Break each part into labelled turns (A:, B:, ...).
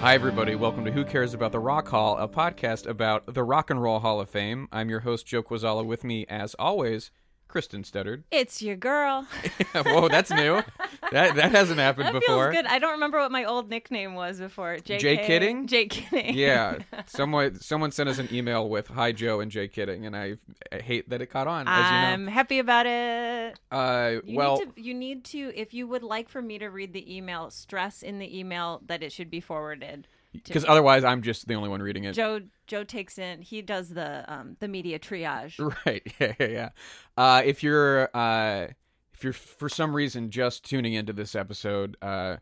A: Hi, everybody. Welcome to Who Cares About the Rock Hall, a podcast about the Rock and Roll Hall of Fame. I'm your host, Joe Quazala. With me, as always, Kristen Studdard.
B: It's your girl.
A: Whoa, that's new. That that hasn't happened
B: That
A: before.
B: feels good. I don't remember what my old nickname was before. JK.
A: Jay Kidding?
B: Jay Kidding.
A: Yeah, someone someone sent us an email with "Hi Joe" and "Jay Kidding," and I, I hate that it caught on. As you
B: I'm
A: know,
B: happy about it.
A: uh,
B: Um, You
A: well,
B: need to, you need to, if you would like for me to read the email, stress in the email that it should be forwarded. to
A: because
B: me.
A: otherwise I'm just the only one reading it.
B: Joe Joe takes in. He does the um, the media triage.
A: Right. Yeah, yeah, yeah. Uh, if you're uh, if you're for some reason just tuning into this episode, uh,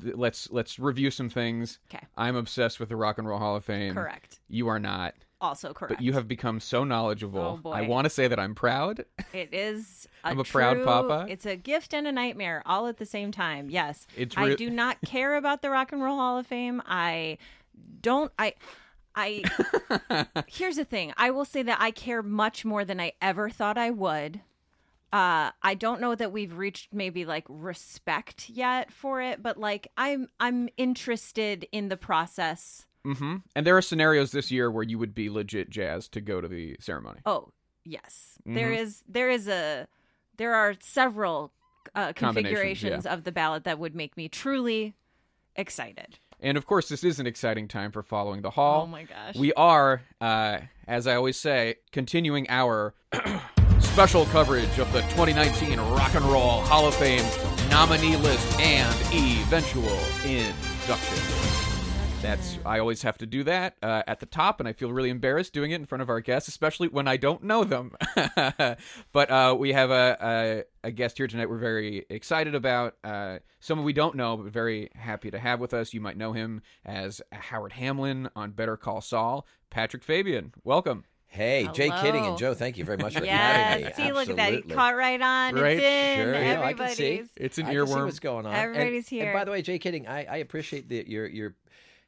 A: th- let's let's review some things.
B: 'Kay.
A: I'm obsessed with the Rock and Roll Hall of Fame.
B: Correct.
A: You are not,
B: Also correct.
A: but you have become so knowledgeable.
B: Oh, boy.
A: I want to say that I'm proud.
B: It is. A
A: I'm a proud
B: true-
A: papa.
B: It's a gift and a nightmare all at the same time. Yes,
A: It's
B: I
A: re-
B: do not care about the Rock and Roll Hall of Fame. I don't. I. I. here's the thing. I will say that I care much more than I ever thought I would. Uh, I don't know that we've reached maybe like respect yet for it, but like I'm I'm interested in the process.
A: hmm And there are scenarios this year where you would be legit jazzed to go to the ceremony.
B: Oh yes, There
C: Mm-hmm.
B: is there is a there are several uh,
A: Combinations,
B: configurations of the ballot that would make me truly excited.
A: And of course, this is an exciting time for following the hall.
B: Oh my gosh.
A: We are, uh, as I always say, continuing our special coverage of the 2019 Rock and Roll Hall of Fame nominee list and eventual induction. That's I always have to do that uh, at the top, and I feel really embarrassed doing it in front of our guests, especially when I don't know them. but uh, we have a, a a guest here tonight. We're very excited about uh, someone we don't know, but very happy to have with us. You might know him as Howard Hamlin on Better Call Saul. Patrick Fabian, welcome.
C: Hey, Jay Kidding and
B: Hello.
C: Joe, thank you very much for having me.
B: Yes, see, look at that. He
C: Absolutely.
B: caught right on.
A: Right?
B: It's in.
C: Sure, yeah, I can
B: Everybody's.
C: see.
A: It's an
C: I can see
A: earworm.
C: what's going on. And-
B: Everybody's
C: and
B: here.
C: by the way, Jay Kidding, I, I appreciate the, your your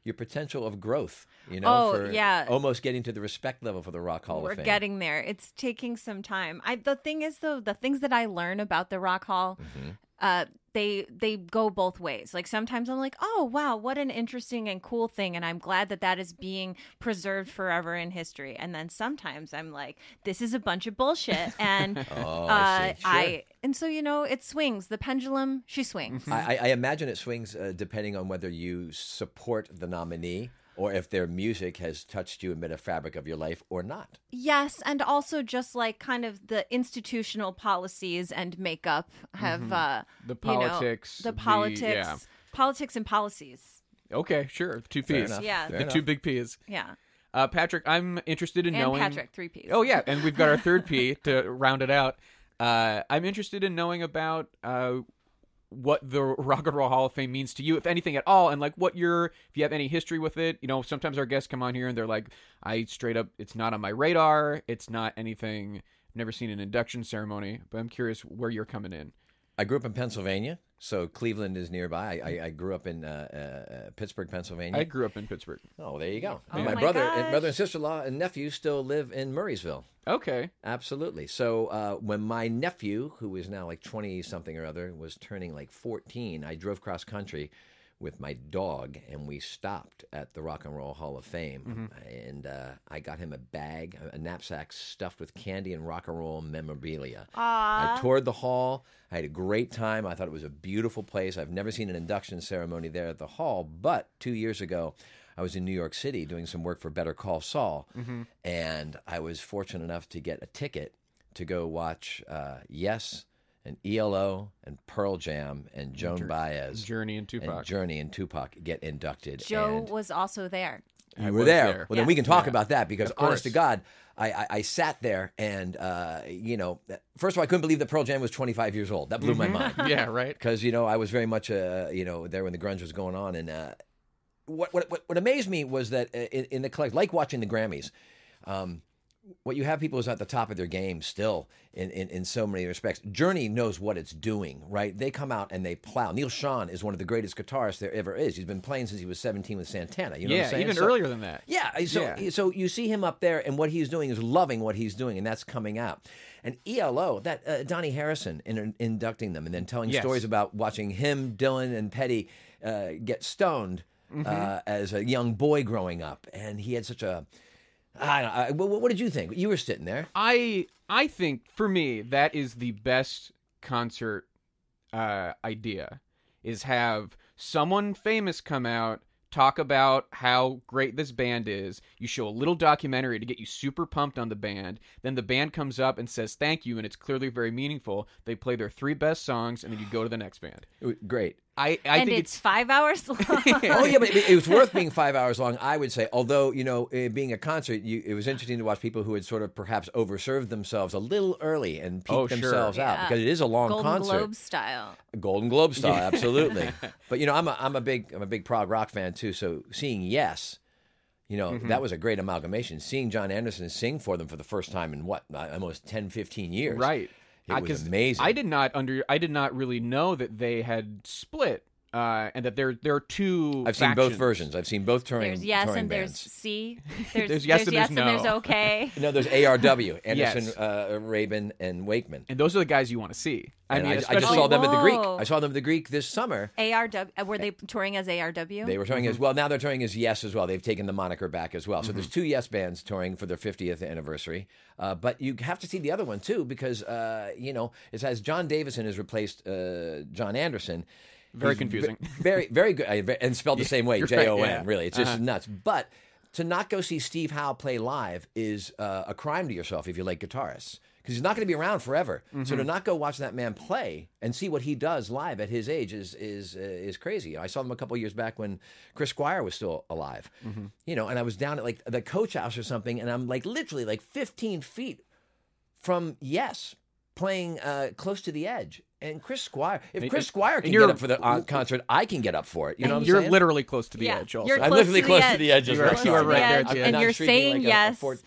C: your potential of growth. You know,
B: Oh,
C: for
B: yeah.
C: almost getting to the respect level for the Rock Hall
B: We're
C: of Fame.
B: getting there. It's taking some time. I the thing is though, the things that I learn about the Rock Hall,
C: Mm-hmm.
B: uh, they they go both ways. Like sometimes I'm like, oh wow, what an interesting and cool thing, and I'm glad that that is being preserved forever in history. And then sometimes I'm like, this is a bunch of bullshit, and
C: Oh,
B: uh,
C: I see. Sure.
B: I and so you know it swings. The pendulum she swings.
C: I, I- I imagine it swings uh, depending on whether you support the nominee or if their music has touched you and been a fabric of your life or not.
B: Yes, and also just like kind of the institutional policies and makeup have uh,
A: Mm-hmm. The
B: you know,
A: politics,
B: the
A: the-
B: politics,
A: yeah.
B: politics and policies.
A: Okay, sure. Two
C: Fair
A: P's.
C: enough.
B: Yeah.
C: Fair
A: The
C: enough.
A: two big P's.
B: Yeah,
A: Uh, Patrick, I'm interested in
B: and
A: knowing.
B: Patrick three P's.
A: Oh yeah, and we've got our third P to round it out. Uh, I'm interested in knowing about uh, what the Rock and Roll Hall of Fame means to you, if anything at all, and like what your if you have any history with it. You know, sometimes our guests come on here and they're like, "I straight up, it's not on my radar. It's not anything. I've never seen an induction ceremony." But I'm curious where you're coming in.
C: I grew up in Pennsylvania, so Cleveland is nearby. I, I, I grew up in uh, uh, uh, Pittsburgh, Pennsylvania.
A: I grew up in Pittsburgh.
C: Oh, there you go.
B: Oh
C: And my,
B: my
C: brother,
B: gosh.
C: and brother and sister-in-law, and nephew still live in Murraysville.
A: Okay.
C: Absolutely. So uh, when my nephew, who is now like twenty something or other, was turning like fourteen, I drove cross country with my dog, and we stopped at the Rock and Roll Hall of Fame,
B: Mm-hmm.
C: and uh, I got him a bag, a- a knapsack stuffed with candy and rock and roll memorabilia. I toured the hall. I had a great time. I thought it was a beautiful place. I've never seen an induction ceremony there at the hall, but two years ago. I was in New York City doing some work for Better Call Saul,
A: Mm-hmm.
C: and I was fortunate enough to get a ticket to go watch uh, Yes and ELO and Pearl Jam and Joan Baez
A: Journey and Tupac.
C: and Journey and Tupac get inducted.
B: Joe
C: and
B: was also there.
C: you were
A: was
C: there.
A: there.
C: Well, then we can talk about that because,
A: Of course.
C: honest to God, I, I, I sat there and uh, you know, first of all, I couldn't believe that Pearl Jam was 25 years old. That blew
A: Mm-hmm.
C: my mind
A: yeah, right.
C: because you know I was very much uh, you know there when the grunge was going on, and uh, what, what what what amazed me was that uh, in, in the collect, like watching the Grammys. Um, what you have people is at the top of their game still in, in, in so many respects. Journey knows what it's doing, right? They come out and they plow. Neil Sean is one of the greatest guitarists there ever is. He's been playing since he was 17 with Santana. You know what I'm
A: yeah,
C: saying?
A: even
C: So-
A: earlier than that.
C: yeah. So
A: Yeah.
C: so you see him up there, and what he's doing is loving what he's doing, and that's coming out. And ELO, that uh, Donnie Harrison in, inducting them, and then telling
A: Yes.
C: stories about watching him, Dylan, and Petty uh, get stoned uh, as a young boy growing up, and he had such a. I don't. I, what, what did you think? You were sitting there.
A: I I think for me that is the best concert uh, idea is have someone famous come out talk about how great this band is you show a little documentary to get you super pumped on the band then the band comes up and says thank you and it's clearly very meaningful they play their three best songs and then you go to the next band
C: It was great.
A: i i
B: and
A: think
B: it's, five hours long.
C: oh yeah, but it, it was worth being five hours long. I would say, although you know, it being a concert, you, it was interesting to watch people who had sort of perhaps overserved themselves a little early and peeped
A: Oh, sure.
C: themselves out because it is a long
B: Golden
C: concert,
B: Globe style.
C: Golden Globe style, absolutely. But you know, I'm a I'm a big I'm a big prog rock fan too. So seeing Yes. You know,
A: Mm-hmm.
C: that was a great amalgamation. Seeing John Anderson sing for them for the first time in what, uh, almost 10, 15 years.
A: Right.
C: It
A: I-
C: was
A: 'cause
C: amazing.
A: I did not under I did not really know that they had split uh, and that there there are two
C: I've seen both
A: factions.
C: versions. I've seen both touring,
B: There's yes
C: touring
B: and there's
C: bands.
B: C. There's,
A: There's yes and there's no.
B: and there's okay.
C: No, there's ARW, Anderson,
A: Yes.
C: uh, Rabin, and Wakeman.
A: And those are the guys you want to see. I
C: And
A: mean,
C: I, I
A: especially
C: just saw them at the Greek.
B: Whoa.
C: I saw them at the Greek this summer.
B: ARW. uh, Were they touring as ARW?
C: They were touring
A: Mm-hmm.
C: as well. Now they're touring as Yes as well. They've taken the moniker back as well. So there's two Yes bands touring for their 50th anniversary. Uh, but you have to see the other one too because uh, you know it says John Davison has replaced uh, John Anderson.
A: Very
C: ve-
A: confusing.
C: very, very good, I- and spelled the same way.
A: You're right,
C: J O N.
A: yeah. Uh-huh.
C: Really, it's just nuts. But to not go see Steve Howe play live is uh, a crime to yourself if you like guitarists. Because he's not going to be around forever,
A: Mm-hmm.
C: so to not go watch that man play and see what he does live at his age is is uh, is crazy. I saw them a couple years back when Chris Squire was still alive,
A: Mm-hmm.
C: you know, and I was down at like the coach house or something, and I'm like literally like 15 feet from Yes playing uh, close to the edge. And Chris Squire, if Chris Squire can
A: you're-
C: get up for the uh, concert, I can get up for it. You know what I'm
A: you're
C: saying?
A: literally close to the
B: Yeah.
A: edge, also.
B: You're
C: I'm
B: close
C: literally
B: to the
C: close to
B: edge.
C: the edge. as
A: You
C: well.
A: are- you are right there,
C: I'm
A: Jen.
B: And
C: not
B: you're
C: shrieking
B: saying
C: like a- a
B: yes.
C: fort-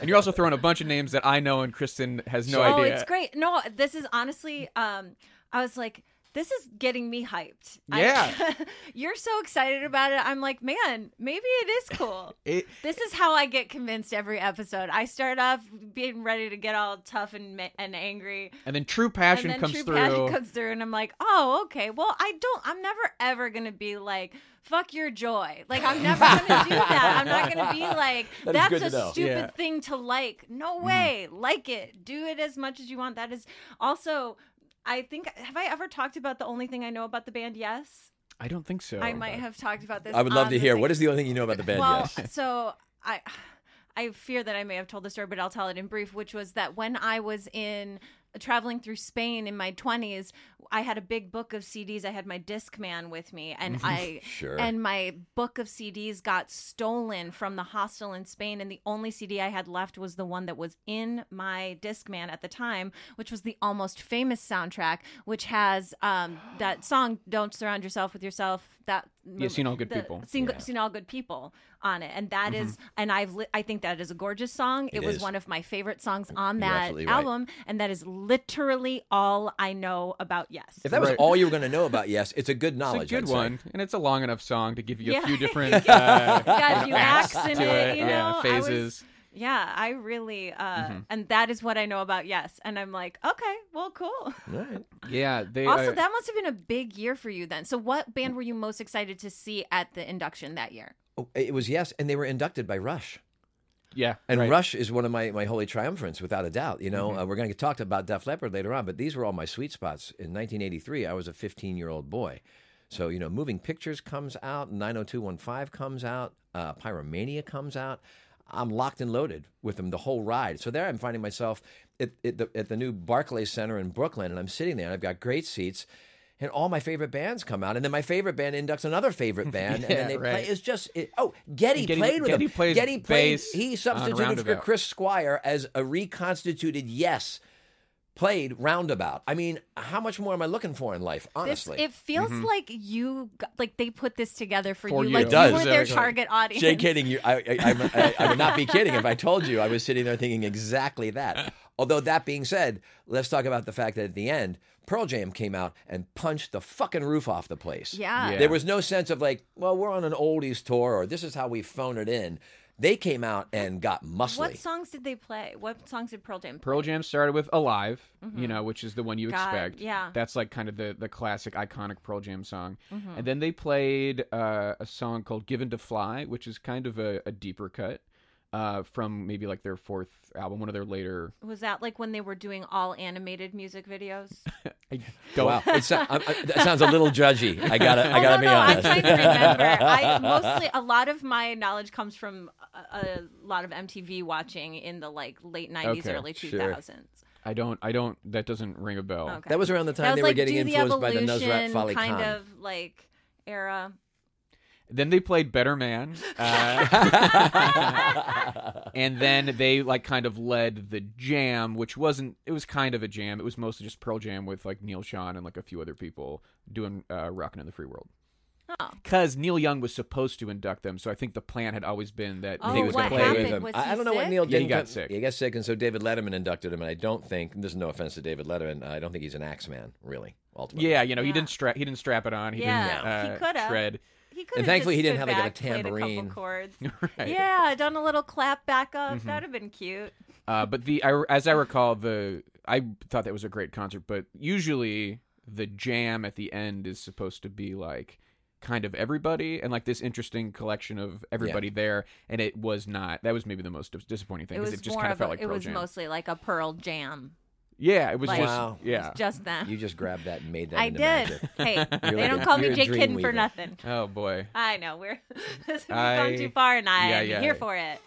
A: and you're also throwing a bunch of names that I know and Kristen has no
B: oh,
A: idea.
B: it's great. No, this is honestly. Um, I was like, this is getting me hyped. I-
A: Yeah.
B: you're so excited about it. I'm like, man, maybe it is cool.
A: It-
B: this is how I get convinced every episode. I start off being ready to get all tough and ma- and angry.
A: and then true passion
B: and then
A: comes
B: true
A: through.
B: passion comes through, and I'm like, oh, okay. Well, I don't. I'm never ever gonna be like, fuck your joy. Like, I'm never gonna do that. I'm not gonna be like,
C: That is
B: that's
C: good to
B: a
C: know. Mm-hmm.
B: stupid
A: Yeah.
B: thing to like. No way. Like it. Do it as much as you want. That is also. I think have I ever talked about the only thing I know about the band? Yes,
A: I don't think so.
B: I might have talked about this.
C: Oh, I would love
B: on
C: to
B: the
C: hear.
B: thing.
C: What is the only thing you know about the band?
B: Well,
C: yes.
B: so I I fear that I may have told the story, but I'll tell it in brief, which was that when I was in uh, traveling through Spain in my 20s, I had a big book of CDs. I had my Discman with me and I
C: Mm-hmm. Sure.
B: and my book of CDs got stolen from the hostel in Spain and the only CD I had left was the one that was in my Discman at the time, which was the Almost Famous soundtrack, which has um, that song Don't Surround Yourself with Yourself that
A: Yeah, Seen All Good
B: the-
A: People.
B: Seen, seen all good people on it, and that is, and I've, li- I think that is a gorgeous song. It,
C: It
B: was
C: is.
B: one of my favorite songs on
C: You're
B: that
C: absolutely right.
B: album, and that is literally all I know about Yes.
C: if that was
A: Right.
C: all you were going to know about yes, it's a good
A: It's
C: knowledge.
A: a good
C: I'd say.
A: one, and it's a long enough song to give you
B: Yeah.
A: a few different uh,
B: Got a few acts in
A: to
B: it,
A: it,
B: you know.
A: yeah,
B: I was-
A: phases.
B: Yeah, I really, uh, and that is what I know about Yes. And I'm like, okay, well, cool.
C: All right.
A: Yeah, they
B: Also,
A: uh,
B: that must have been a big year for you then. So, what band were you most excited to see at the induction that year?
C: Oh, it was yes, and they were inducted by Rush.
A: yeah,
C: And
A: right. Mm-hmm.
C: Rush is one of my, my holy triumphants, without a doubt. You know, uh, we're going to talk about Def Leppard later on, but these were all my sweet spots. In 1983, I was a 15 year old boy. So, you know, Moving Pictures comes out, 90215 comes out, uh, Pyromania comes out. I'm locked and loaded with them the whole ride. So there I'm finding myself at, at, the, at the new Barclays Center in Brooklyn, and I'm sitting there, and I've got great seats. And all my favorite bands come out, and then my favorite band inducts another favorite band, and
A: Yeah,
C: then they
A: right.
C: play. It's just it, oh, Getty,
A: Getty-
C: played with
A: Getty
C: him.
A: plays
C: Getty played.
A: bass
C: He
A: on
C: substituted for
A: Roundabout.
C: Chris Squire as a reconstituted yes played roundabout. I mean, how much more am I looking for in life?
B: This,
C: Honestly,
B: it feels like you, got- like they put this together for,
A: For
B: you.
A: you.
B: Like
A: It
C: does.
B: you were their
A: Exactly.
B: target audience.
C: Jay, kidding you? I, I, I, I would not be kidding if I told you I was sitting there thinking exactly that. Although that being said, let's talk about the fact that at the end, Pearl Jam came out and punched the fucking roof off the place.
B: Yeah.
A: Yeah.
C: There was no sense of like, well, we're on an oldies tour or this is how we phone it in. They came out and got muscly.
B: What songs did they play? What songs did Pearl Jam play?
A: Pearl Jam started with "Alive," you know, which is the one you
B: God,
A: expect.
B: yeah.
A: that's like kind of the the classic, iconic Pearl Jam song. And then they played uh, a song called "Given to Fly," which is kind of a, a deeper cut uh, from maybe like their fourth album, one of their later.
B: Was that like when they were doing all animated music videos?
A: I don't.
C: Wow, it, so- I, I, that sounds a little judgy. I gotta, I
B: Oh,
C: gotta
B: no,
C: be
B: no,
C: honest.
B: I'm trying to remember. I mostly a lot of my knowledge comes from a, a lot of MTV watching in the like late '90s,
A: Okay,
B: early
C: sure.
B: 2000s.
A: I don't. I don't. That doesn't ring a bell.
B: Okay.
C: That was around the
B: That
C: time
B: was
C: they
B: like
C: were getting
B: Do the
C: influenced by the
B: Evolution
C: Nusrat Fali
B: kind
C: Khan.
B: of like era.
A: Then they played Better Man. uh, and then they like kind of led the jam, which wasn't it was kind of a jam. It was mostly just Pearl Jam with like Neil Sean and like a few other people doing uh Rockin' in the Free World.
B: Oh.
A: Cuz Neil Young was supposed to induct them, so I think the plan had always been that
B: Oh,
A: they would
B: what
A: play
B: happened?
A: with them.
B: Was
C: I, I
B: he
C: don't know
B: sick?
C: what Neil
A: Yeah,
C: did.
A: he got sick.
C: He got sick, and so David Letterman inducted him. And I don't think there's no offense to David Letterman. I don't think he's an axe man, really. Ultimately,
A: Yeah, you know, he
B: Yeah.
A: didn't strap he didn't strap it on. He
B: Yeah, he
A: didn't uh,
B: coulda.
A: shred.
B: He could
C: And
B: have
C: thankfully
B: just
C: he didn't
B: stood
C: have, like, a
B: back, played
C: tambourine.
B: couple chords.
A: Right. Mm-hmm.
B: Yeah, done a little clap back up. That would have been cute.
A: Uh, but the I, as I recall, the I thought that was a great concert. But usually the jam at the end is supposed to be like kind of everybody and like this interesting collection of everybody there, and it was not. That was maybe the most dis- disappointing thing.
B: It
A: 'cause
B: was
A: it just
B: more
A: kind of
B: of a,
A: felt like
B: it
A: Pearl
B: was
A: Jam.
B: mostly like a Pearl Jam.
A: yeah, it was
B: like-
A: just
C: Wow.
A: yeah.
B: Just them.
C: you just grabbed that and made that.
B: I
C: into
B: did.
C: magic.
B: Hey, they
C: like
B: don't
C: a-
B: call me
C: you're a
B: Jake
C: dream
B: Kidden for
C: weaver.
B: nothing.
A: oh boy.
B: I know we're this has
A: I-
B: gone too far, and I
A: Yeah,
B: am
A: yeah.
B: here for it.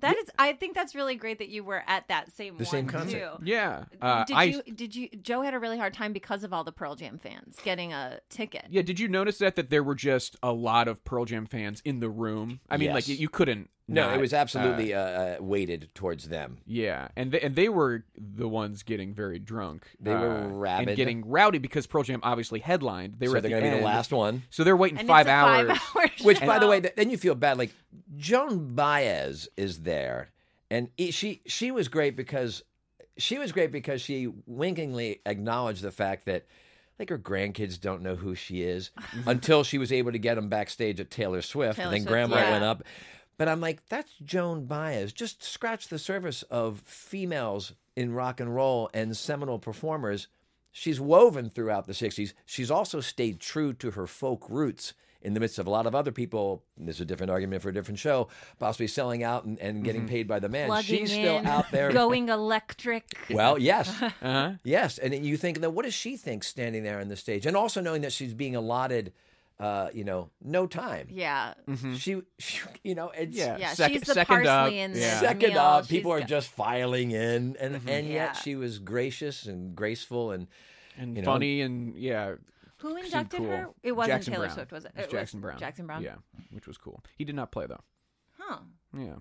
B: That is, I think that's really great that you were at that same
C: The
B: one
C: same concert.
B: too.
A: Yeah. Uh,
B: did
A: I
B: you? Did you? Joe had a really hard time because of all the Pearl Jam fans getting a ticket.
A: yeah. Did you notice that that there were just a lot of Pearl Jam fans in the room? I mean, like
C: Yes.
A: you, you couldn't.
C: No,
A: not,
C: it was
A: uh,
C: absolutely uh, uh, weighted towards them.
A: Yeah, and they, and they were the ones getting very drunk. uh,
C: They were rabid.
A: and getting rowdy because Pearl Jam obviously headlined. They
C: So
A: were
C: they're
A: going
C: gonna
A: to
C: be the last one.
A: So they're waiting
B: and
A: five
B: it's a
A: hours.
B: five-hour
C: Which,
B: show.
C: by the way, th- then you feel bad. Like Joan Baez is there, and e- she she was great because she was great because she winkingly acknowledged the fact that like her grandkids don't know who she is until she was able to get them backstage at Taylor Swift,
B: Taylor
C: and then
B: Swift,
C: Grandma
B: yeah.
C: went up. But I'm like, that's Joan Baez. Just scratch the surface of females in rock and roll and seminal performers. She's woven throughout the 60s. She's also stayed true to her folk roots in the midst of a lot of other people. and This is a different argument for a different show, possibly selling out and, and getting paid by the man.
B: Mm-hmm. Plugging
C: She's still
B: in,
C: out there.
B: going electric.
C: Well, yes.
A: Uh-huh.
C: Yes, and then you think, now what does she think standing there on the stage, and also knowing that she's being allotted, uh, you know, no time.
B: Yeah, Mm-hmm.
C: She, she, you know, it's
A: Yeah.
B: yeah.
A: Second-
B: she's the
A: second
B: parsley
A: up,
B: in this
A: yeah.
C: second
B: meal.
C: up,
B: She's
C: people are
B: got- Mm-hmm.
C: just filing in, and and
B: Yeah.
C: yet she was gracious and graceful, and
A: and
C: You know.
A: funny and yeah.
B: Who
A: seemed
B: inducted
A: cool.
B: her? It wasn't
A: Jackson
B: Taylor
A: Brown.
B: Swift, was it?
A: was
B: It was
A: Jackson Brown.
B: Jackson Brown.
A: Yeah, which was cool. He did not play though.
B: huh?
A: Yeah.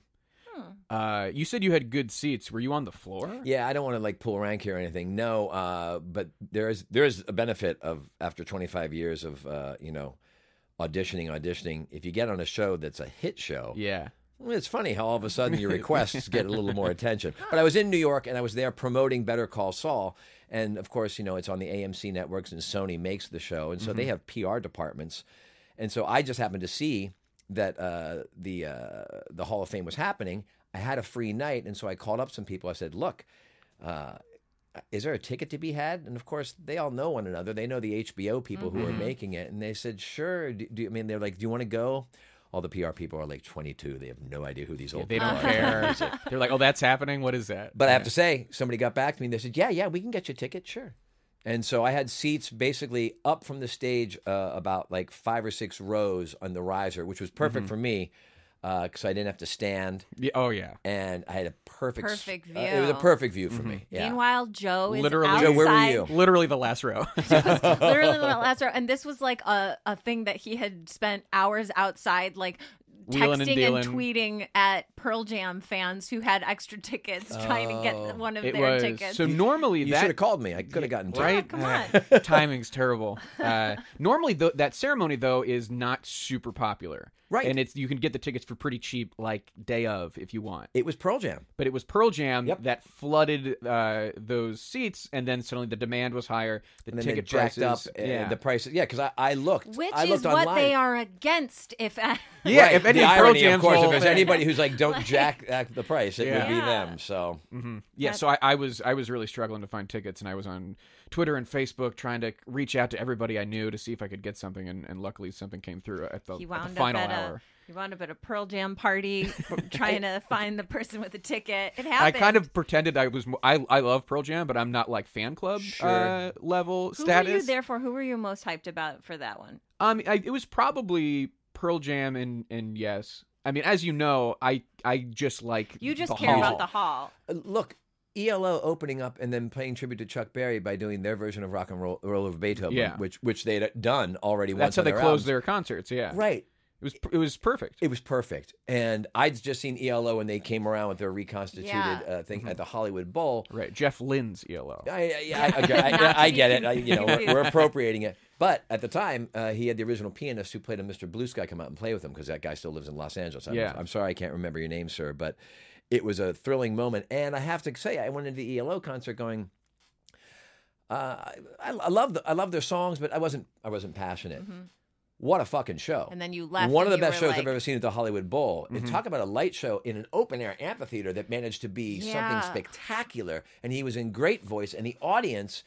B: Hmm.
A: Uh, you said you had good seats. Were you on the floor?
C: yeah, I don't want to like pull rank here or anything. No, uh, but there is there is a benefit of after 25 years of uh, you know auditioning, auditioning. If you get on a show that's a hit show,
A: Yeah.
C: Well, It's funny how all of a sudden your requests get a little more attention. But I was in New York and I was there promoting Better Call Saul. And of course, you know, it's on the AMC networks and Sony makes the show. And so they have PR departments. And so I just happened to see that uh, the, uh, the Hall of Fame was happening. I had a free night, and so I called up some people. I said, "Look, uh, is there a ticket to be had?" And of course, they all know one another. They know the HBO people who are
A: Mm-hmm.
C: making it, and they said, "Sure." Do, do I mean they're like, "Do you want to go?" All the PR people are like 22. They have no idea who these old
A: They don't
C: people are.
A: care. They're like, oh, that's happening. What is that?
C: Oh, uh-huh. But I have to say, somebody got back to me and they said, "Yeah, yeah, we can get you a ticket, sure." And so I had seats basically up from the stage, uh, about like five or six rows on the riser, which was perfect
A: Mm-hmm.
C: for me because I didn't have to stand,
A: Yeah, oh yeah.
C: and I had a perfect, s-
B: Perfect
C: uh, it was a
B: view.
C: perfect view
A: Mm-hmm.
C: for me. Yeah.
B: Meanwhile, Joe is
A: Literally-
B: outside.
C: Joe, where were you?
A: Literally the last row.
B: literally the last row. And this was like a, a thing that he had spent hours outside, like
A: Wheeling and
B: texting
A: dealing.
B: and, tweeting at Pearl Jam fans who had extra tickets, trying to get one of
A: it
B: their
A: was
B: tickets.
A: so normally
C: you
A: that
C: should have called me. I could have gotten tickets.
A: right.
B: come on.
A: Ah, timing's terrible. Uh, normally, though, that ceremony though is not super popular.
C: Right.
A: and it's you can get the tickets for pretty cheap, like day of, if you want.
C: It was Pearl Jam.
A: But it was Pearl Jam
C: Yep.
A: that flooded uh, those seats, and then suddenly the demand was higher. The
C: And then
A: ticket
C: they jacked
A: prices,
C: up uh,
A: yeah.
C: the prices. Yeah, because I, I looked.
B: Which
C: I
B: is
C: looked
B: what
C: online.
B: they are against, if
A: yeah,
C: Right,
A: if any
C: the
A: Pearl
C: irony,
A: Jam's
C: of course,
A: whole
C: if there's
A: thing-
C: anybody who's like, don't jack uh, the price, it would be
B: Yeah.
C: them. So
A: Mm-hmm. Yeah, so I, I was I was really struggling to find tickets, and I was on Twitter and Facebook trying to reach out to everybody I knew to see if I could get something, and, and luckily something came through at the,
B: he
A: at the
B: wound up
A: final
B: at
A: hour.
B: a he wound up at a Pearl Jam party, trying to find the person with the ticket. It
A: I
B: happened.
A: kind of pretended I was mo- I I love Pearl Jam, but I'm not like fan club uh, level
B: who
A: status.
B: were you there for? Who were you most hyped about for that one?
A: Um, I, it was probably Pearl Jam and and yes. I mean, as you know, I I just like
B: You just
A: the
B: care
A: hall.
B: about the hall.
C: Uh, look, ELO opening up and then paying tribute to Chuck Berry by doing their version of Rock and Roll, Roll of Beethoven,
A: Yeah.
C: which which they'd done already
A: That's
C: once.
A: how
C: on
A: they
C: their
A: closed
C: albums.
A: their concerts. Yeah,
C: right.
A: It was it was perfect.
C: It was perfect, and I'd just seen ELO when they came around with their reconstituted
B: Yeah.
C: uh, thing
A: Mm-hmm.
C: at the Hollywood Bowl.
A: right, Jeff E Lynne's ELO.
B: Oh,
C: I, I, I, okay, I, I, I get it. I, you know, we're, we're appropriating it. But at the time, uh, he had the original pianist who played him, Mr. Blue Sky, come out and play with him because that guy still lives in Los Angeles. I'm,
A: Yeah.
C: I'm sorry, I can't remember your name, sir, but it was a thrilling moment. And I have to say, I went into the ELO concert going. Uh, I, I love the, I love their songs, but I wasn't I wasn't passionate. What a fucking show!
B: Mm-hmm. And then you left
C: One
B: and
C: of the
B: you
C: best
B: were
C: shows I've
B: like-
C: ever seen at the Hollywood Bowl.
A: Mm-hmm.
C: And talk about a light show in an open air amphitheater that managed to be
B: Yeah.
C: something spectacular spectacular, and he was in great voice, and the audience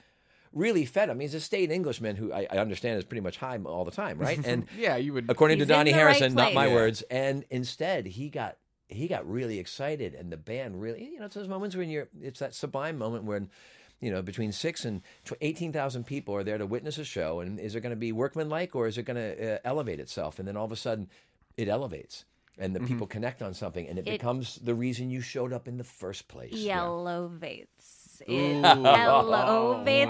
C: really fed him. He's a state Englishman who I, I understand is pretty much high all the time, right? And
A: Yeah, you would.
C: according
B: He's
C: to Donnie
B: in the right
C: Harrison, not my
B: place.
C: words. And instead, he got he got really excited, and the band really, you know, it's those moments when you're, it's that sublime moment when. You know, between six and tw- eighteen thousand people are there to witness a show, and is it going to be workmanlike or is it going to uh, elevate itself? And then all of a sudden, it elevates, and
A: Mm-hmm.
C: the people connect on something, and it, becomes the reason you showed up in the first place.
B: Elevates. It elevates.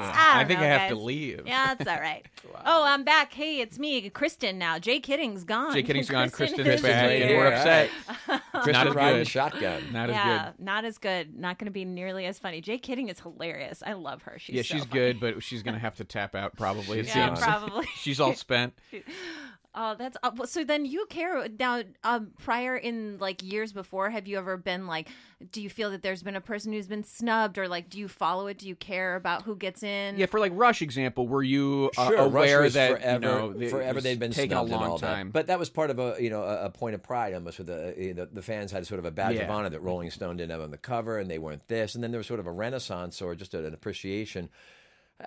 A: I
B: don't
A: think
B: know,
A: I have to
B: guys.
A: leave.
B: Yeah, that's all right. Oh, I'm back. Hey, it's me, Kristen. Now, Jay Kidding's gone.
A: Jay Kidding's gone. Kristen is
B: is
A: back,
C: right
A: and
C: here.
A: we're upset.
C: Kristen
A: as
C: riding
A: good.
C: shotgun.
A: Not as
B: yeah,
A: good.
B: not as good. Not going to be nearly as funny. Jay Kidding is hilarious. I love her. She's
A: Yeah,
B: so
A: she's
B: funny.
A: good, but she's gonna have to tap out probably. It
B: Yeah,
A: seems
B: probably.
A: she's all spent.
B: Oh, that's uh, well, so. Then you care now. Um, prior in like years before, have you ever been like? Do you feel that there's been a person who's been snubbed, or like, do you follow it? Do you care about who gets in?
A: Yeah, for like Rush example, were you uh,
C: Sure,
A: aware
C: Rush was
A: that
C: forever,
A: you know, that it
C: forever
A: was
C: they'd been
A: taking a
C: snubbed and
A: long
C: all that.
A: time?
C: But that was part of a you know a, a point of pride almost with the, you know, the fans had sort of a badge of
A: Yeah.
C: honor that Rolling Stone didn't have on the cover and they weren't this, and then there was sort of a renaissance or just an appreciation. Uh,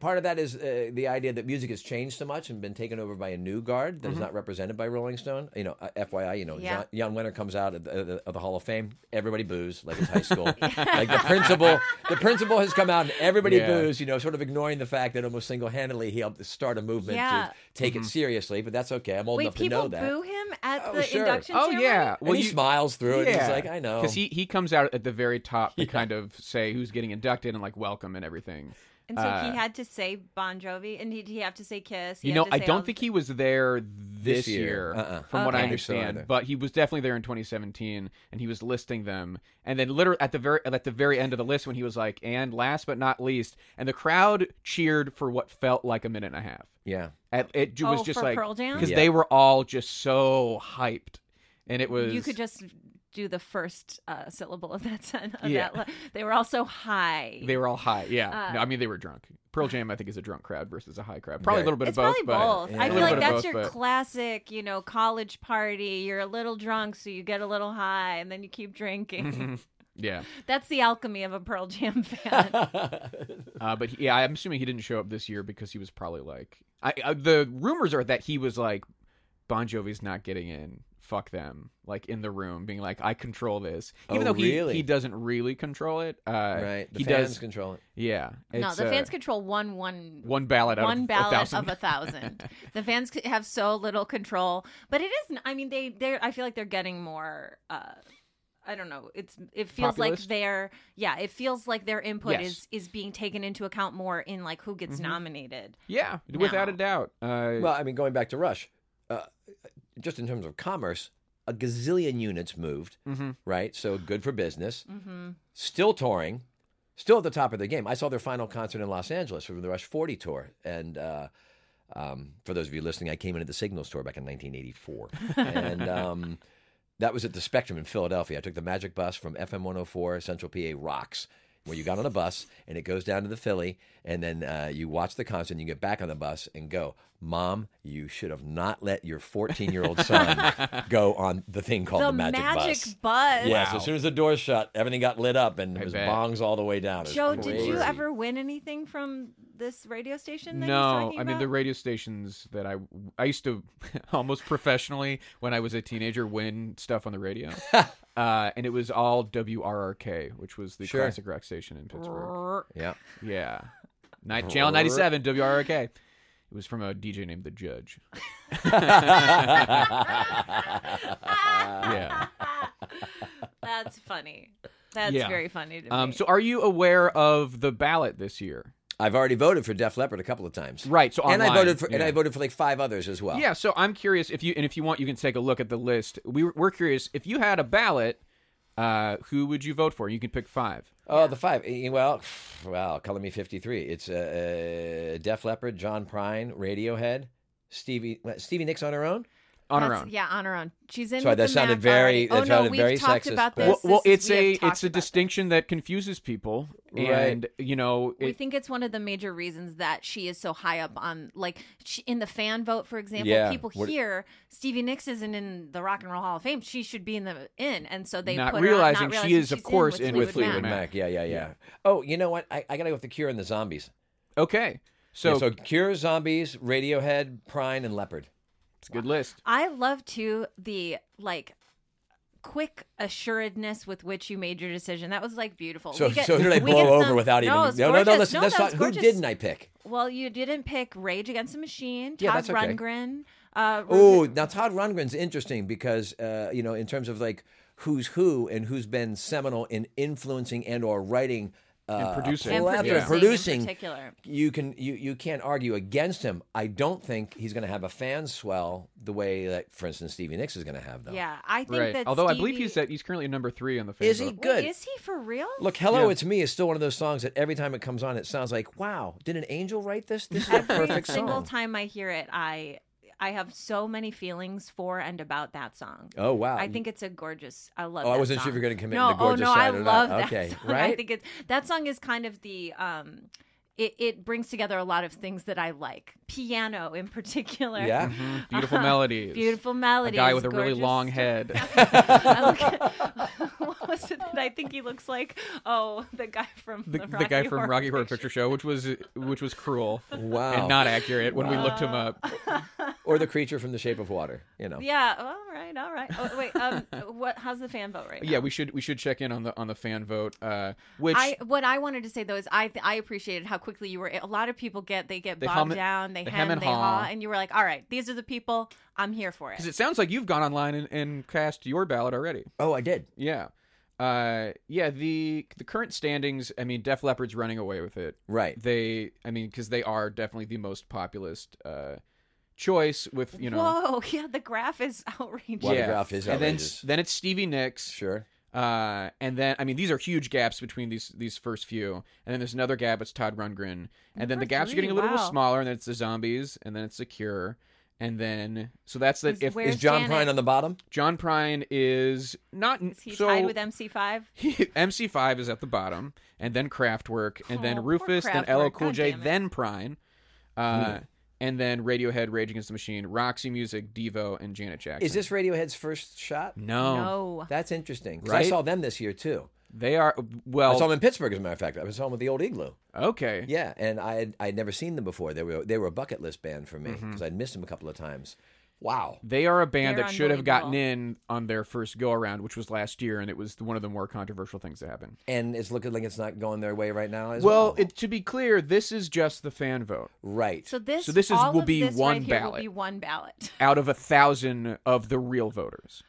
C: part of that is uh, the idea that music has changed so much and been taken over by a new guard
A: Mm-hmm.
C: that is not represented by Rolling Stone. You know, uh, FYI, you know,
B: Yeah.
C: John, Jan Wenner comes out of the, of the- of the Hall of Fame, everybody boos like it's high school. like the principal, the principal has come out and everybody
A: Yeah.
C: boos. You know, sort of ignoring the fact that almost single handedly he helped start a movement
B: Yeah.
C: to take it seriously. But that's okay. I'm old
B: Wait,
C: enough to know
B: people
C: that.
B: boo him at
C: Oh,
B: the
C: sure.
B: induction
A: oh
B: ceremony?
A: yeah,
C: And he smiles through it. And he's like, I know.
A: because he he comes out at the very top to kind of say who's getting inducted and like welcome and everything.
B: And so he had to say Bon Jovi, and did he have to say Kiss?
A: Uh,
B: He
A: You
B: had
A: know,
B: to
A: I
B: say all
A: don't
B: the-
A: think he was there this,
C: year.
A: year,
C: Uh-uh.
A: from what I
B: Okay.
C: I think so
A: understand.
C: either.
A: but he was definitely there in 2017, and he was listing them. And then, literally at the very at the very end of the list, when he was like, "And last but not least," and the crowd cheered for what felt like a minute and a half.
C: yeah.
A: At, it ju- was
B: Oh,
A: just
B: for
A: like
B: Pearl Jam?
A: because
C: Yeah.
A: they were all just so hyped, and it was
B: you could just do the first uh, syllable of that sentence. Of
A: Yeah.
B: that. li- They were all so high. Uh,
A: they were all high. Yeah, no, I mean they were drunk. Pearl Jam, I think, is a drunk crowd versus a high crowd. Probably a little bit
B: It's
A: of both.
B: probably
A: but
B: both.
C: yeah.
A: a
B: I feel
A: little
B: like
A: bit of
B: that's
A: both,
B: your
A: but-
B: classic, you know, college party. You're a little drunk, so you get a little high, and then you keep drinking.
A: Mm-hmm. Yeah,
B: That's the alchemy of a Pearl Jam fan.
A: uh, but he- yeah, I'm assuming he didn't show up this year because he was probably like, I, uh, the rumors are that he was like, Bon Jovi's not getting in. Fuck them. Like in the room, being like, I control this, even
C: Oh,
A: though he
C: really?
A: he doesn't really control it. Uh,
C: right. The
A: he
C: fans
A: does.
C: control it.
A: Yeah.
B: no,
A: it's,
B: the
A: uh,
B: fans control one one
A: one ballot out
B: one
A: of
B: ballot
A: a thousand.
B: of a thousand. the fans c- have so little control, but it isn't. I mean, they they. I feel like they're getting more. uh I don't know. It's it feels
A: Populist?
B: like their yeah. It feels like their input
A: Yes. Mm-hmm.
B: is is being taken into account more in like who gets nominated.
A: yeah, without a doubt. Uh,
C: Well, I mean, going back to Rush, uh, just in terms of commerce, a gazillion units moved,
B: Mm-hmm.
C: right? So good for business. Still touring, still at the top of their game. I saw their final concert in Los Angeles for the Rush 40 tour. And uh, um, for those of you listening, I came into the Signals tour back in 1984. and. Um, that was at the Spectrum in Philadelphia. I took the Magic Bus from FM 104 Central PA Rocks, where you got on a bus and it goes down to the Philly, and then uh, you watch the concert and you get back on the bus and go, Mom, you should have not let your 14 year old son go on the thing called the,
B: the magic,
C: Bus.
B: buzz.
C: Yes, as soon as the doors shut, everything got lit up and it was
A: bet.
C: bongs all the way down. It was
B: Joe, did you
C: crazy.
B: ever win anything from this radio station? That he's
A: No,
B: talking
A: I mean
B: about?
A: the radio stations that I I used to almost professionally when I was a teenager win stuff on the radio, uh, and it was all WRRK, which was the
C: Sure.
A: classic rock station in Pittsburgh.
C: Yeah.
A: Yeah, Night Channel ninety seven WRRK. It was from a DJ named The Judge. yeah.
B: That's funny. That's
A: Yeah.
B: very funny to me.
A: Um, so, are you aware of the ballot this year?
C: I've already voted for Def Leppard a couple of times.
A: Right, so
C: and I
A: online,
C: voted for and
A: yeah.
C: I voted for like five others as
B: Oh.
C: well.
A: Yeah, so I'm curious if you and if you want, you can take a look at the list. We were- we're curious if you had a ballot, uh, who would you vote for? You can pick five.
C: Oh, the five. Eh, Well, wow. Color me fifty-three. It's uh, uh, Def Leppard, John Prine, Radiohead, Stevie what, Stevie Nicks on her own.
A: On our
B: That's-
A: own.
B: Yeah, on her own. She's in.
C: Sorry,
B: with
C: that
B: the
C: sounded
B: map
C: very-
B: already. Oh
C: that
B: no,
C: sounded
B: we've
C: very
B: talked
C: sexist,
B: about
C: but-
B: this.
A: Well, well,
B: This
A: it's
B: is- we
A: a
B: have talked
A: it's a
B: about this.
A: distinction that confuses people,
C: Right.
A: and you know,
B: We
A: it,
B: think it's one of the major reasons that she is so high up on, like, she, in the fan vote, for example.
C: Yeah,
B: People
C: what-
B: hear Stevie Nicks isn't in the Rock and Roll Hall of Fame. She should be in the in, and so they
A: Not
B: put
A: realizing
B: her on,
A: she
B: not realizing
A: is, of
B: she's
A: course,
B: in
A: in
B: with
A: with
B: Fleetwood
C: Fleetwood
B: Mac.
C: Mac. Yeah, yeah, yeah, Oh, you know what? I, I gotta go with the Cure and the Zombies.
A: okay, so,
C: So, so Cure, Zombies, Radiohead, Prine, and Leopard.
A: it's a good list.
B: I love too the like quick assuredness with which you made your decision. That was like beautiful.
C: So,
B: We get-
C: so who did I
B: we
C: blow
B: get
C: over
B: some-
C: without even?
B: No, it's
C: no, no,
B: gorgeous.
C: Listen,
B: No,
C: let's
B: that was
C: talk. Who
B: gorgeous.
C: didn't I pick?
B: Well, you didn't pick Rage Against the Machine, Todd
C: Yeah, that's okay.
B: Rundgren. Uh,
C: Oh, now Todd Rundgren's interesting because uh, you know, in terms of like who's who and who's been seminal in influencing and or writing. Uh, a
A: producing.
B: and
C: plethora-
A: after
B: producing, in
C: producing
B: particular.
C: you can you, you can't argue against him. I don't think he's going to have a fan swell the way that, for instance, Stevie Nicks is going to have though.
B: Yeah, I think
A: Right,
B: that.
A: although I believe
B: Stevie-
A: he's at he's currently number three on the
C: Is he
A: Facebook.
C: good?
B: Wait, is he for real?
C: Look, "Hello,
A: Yeah.
C: It's Me" is still one of those songs that every time it comes on, it sounds like, "Wow, did an angel write this? This is a
B: every
C: perfect
B: single
C: song."
B: time I hear it, I I have so many feelings for and about that song.
C: Oh wow!
B: I think it's a gorgeous. I love.
C: Oh, I
B: that
C: wasn't sure
B: song.
C: if you were gonna commit
B: No,
C: the gorgeous
B: oh no,
C: side
B: I
C: or not.
B: love that
C: Okay,
B: song. I
C: right?
B: think it's that song is kind of the. um it, it brings together a lot of things that I like. Piano in particular.
C: yeah.
A: Mhm. Beautiful melodies.
B: Uh-huh. Beautiful
A: A
B: melodies.
A: guy with a really
B: gorgeous
A: long head.
B: I look- what was it that I think he looks like? Oh, the guy from
A: The, the
B: the, Rocky
A: guy from
B: Horror
A: Rocky Horror
B: Picture
A: Picture Show, which was which was cruel
C: Wow.
A: and not accurate when we looked him up.
C: Or the creature from The Shape of Water. You know.
B: Yeah. All right. All right. Oh, wait. Um. what? How's the fan vote right now?
A: Yeah, we should we should check in on the on the fan vote. Uh, which
B: I what I wanted to say though is I I appreciated how quickly you were. A lot of people get they get
A: They hum
B: bogged
A: it-
B: down. They,
A: they
B: hem,
A: hem and
B: they haw.
A: haw.
B: and you were like, all right, these are the people. I'm here for it.
A: Because it sounds like you've gone online and, and cast your ballot already.
C: Oh, I did.
A: Yeah, uh, yeah. The the current standings. I mean, Def Leppard's running away with it.
C: Right.
A: They. I mean, because they are definitely the most populist uh, choice. With you know.
B: Whoa. Yeah. The graph is outrageous.
C: Wow, the
A: Yeah.
C: graph is
A: and then
C: outrageous.
A: then it's Stevie Nicks.
C: Sure.
A: Uh, and then I mean these are huge gaps between these these first few, and then there's another gap. It's Todd Rundgren, and then the
B: Number
A: gaps
B: three,
A: are getting a little
B: wow.
A: bit smaller, and then it's the zombies, and then it's the Cure, and then so that's that.
B: Is
A: If
B: where-
C: Is
B: Where's
C: John
B: Janet?
C: Prine on the bottom?
A: John Prine is not
B: Is he
A: so,
B: tied with MC5?
A: he- MC5 is at the bottom, and then Kraftwerk, and
B: Oh,
A: then
B: poor
A: Rufus, then LL
B: Kraftwerk.
A: Cool
B: God
A: J,
B: damn it.
A: then Prine,
C: Hmm.
A: uh, and then Radiohead, Rage Against the Machine, Roxy Music, Devo, and Janet Jackson.
C: Is this Radiohead's first shot?
A: no?
B: No.
C: That's interesting. 'cause
A: Right?
C: I saw them this year too.
A: They are
C: I saw them
A: well.
C: in Pittsburgh, as a matter of fact. I saw them with the old Igloo.
A: Okay,
C: Yeah, and I had, I'd never seen them before. They were they were a bucket list band for me
A: Mm-hmm.
C: because I'd missed them a couple of times. Wow.
A: they are a band
B: They're
A: that should have gotten
B: unbelievable.
A: in on their first go around, which was last year, and it was one of the more controversial things that happened.
C: And it's looking like it's not going their way right now as well.
A: Well, it, to be clear, this is just the fan vote.
C: right.
B: So this,
A: So this is-
B: all
A: will
B: of
A: be
B: this
A: one
B: right here will
A: ballot.
B: be one ballot.
A: out of a thousand of the real voters.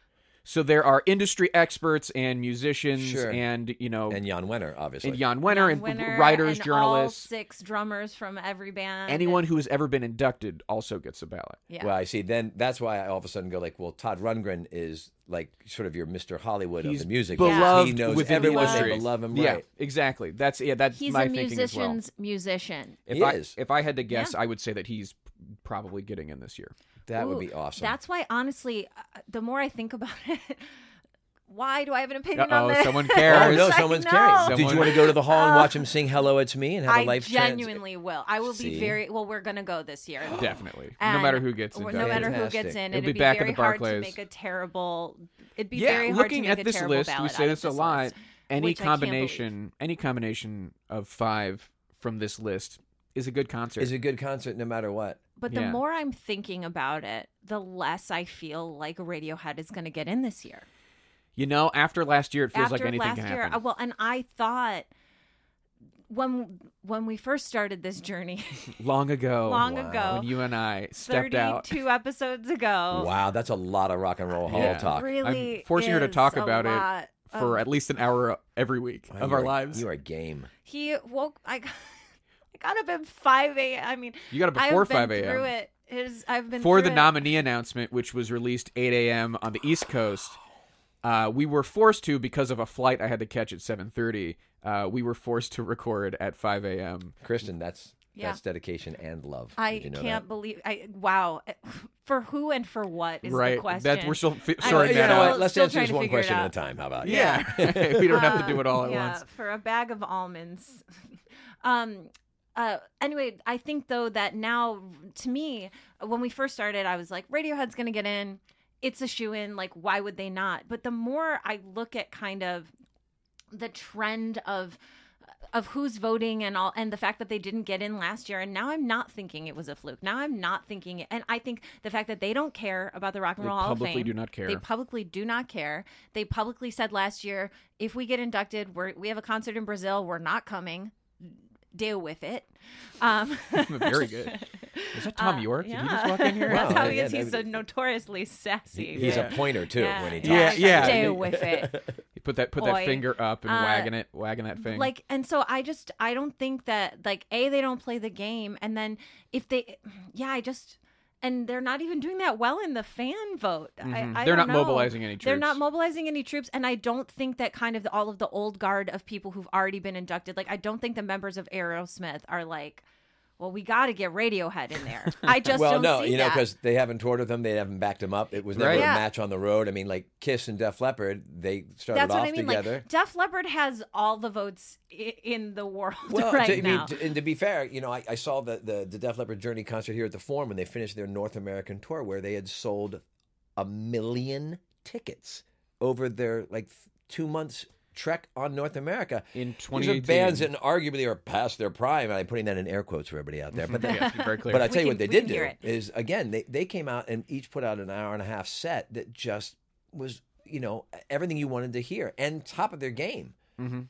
A: So there are industry experts and musicians
C: Sure.
A: and you know
C: and
A: and,
C: Jan Wenner, obviously.
A: Jan Wenner and
B: Winner
A: writers,
B: and all
A: journalists,
B: six drummers from every band.
A: anyone who has ever been inducted also gets a ballot.
B: Yeah.
C: Well, I see. Then that's why I all of a sudden go like, well, Todd Rundgren is like sort of your Mr. Hollywood
A: He's
C: of the music. business.
A: Beloved
C: he knows
A: within
C: everyone.
A: the industry.
C: They love him.
A: Yeah,
C: Right.
A: exactly. That's yeah. That's
B: He's
A: my
B: a
A: thinking as well.
B: musician's musician.
A: If
C: He
A: I
C: is.
A: if I had to guess, I would say that he's probably getting in this year.
C: That would
B: Ooh,
C: be awesome.
B: That's why, honestly, uh, the more I think about it, why do I have an opinion
A: Uh-oh,
B: on this?
A: someone
C: oh,
A: cares.
C: no,
B: It's like,
C: someone's
B: no.
C: carrying. Did
A: Someone-
C: you want to go to the hall and watch him sing Hello, It's Me and have a
B: Uh, I
C: life trans-
B: genuinely will. I will be
C: See?
B: very well. We're gonna go this year,
A: Definitely, no
B: And
A: matter who gets
B: no
A: inducted.
B: matter who
C: Fantastic.
B: gets in,
A: It'll
B: it'd
A: be
B: be,
A: back at
B: very
A: the
B: hard to
A: Barclays.
B: make a terrible. It'd be
A: yeah,
B: very hard
A: looking
B: to make
A: at
B: a
A: this
B: terrible
A: list, we
B: ballot
A: say
B: out of
A: this a lot.
B: list,
A: any
B: which I can't believe.
A: combination, any combination of five from this list is a good concert.
C: is a good concert no matter what.
B: But the
A: Yeah.
B: more I'm thinking about it, the less I feel like Radiohead is going to get in this year.
A: you know, after last year, it feels
B: After
A: like anything
B: last
A: can
B: year,
A: happen.
B: uh, well, and I thought when when we first started this journey
A: long ago,
B: long
C: wow.
B: ago,
A: when you and I stepped out,
B: 32 episodes ago,
C: Wow, that's a lot of rock and roll hall
A: Yeah.
C: talk.
B: Oh. really
A: I'm forcing her to
B: is
A: talk
B: a
A: about
B: lot
A: it for
B: of-
A: at least an hour every week
C: Wow,
A: of
C: you
A: our
C: are-
A: lives.
C: You are game.
B: he woke I got, I got up at 5 a.m. I mean,
A: You got up
B: I've
A: before
B: been
A: 5 a.m.
B: Through it. It is, I've been
A: for
B: through
A: the
B: it.
A: nominee announcement, which was released 8 a.m. on the East Coast, uh, we were forced to because of a flight I had to catch at 7:30. Uh, we were forced to record at 5 a.m.
C: Kristen, that's
B: Yeah.
C: that's dedication and love.
B: I
C: Did you know
B: can't
C: that?
B: believe I wow for who and for what is
A: right.
B: the question.
A: That we're still fi-
B: I-
A: sorting
C: you
A: that
C: know
A: out.
C: what? Let's
B: Still
C: answer
B: trying
C: just
B: to
C: one
B: figure it
C: question at a
B: out.
C: time. How about it?
A: Yeah. we don't have to do it all at
B: yeah,
A: once.
B: for a bag of almonds. um uh anyway, I think though that now to me when we first started I was like Radiohead's going to get in. It's a shoe in like why would they not? But the more I look at kind of the trend of of who's voting and all and the fact that they didn't get in last year and now I'm not thinking it was a fluke. Now I'm not thinking it and I think the fact that they don't care about the Rock and
A: They
B: Roll Hall of
A: publicly
B: Fame.
A: do not care.
B: They publicly do not care. They publicly said last year, if we get inducted, we're we have a concert in Brazil, we're not coming. Deal with it. Um
A: Very good. Is that
B: Uh,
A: Tom York? Did he just walk in here?
B: That's
C: Wow,
B: how he
C: Oh, yeah,
B: is. He's
C: that-
B: so notoriously sassy.
C: He's
A: Yeah.
C: a pointer too when he talks.
A: Yeah, yeah.
B: Deal with it.
A: He put that put that
B: Boy.
A: finger up and
B: Uh,
A: wagging it, wagging that thing.
B: Like, and so I just I don't think that like a they don't play the game, and then if they, yeah, I just and they're not even doing that well in the fan vote. I, I
A: Mm-hmm. They're
B: don't
A: not
B: know.
A: mobilizing any
B: They're
A: troops.
B: not mobilizing any troops, and I don't think that kind of the, all of the old guard of people who've already been inducted. Like, I don't think the members of Aerosmith are like. Well, we got to get Radiohead in there. I just
C: well,
B: don't
C: no,
B: see
C: you know,
B: that.
C: because they haven't toured with them, they haven't backed them up. It was never
A: Right.
C: a
B: Yeah.
C: match on the road. I mean, like Kiss and Def Leppard, they started
B: That's
C: off
B: what I mean.
C: together.
B: Like Def Leppard has all the votes I- in the world
C: well,
B: right
C: to, I mean,
B: now.
C: to- and to be fair, you know, I, I saw the, the the Def Leppard Journey concert here at the Forum when they finished their North American tour, where they had sold a million tickets over their like th- two months trek on North America.
A: In
C: These are bands
A: 2018.
C: that arguably are past their prime, and I'm putting that in air quotes for everybody out there. But they-
A: yeah, be very clear.
C: But I
B: We
C: tell you
B: can-
C: what they
B: we
C: did
B: can
C: do
B: hear
C: is
B: it.
C: again they they came out and each put out an hour and a half set that just was you know everything you wanted to hear and top of their game.
A: Mhm.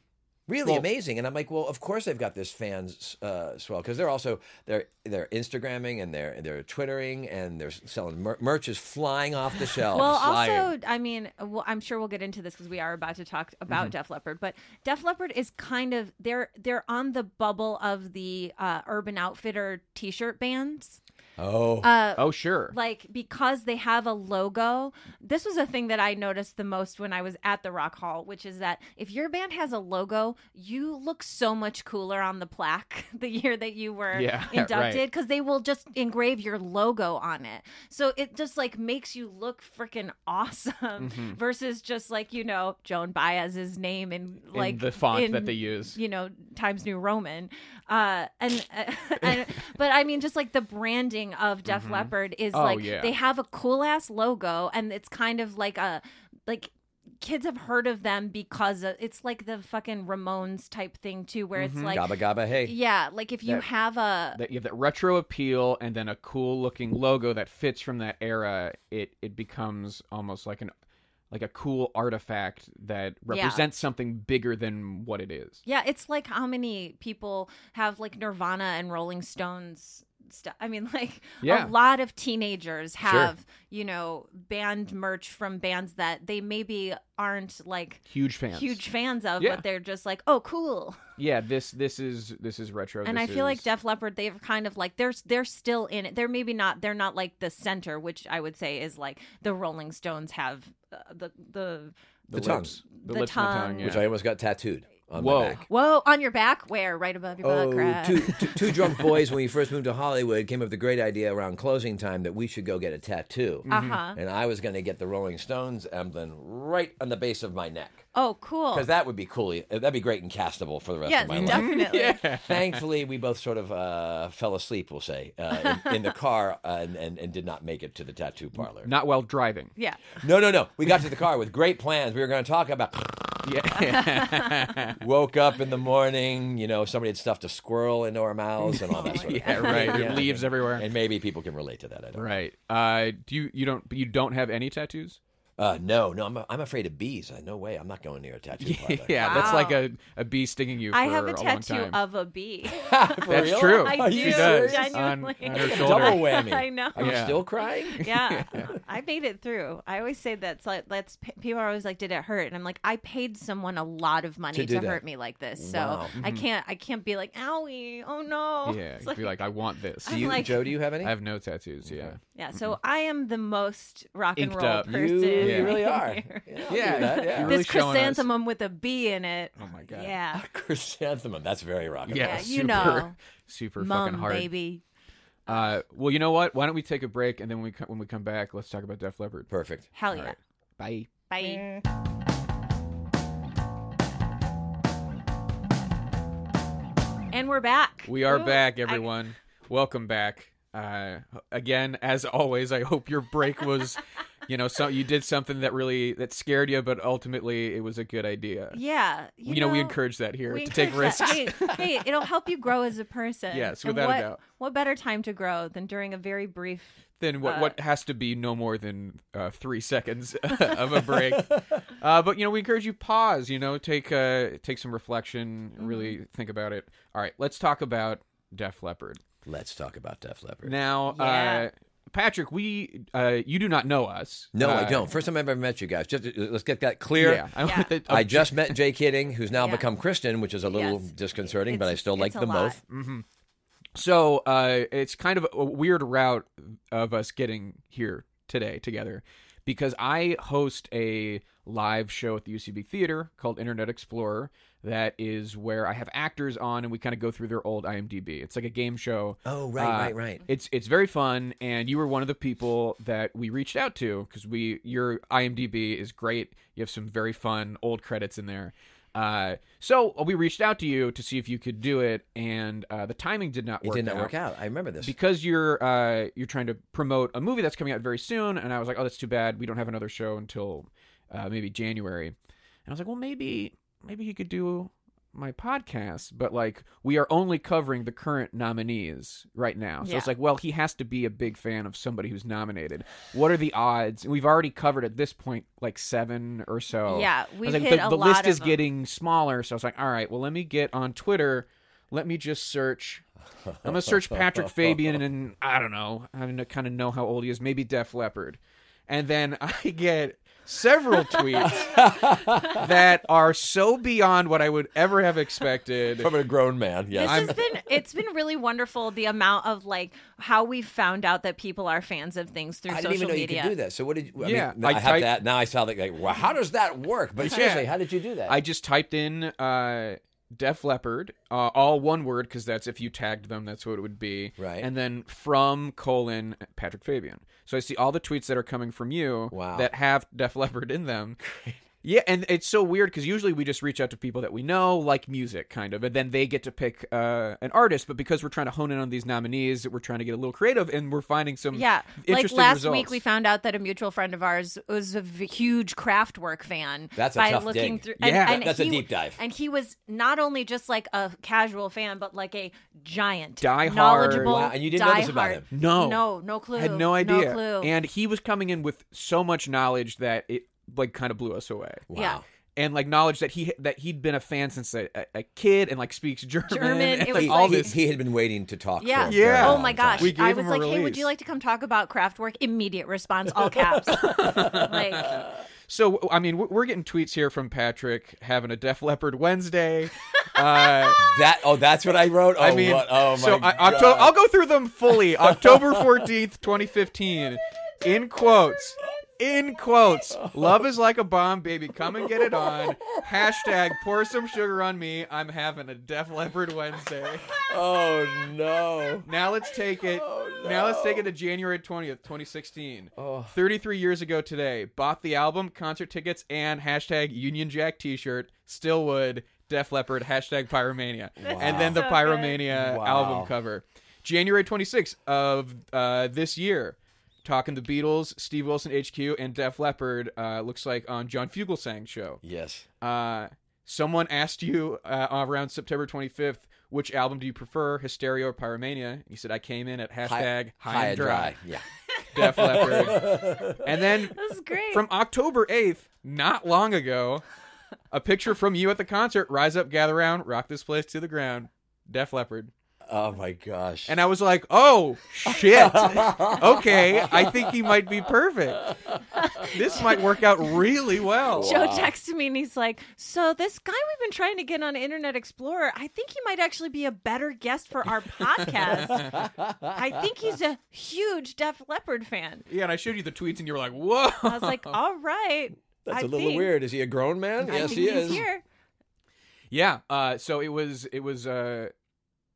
C: Really
A: Well-
C: amazing, and I'm like, well, of course they've got this fans uh, swell because they're also they're they're Instagramming and they're they're twittering and they're selling mer- merch is flying off the shelves.
B: Well,
C: flying.
B: also, I mean, well, I'm sure we'll get into this because we are about to talk about
C: Mm-hmm.
B: Def Leppard, but Def Leppard is kind of they're they're on the bubble of the uh, Urban Outfitter T-shirt bands.
C: Oh,
A: oh, sure.
B: like because they have a logo this was a thing that i noticed the most when i was at the rock hall which is that if your band has a logo you look so much cooler on the plaque the year that you were
A: Yeah, right.
B: inducted because they will just engrave your logo on it so it just like makes you look freaking awesome
A: Mm-hmm.
B: versus just like you know joan baez's name and like
A: in the font
B: in-
A: that they use.
B: you know times new roman uh and, uh, and but i mean just like the branding of def leppard is
A: Oh,
B: like
A: yeah.
B: they have a cool ass logo and it's kind of like a like kids have heard of them because of, it's like the fucking ramones type thing too where it's like
C: gabba gabba hey.
B: yeah like if
A: Mm-hmm.
B: you
A: That-
B: have a
A: That you have that retro appeal and then a cool looking logo that fits from that era. It it becomes almost like an like a cool artifact that represents something bigger than what it is.
B: yeah it's like how many people have like nirvana and rolling stones stuff i mean like
A: Yeah.
B: a lot of teenagers have you know band merch from bands that they maybe aren't like
A: Huge fans.
B: huge fans of,
A: Yeah.
B: but they're just like, oh, cool.
A: Yeah, this this is this is retro.
B: And I
A: this
B: feel like
A: is-
B: Def Leppard, they've kind of like they're they're still in it. They're maybe not they're not like the center, which I would say is like the Rolling Stones have uh, the the
C: The,
A: lips.
C: tongues,
A: the,
B: the
A: lips and the tongue.
B: tongue.
A: Yeah.
C: which I almost got tattooed on
A: Whoa.
C: my back.
B: whoa on your back where right above your butt
C: Oh,
B: crack.
C: two, two, two drunk boys when we first moved to Hollywood came up with the great idea around closing time that we should go get a tattoo.
B: Uh huh.
C: And I was going to get the Rolling Stones emblem right on the base of my neck.
B: Oh, cool.
C: Because that would be cool. Uh, That'd be great and castable for the rest
B: yes,
C: of my life.
B: definitely.
C: Thankfully, we both sort of uh, fell asleep, we'll say, uh, in, in the car uh, and, and, and did not make it to the tattoo parlor.
A: Not while driving.
B: Yeah.
C: No, no, no. We got to the car with great plans. We were going to talk about.
A: Yeah.
C: Woke up in the morning, you know, somebody had stuffed a squirrel into our mouths and all that sort of
A: yeah, right. There are leaves everywhere.
C: And maybe people can relate to that. I don't know.
A: right. Uh, do you you don't you don't have any tattoos?
C: Uh, no, no, I'm, I'm afraid of bees. Uh, No way. I'm not going near a tattoo parlor.
A: yeah, that's
B: Wow.
A: like a, a bee stinging you. For
B: I have a
A: long
B: tattoo
A: time.
B: of a bee.
C: For
A: That's
C: real?
A: true.
B: I
C: you
B: do
C: serious?
B: genuinely.
A: On- on her
C: Double
A: shoulder.
C: whammy.
B: I know.
C: Are you
A: Yeah.
C: still crying?
B: yeah, I made it through. I always say that's like that's people are always like, "Did it hurt?" And I'm like, I paid someone a lot of money
C: To
B: to,
C: do that.
B: hurt me like this, so
C: Wow.
B: I can't I can't be like, "Owie, oh no."
A: Mm-hmm. Yeah,
B: It's
A: you'd be like, I want this.
C: Do you,
B: like-
C: Joe, do you have any?
A: I have no tattoos. Yeah,
B: yeah. So I am the most rock and
A: Mm-hmm. Inked
B: roll
A: up. You-
B: person.
C: You,
A: Yeah.
C: you really are.
B: here.
C: Yeah, I'll do
A: Yeah.
C: that, yeah.
A: You're really
B: this
A: showing us.
B: chrysanthemum with a B in it. Oh
A: my God.
B: Yeah,
C: Chrysanthemum. That's very rock and
A: yeah.
C: roll.
B: you
A: super,
B: know.
A: super fucking
B: mum,
A: hard.
B: baby.
A: Uh, well, you know what? Why don't we take a break and then we co- when we come back, let's talk about Def Leppard.
C: Perfect.
B: Hell yeah.
A: Bye.
B: Bye. And we're back.
A: We are
B: Ooh,
A: back,
B: I-
A: everyone. Welcome back. Uh, again, as always, I hope your break was, you know, so you did something that really that scared you, but ultimately it was a good idea.
B: yeah.
A: You, know, we encourage that here
B: we
A: to take
B: encourage
A: risks.
B: that. Hey, hey, it'll help you grow as a person.
A: Yes,
B: And
A: without a
B: what,
A: doubt.
B: What better time to grow than during a very brief?
A: Then what,
B: Uh,
A: what has to be no more than uh, three seconds of a break. uh, but you know, we encourage you pause. You know, take uh, take some reflection,
B: Mm-hmm.
A: really think about it. All right, let's talk about Def Leppard.
C: Let's talk about Def Leppard.
A: Now,
B: Yeah.
A: uh, Patrick, we uh, you do not know us.
C: No, I
A: Uh,
C: don't. First time I've ever met you guys. Just uh, let's get that clear.
A: Yeah, I,
B: Yeah.
A: that-
C: I just met Jay Kidding, who's now
B: Yeah.
C: become Christian, which is a little
B: Yes.
C: disconcerting, but I
B: It's-
C: still
B: it's
C: like
B: a
C: them
B: lot.
C: both.
A: so uh, it's kind of a weird route of us getting here today together because I host a live show at the UCB Theater called Internet Explorer. That is where I have actors on, and we kind of go through their old IMDb. It's like a game show.
C: Oh, right,
A: Uh,
C: right, right.
A: It's it's very fun, and you were one of the people that we reached out to because we your IMDb is great. You have some very fun old credits in there. Uh, so we reached out to you to see if you could do it, and uh, the timing did not
C: It
A: work.
C: did not
A: out
C: work out. I remember this.
A: because you're uh, you're trying to promote a movie that's coming out very soon, and I was like, oh, that's too bad. We don't have another show until uh, maybe January, and I was like, well, maybe maybe you could do my podcast, but like we are only covering the current nominees right now. So
B: Yeah.
A: it's like, well, he has to be a big fan of somebody who's nominated. What are the odds? And we've already covered at this point like seven or so.
B: Yeah,
A: I was
B: we've
A: like,
B: hit
A: the,
B: a
A: the
B: lot
A: list
B: of
A: is
B: them.
A: getting smaller, so I was like, all right, well, let me get on Twitter. Let me just search I'm gonna search Patrick Fabian, and I don't know. I kind of know how old he is. Maybe Def Leppard, and then I get several tweets that are so beyond what I would ever have expected.
C: From a grown man, yes.
B: This has been it's been really wonderful the amount of like how we've found out that people are fans of things through
C: I
B: social
C: didn't even know
B: media.
C: you could do that. So what did you? I
A: Yeah,
C: mean, now I,
A: I
C: have
A: typed-
C: that. Now I saw that. Like, wow, how does that work? But seriously, how did you do that?
A: I just typed in uh, Def Leppard, uh, all one word, because that's if you tagged them, that's what it would be.
C: Right.
A: And then from colon Patrick Fabian. So I see all the tweets that are coming from you
C: Wow.
A: that have Def Leppard in them. Yeah, and it's so weird because usually we just reach out to people that we know, like music, kind of, and then they get to pick uh, an artist. But because we're trying to hone in on these nominees, we're trying to get a little creative, and we're finding some
B: Yeah, like
A: interesting
B: last
A: results.
B: week we found out that a mutual friend of ours was a v- huge Kraftwerk fan.
C: That's a
B: by
C: tough
B: looking
C: dig.
B: through.
A: Yeah.
C: That's a deep dive.
B: And he was not only just like a casual fan, but like a giant,
A: Diehard.
B: knowledgeable,
C: Wow, and you didn't know this about
B: diehard.
C: him.
A: No.
B: no, no clue.
A: had no idea.
B: No clue.
A: And he was coming in with so much knowledge that it like kind of blew us away.
C: wow.
B: yeah.
A: And like knowledge that he that he'd been a fan since a, a- a kid and like speaks German.
B: German,
A: and,
B: it
A: like,
B: was
A: all
B: like-
C: he,
A: this.
C: he had been waiting to talk.
B: yeah.
C: For a very
A: Yeah.
B: Oh
C: long
B: my
C: time.
B: gosh.
A: We gave
B: I was
A: him a
B: like, hey, would
A: release.
B: you like to come talk about Kraftwerk? Immediate response, all caps. like,
A: So I mean, we're- we're getting tweets here from Patrick having a Def Leopard Wednesday. Uh,
C: That. Oh, that's what I wrote. Oh,
A: I mean,
C: what- oh my
A: so I,
C: god.
A: Octo- I'll go through them fully. October fourteenth, twenty fifteen, in quotes. In quotes, love is like a bomb, baby. Come and get it on. Hashtag pour some sugar on me. I'm having a Def Leopard Wednesday.
C: oh no.
A: Now let's take it. Now let's take it to January 20th, 2016. 33 years ago today, bought the album, concert tickets, and hashtag Union Jack T-shirt. Still would. Def Leppard hashtag Pyromania, and then the
B: so
A: Pyromania
C: Wow.
A: album cover. January 26th of uh, this year. Talking the Beatles, Steve Wilson HQ, and Def Leppard uh, looks like on John Fugelsang's show
C: Yes.
A: uh, someone asked you uh, around September 25th, which album do you prefer, Hysteria or Pyromania? And you said, I came in at hashtag high, and dry,
C: Yeah.
A: Def Leppard. and then
B: that's great.
A: from October 8th, not long ago, a picture from you at the concert, Rise Up, Gather Round, Rock This Place to the Ground, Def Leppard.
C: Oh my gosh.
A: And I was like, oh, shit. okay, I think he might be perfect. This might work out really well.
B: Joe texted me and he's like, "So this guy we've been trying to get on Internet Explorer, I think he might actually be a better guest for our podcast. I think he's a huge Def Leppard fan."
A: Yeah, and I showed you the tweets, and you were like, whoa.
B: I was like, "All right,
C: That's
B: I
C: a little
B: think-
C: weird. Is he a grown man?
B: I
C: yes,
B: think
C: he
B: he's
C: is.
B: here.
A: Yeah. Uh, so it was it was uh,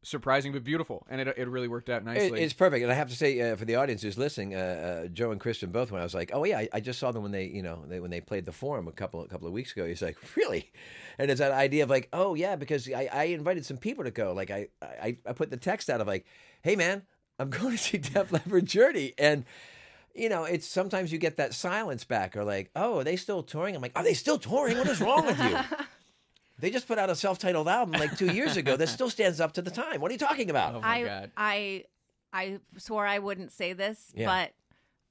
A: surprising but beautiful, and it it really worked out
C: It-
A: nicely.
C: it's perfect, and I have to say uh, for the audience who's listening, uh, uh, Joe and Kristen both. When I was like, "Oh yeah, I, I just saw them when they, you know, they, when they played the Forum a couple a couple of weeks ago." He's like, "Really?" And it's that idea of like, "Oh yeah," because I, I invited some people to go. Like I, I I put the text out of like, "Hey man, I'm going to see Def Leppard Journey," and you know, it's sometimes you get that silence back, or like, "Oh, are they still touring?" I'm like, "Are they still touring? What is wrong with you?" They just put out a self-titled album like two years ago that still stands up to the time. What are you talking about?
A: my
B: I
A: God.
B: I I swore I wouldn't say this,
C: Yeah.
B: but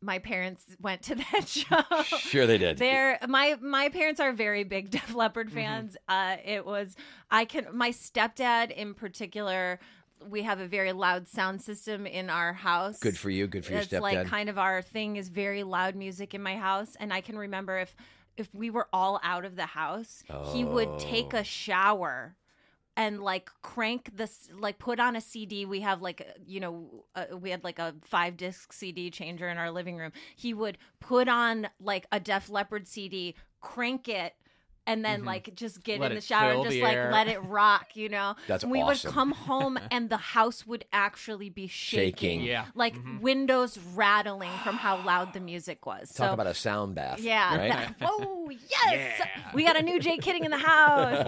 B: my parents went to that show.
C: Sure, they did.
B: They're my my parents are very big Def
C: Mm-hmm.
B: Leppard fans. Uh, it was I can my stepdad in particular. We have a very loud sound system in our house.
C: Good for you. Good for your
B: It's
C: stepdad.
B: like kind of our thing is very loud music in my house, and I can remember if if we were all out of the house, he would take a shower and like crank this like put on a cd we have like you know uh, we had like a five disc cd changer in our living room he would put on like a def leopard cd crank it and then like just get
A: Let
B: in the
A: it
B: shower and
A: fill
B: just
A: the
B: like
A: air.
B: let it rock you know
C: That's
B: we
C: awesome.
B: would come home and the house would actually be shaking,
C: Shaking.
A: Yeah. Mm-hmm.
B: like windows rattling from how loud the music was
C: Talk
B: so
C: about a sound bath.
B: yeah
C: Right?
B: that- whoa yes we got a new jay kidding in the house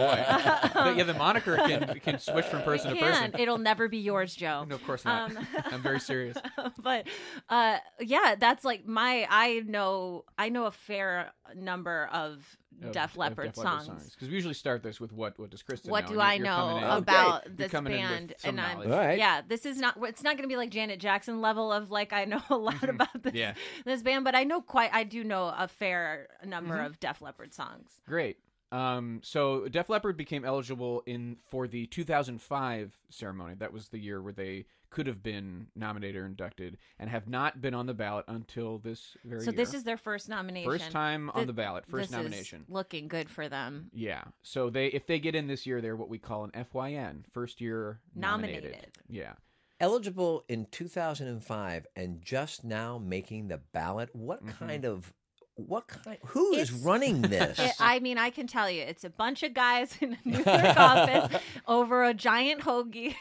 A: But yeah, the moniker can can switch from person to person.
B: can. um, It'll never be yours, Joe.
A: No, of course not. I'm very serious.
B: but uh, yeah, that's like my. I know. I know a fair number of Def Leppard songs.
A: because we usually start this with what what does Kristen
B: What
A: know?
B: do
A: And you're-
B: I
A: you're
B: know
A: coming in-
B: about
A: you're
B: this
A: coming in with
B: band?
A: some
B: I'm
A: knowledge.
C: All right.
B: yeah. This is not. It's not going to be like Janet Jackson level of like I know a lot about this
A: Mm-hmm. Yeah. Mm-hmm.
B: this band, but I know quite. I do know a fair number of Def Leppard songs.
A: Great. Um, so Def Leppard became eligible in for the 2005 ceremony. That was the year where they could have been nominated or inducted, and have not been on the ballot until this very.
B: So this
A: year.
B: is their first nomination.
A: first time on
B: Th-
A: the ballot, first
B: this is
A: nomination.
B: looking good for them.
A: Yeah. So they if they get in this year, they're what we call an FYN, first year nominated.
B: Nominated.
A: Yeah.
C: eligible in 2005 and just now making the ballot what kind of what kind who is
B: It's-
C: running this
B: It- I mean, I can tell you, it's a bunch of guys in a New York office over a giant hoagie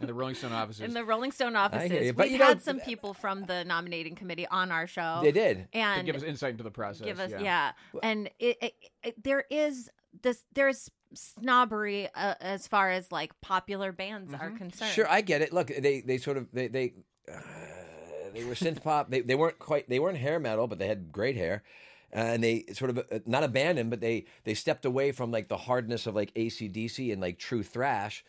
A: And the Rolling Stone offices.
B: in the Rolling Stone
C: I
B: offices.
C: hear you, but
B: We've
C: you
B: had
C: know-
B: some people from the nominating committee on our show.
C: they did
A: to
B: and
A: give us insight into the process.
B: give us
A: yeah.
B: yeah, and it, it, it- there is this there's snobbery uh, as far as like popular bands are concerned
C: sure i get it look they they sort of they they uh, they were synth pop they, they weren't quite they weren't hair metal but they had great hair uh, and they sort of uh, not abandoned but they they stepped away from like the hardness of like acdc and like true thrash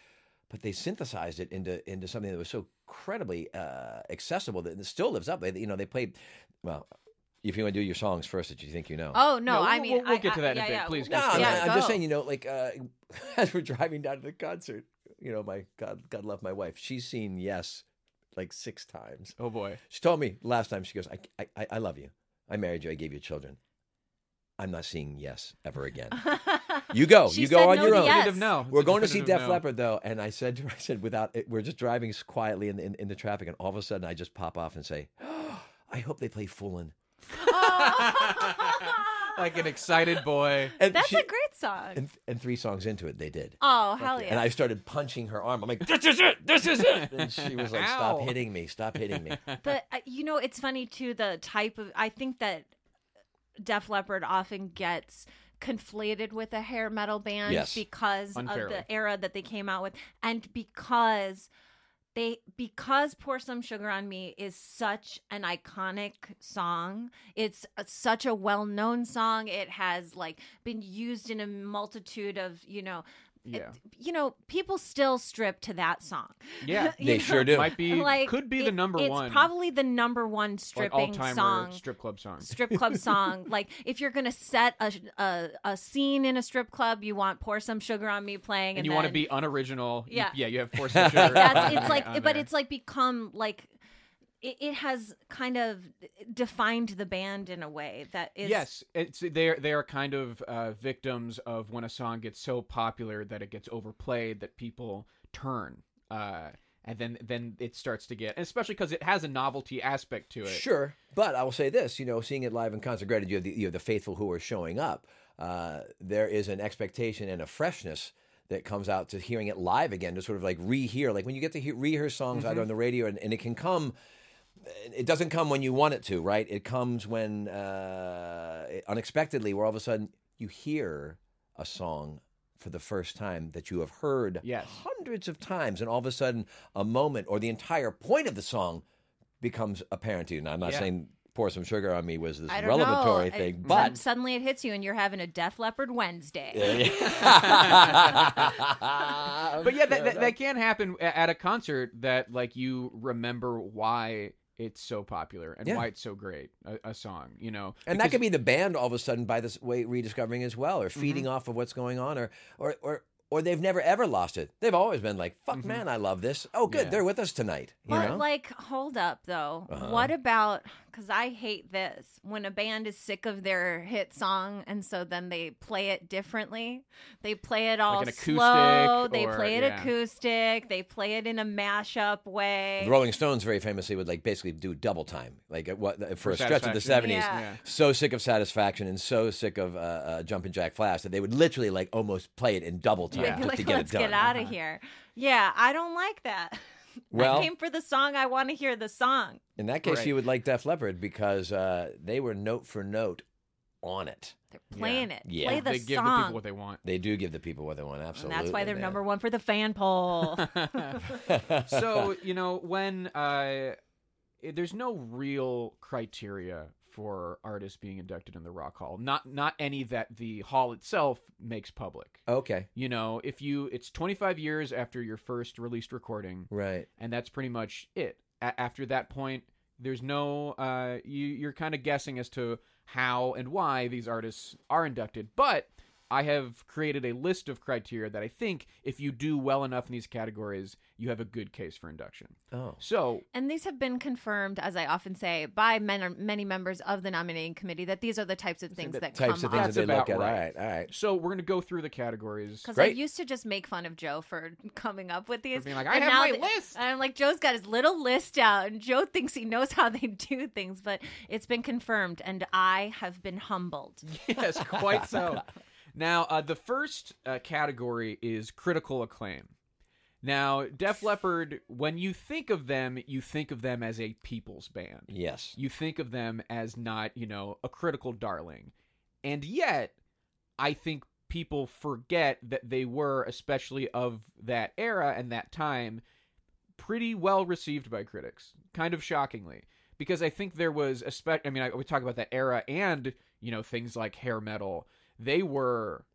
C: but they synthesized it into into something that was so incredibly uh, accessible that it still lives up. They, you know, they played well. If you want to do your songs first that you think you know,
B: oh no,
A: No,
B: i
A: we'll-
B: mean
A: we'll- we'll
B: I-
A: get to that in
B: I-
A: a
B: yeah,
A: bit.
B: yeah.
A: Please
C: No, I'm,
B: Yeah,
C: not- I'm just
B: go.
C: saying, you know, like uh, as we're driving down to the concert, you know, my God, God love my wife. She's seen Yes like six times.
A: Oh boy.
C: She told me last time. She goes, I, I- I, I love you. I married you. I gave you children. I'm not seeing Yes ever again. You go.
B: She
C: you go
B: said
C: on
B: no
C: your
B: to
C: own.
B: Yes.
A: Definitive no. It's
C: We're
A: a
C: going to see
A: definitive
C: Def
A: no.
C: Leppard though, and I said, I said without, it, we're just driving quietly in the in, in the traffic, and all of a sudden I just pop off and say, I hope they play Foolin.
A: Like an excited boy.
C: And
B: that's
C: she-
B: a great song
C: and, and three songs into it, they did.
B: oh hell yeah
C: And I started punching her arm. I'm like, this is it, this is it. And she was like, stop
A: Ow.
C: hitting me, stop hitting me.
B: But uh, you know, it's funny too. The type of I think that Def Leppard often gets conflated with a hair metal band
C: Yes.
B: because of
A: Unfairly.
B: the era that they came out with, and because they because "Pour Some Sugar on Me" is such an iconic song. It's a- such a well-known song. It has like been used in a multitude of you know.
A: Yeah.
B: You know, people still strip to that song.
A: Yeah.
B: You
C: They
B: know?
C: sure do.
A: Might be
B: like
A: could be
B: it-
A: the number
B: it's
A: one
B: probably the number one
A: like
B: stripping
A: all timer
B: song.
A: strip club song.
B: strip club song like if you're gonna set a, a a scene in a strip club you want pour some sugar on me playing and,
A: and you want to
B: then-
A: be unoriginal. You-
B: Yeah.
A: yeah, you have force of sugar.
B: that's it's like
A: on
B: but
A: there.
B: it's like become like it, it has kind of defined the band in a way that is
A: Yes, it's they are they are kind of uh, victims of when a song gets so popular that it gets overplayed that people turn, uh, and then then it starts to get, especially because it has a novelty aspect to it.
C: Sure, but I will say this: you know, seeing it live in concert. Granted, you have the, you have the faithful who are showing up. Uh, there is an expectation and a freshness that comes out to hearing it live again, to sort of like rehear. Like when you get to hear, rehear songs
A: Mm-hmm.
C: either on the radio, and, and it can come. It doesn't come when you want it to, right? It comes when uh, it- unexpectedly, where all of a sudden you hear a song for the first time that you have heard
A: Yes.
C: hundreds of times, and all of a sudden a moment or the entire point of the song becomes apparent to you. Now, I'm not
A: Yeah.
C: saying pour some sugar on me was this
B: I don't
C: revelatory
B: know. It-
C: thing,
B: sud-
C: but
B: suddenly it hits you and you're having a Def Leppard Wednesday.
A: But yeah, that, that, that can happen a- at a concert that like you remember why it's so popular and
C: Yeah.
A: why it's so great a, a song, you know.
C: and that could be the band all of a sudden by this way rediscovering as well,
A: Mm-hmm.
C: or feeding off of what's going on, or or or. Or they've never ever lost it. They've always been like, "Fuck, man, I love this." Oh, good,
A: Mm-hmm. Yeah.
C: they're with us tonight. You
B: But
C: know,
B: like, hold up though. What about? Because I hate this when a band is sick of their hit song, and so then they play it differently. They play it all
A: an acoustic
B: slow. They
A: or-
B: play it
A: yeah.
B: acoustic. They play it in a mashup way.
C: the Rolling Stones very famously would like basically do double time, like at what for, a stretch of the
A: Satisfaction.
C: seventies.
B: Yeah.
C: so sick of satisfaction and so sick of uh, uh, jumping jack flash that they would literally like almost play it in double time
A: Yeah.
C: just
B: Like,
C: to get
B: let's
C: it done.
B: get out of here. Yeah, I don't like that.
C: Well-
B: I came for the song. I want to hear the song.
C: In that case,
A: Right.
C: you would like Def Leppard because uh, they were note for note on it.
B: They're playing it.
C: Yeah.
B: Play the
A: they give
B: song.
A: the people what they want.
C: They do give the people what they want, absolutely.
B: and that's why they're
C: man.
B: number one for the fan poll.
A: so you know when uh, it- there's no real criteria for artists being inducted in the Rock Hall. Not not any that the hall itself makes public.
C: Okay,
A: You know, if you it's 25 years after your first released recording,
C: right.
A: and that's pretty much it. A- after that point, there's no uh, you you're kind of guessing as to how and why these artists are inducted. But I have created a list of criteria that I think, if you do well enough in these categories, you have a good case for induction.
C: Oh.
A: So
B: And these have been confirmed, as I often say, by men, many members of the nominating committee that these are the types of things that
C: types
B: come
C: of things
B: up.
C: that they
A: That's
C: look at.
A: about
C: All
A: right.
C: right, all right.
A: So we're gonna go through the categories.
B: Because I
C: Great.
B: used to just make fun of Joe for coming up with these.
A: being like, "I
B: And
A: have
B: now
A: my
B: th-
A: list."
B: And I'm like, Joe's got his little list out, and Joe thinks he knows how they do things, but it's been confirmed, and I have been humbled.
A: yes, quite so. Now, uh, the first uh, category is critical acclaim. Now, Def Leppard, when you think of them, you think of them as a people's band.
C: Yes.
A: You think of them as not, you know, a critical darling. And yet, I think people forget that they were, especially of that era and that time, pretty well received by critics, kind of shockingly. Because I think there was, a spe- I mean, I, we talk about that era and, you know, things like hair metal. They were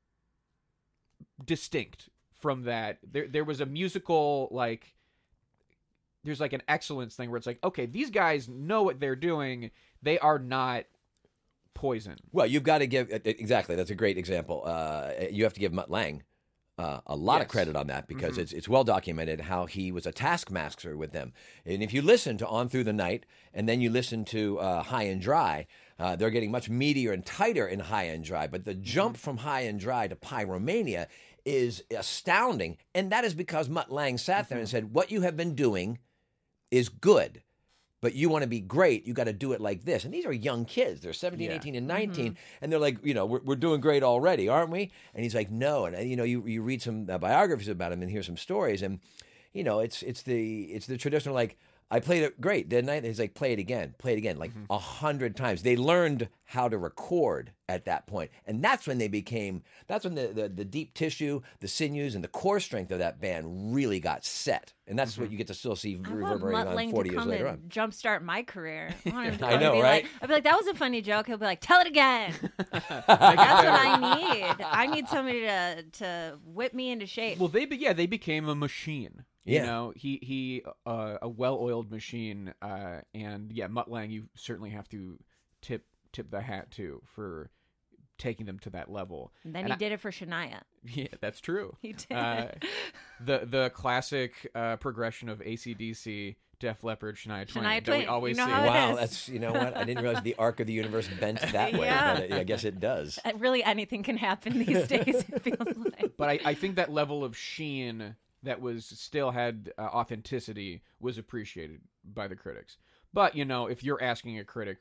A: distinct from that. There, there was a musical, like, there's like an excellence thing where it's like, okay, these guys know what they're doing. They are not poison.
C: Well, you've got to give uh, exactly. That's a great example. Uh, you have to give Mutt Lang uh, a lot of
A: Yes.
C: credit on that because it's it's well documented how he was a taskmaster with them. And if you listen to On Through the Night and then you listen to uh, High and Dry, uh, they're getting much meatier and tighter in High and Dry. But the jump from High and Dry to Pyromania is astounding, and that is because Mutt Lang sat there and said, "What you have been doing." is good but you want to be great you got to do it like this and these are young kids they're 17
A: Yeah.
C: 18 and 19
B: Mm-hmm.
C: and they're like you know we're, we're doing great already aren't we and he's like no and uh, you know you, you read some uh, biographies about him and hear some stories and you know it's it's the it's the traditional like i played it great didn't i And he's like play it again play it again like a
B: Mm-hmm.
C: hundred times they learned how to record at that point and that's when they became that's when the, the, the deep tissue the sinews and the core strength of that band really got set and that's what you get to still see
B: Mm-hmm. I want
C: reverberating
B: Mutt
C: on
B: Lang
C: 40
B: to
C: years
B: come
C: later on
B: and jumpstart my career. I, want him to come
C: I
B: and
C: know,
B: be
C: right?
B: Like, I'd be like, that was a funny joke. He'll be like, tell it again. That's what I need. I need somebody to to whip me into shape.
A: Well, they be- yeah they became a machine.
C: Yeah.
A: You know, he he uh, a well-oiled machine, uh, and yeah, Mutt Lang, you certainly have to tip tip the hat to for taking them to that level.
B: And then
A: and
B: he
A: I-
B: did it for Shania.
A: Yeah, that's true.
B: He did.
A: Uh, the the classic uh, progression of ACDC, Def Leppard, Shania Twain.
B: Shania
A: That we
B: Twain.
A: always
B: You know
A: see.
B: how it
C: wow,
B: is.
C: that's you know what I didn't realize the arc of the universe bent that way.
B: Yeah.
C: But it- I guess it does.
B: Uh, really anything can happen these days. It feels like.
A: but I, I think that level of sheen that was still had uh, authenticity was appreciated by the critics. But you know, if you're asking a critic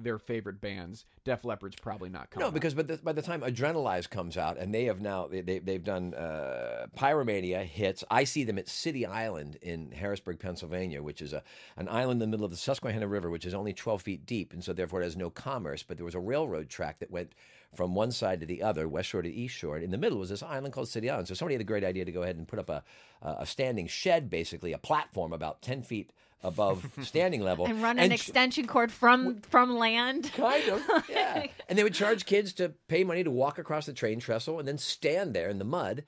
A: their favorite bands, Def Leppard's probably not coming.
C: No, because by the, by the time Adrenalize comes out, and they have now they, they they've done uh, Pyromania hits. I see them at City Island in Harrisburg, Pennsylvania, which is a an island in the middle of the Susquehanna River, which is only twelve feet deep, and so therefore it has no commerce. But there was a railroad track that went from one side to the other, west shore to east shore, and in the middle was this island called City Island. So somebody had a great idea to go ahead and put up a a a standing shed, basically a platform about ten feet above standing level,
B: And run an
C: sh-
B: extension cord from from land.
C: Kind of, yeah. and they would charge kids to pay money to walk across the train trestle and then stand there in the mud.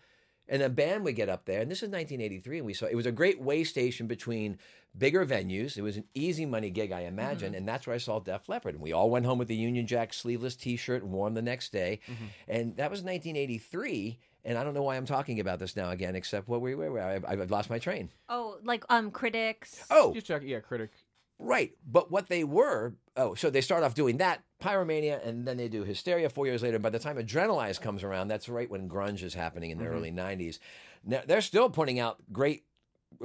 C: And a band would get up there, and this is 1983, and we saw it was a great way station between bigger venues. It was an easy money gig, I imagine, and that's where I saw Def Leppard. And we all went home with the Union Jack sleeveless T-shirt and wore 'em the next day, and that was 1983. And I don't know why I'm talking about this now again, except what we where, where I, I've lost my train.
B: Oh, like um critics.
C: Oh,
A: Just talking, yeah, critic.
C: Right. But what they were, oh, so they start off doing that, Pyromania, and then they do Hysteria four years later. And by the time Adrenalize comes around, that's right when grunge is happening in the early 90s. Now, they're still putting out great,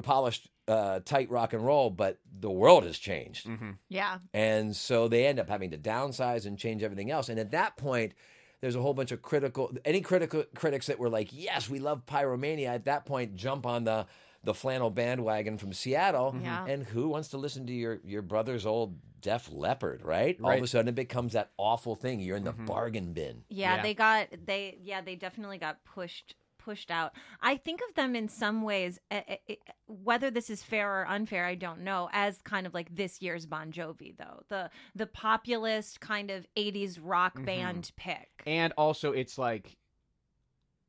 C: polished, uh, tight rock and roll, but the world has changed.
B: Yeah.
C: And so they end up having to downsize and change everything else. And at that point, there's a whole bunch of critical any critical critics that were like, "Yes, we love Pyromania." At that point, jump on the the flannel bandwagon from Seattle.
B: Yeah.
C: And who wants to listen to your your brother's old Def Leopard, right? All of a
A: Right.
C: sudden, it becomes that awful thing. You're in the bargain bin.
B: yeah
A: Yeah.
B: they got they yeah they definitely got pushed pushed out i think of them in some ways eh, eh, eh, whether this is fair or unfair i don't know as kind of like this year's bon jovi though the the populist kind of 80s rock band pick
A: And also, it's like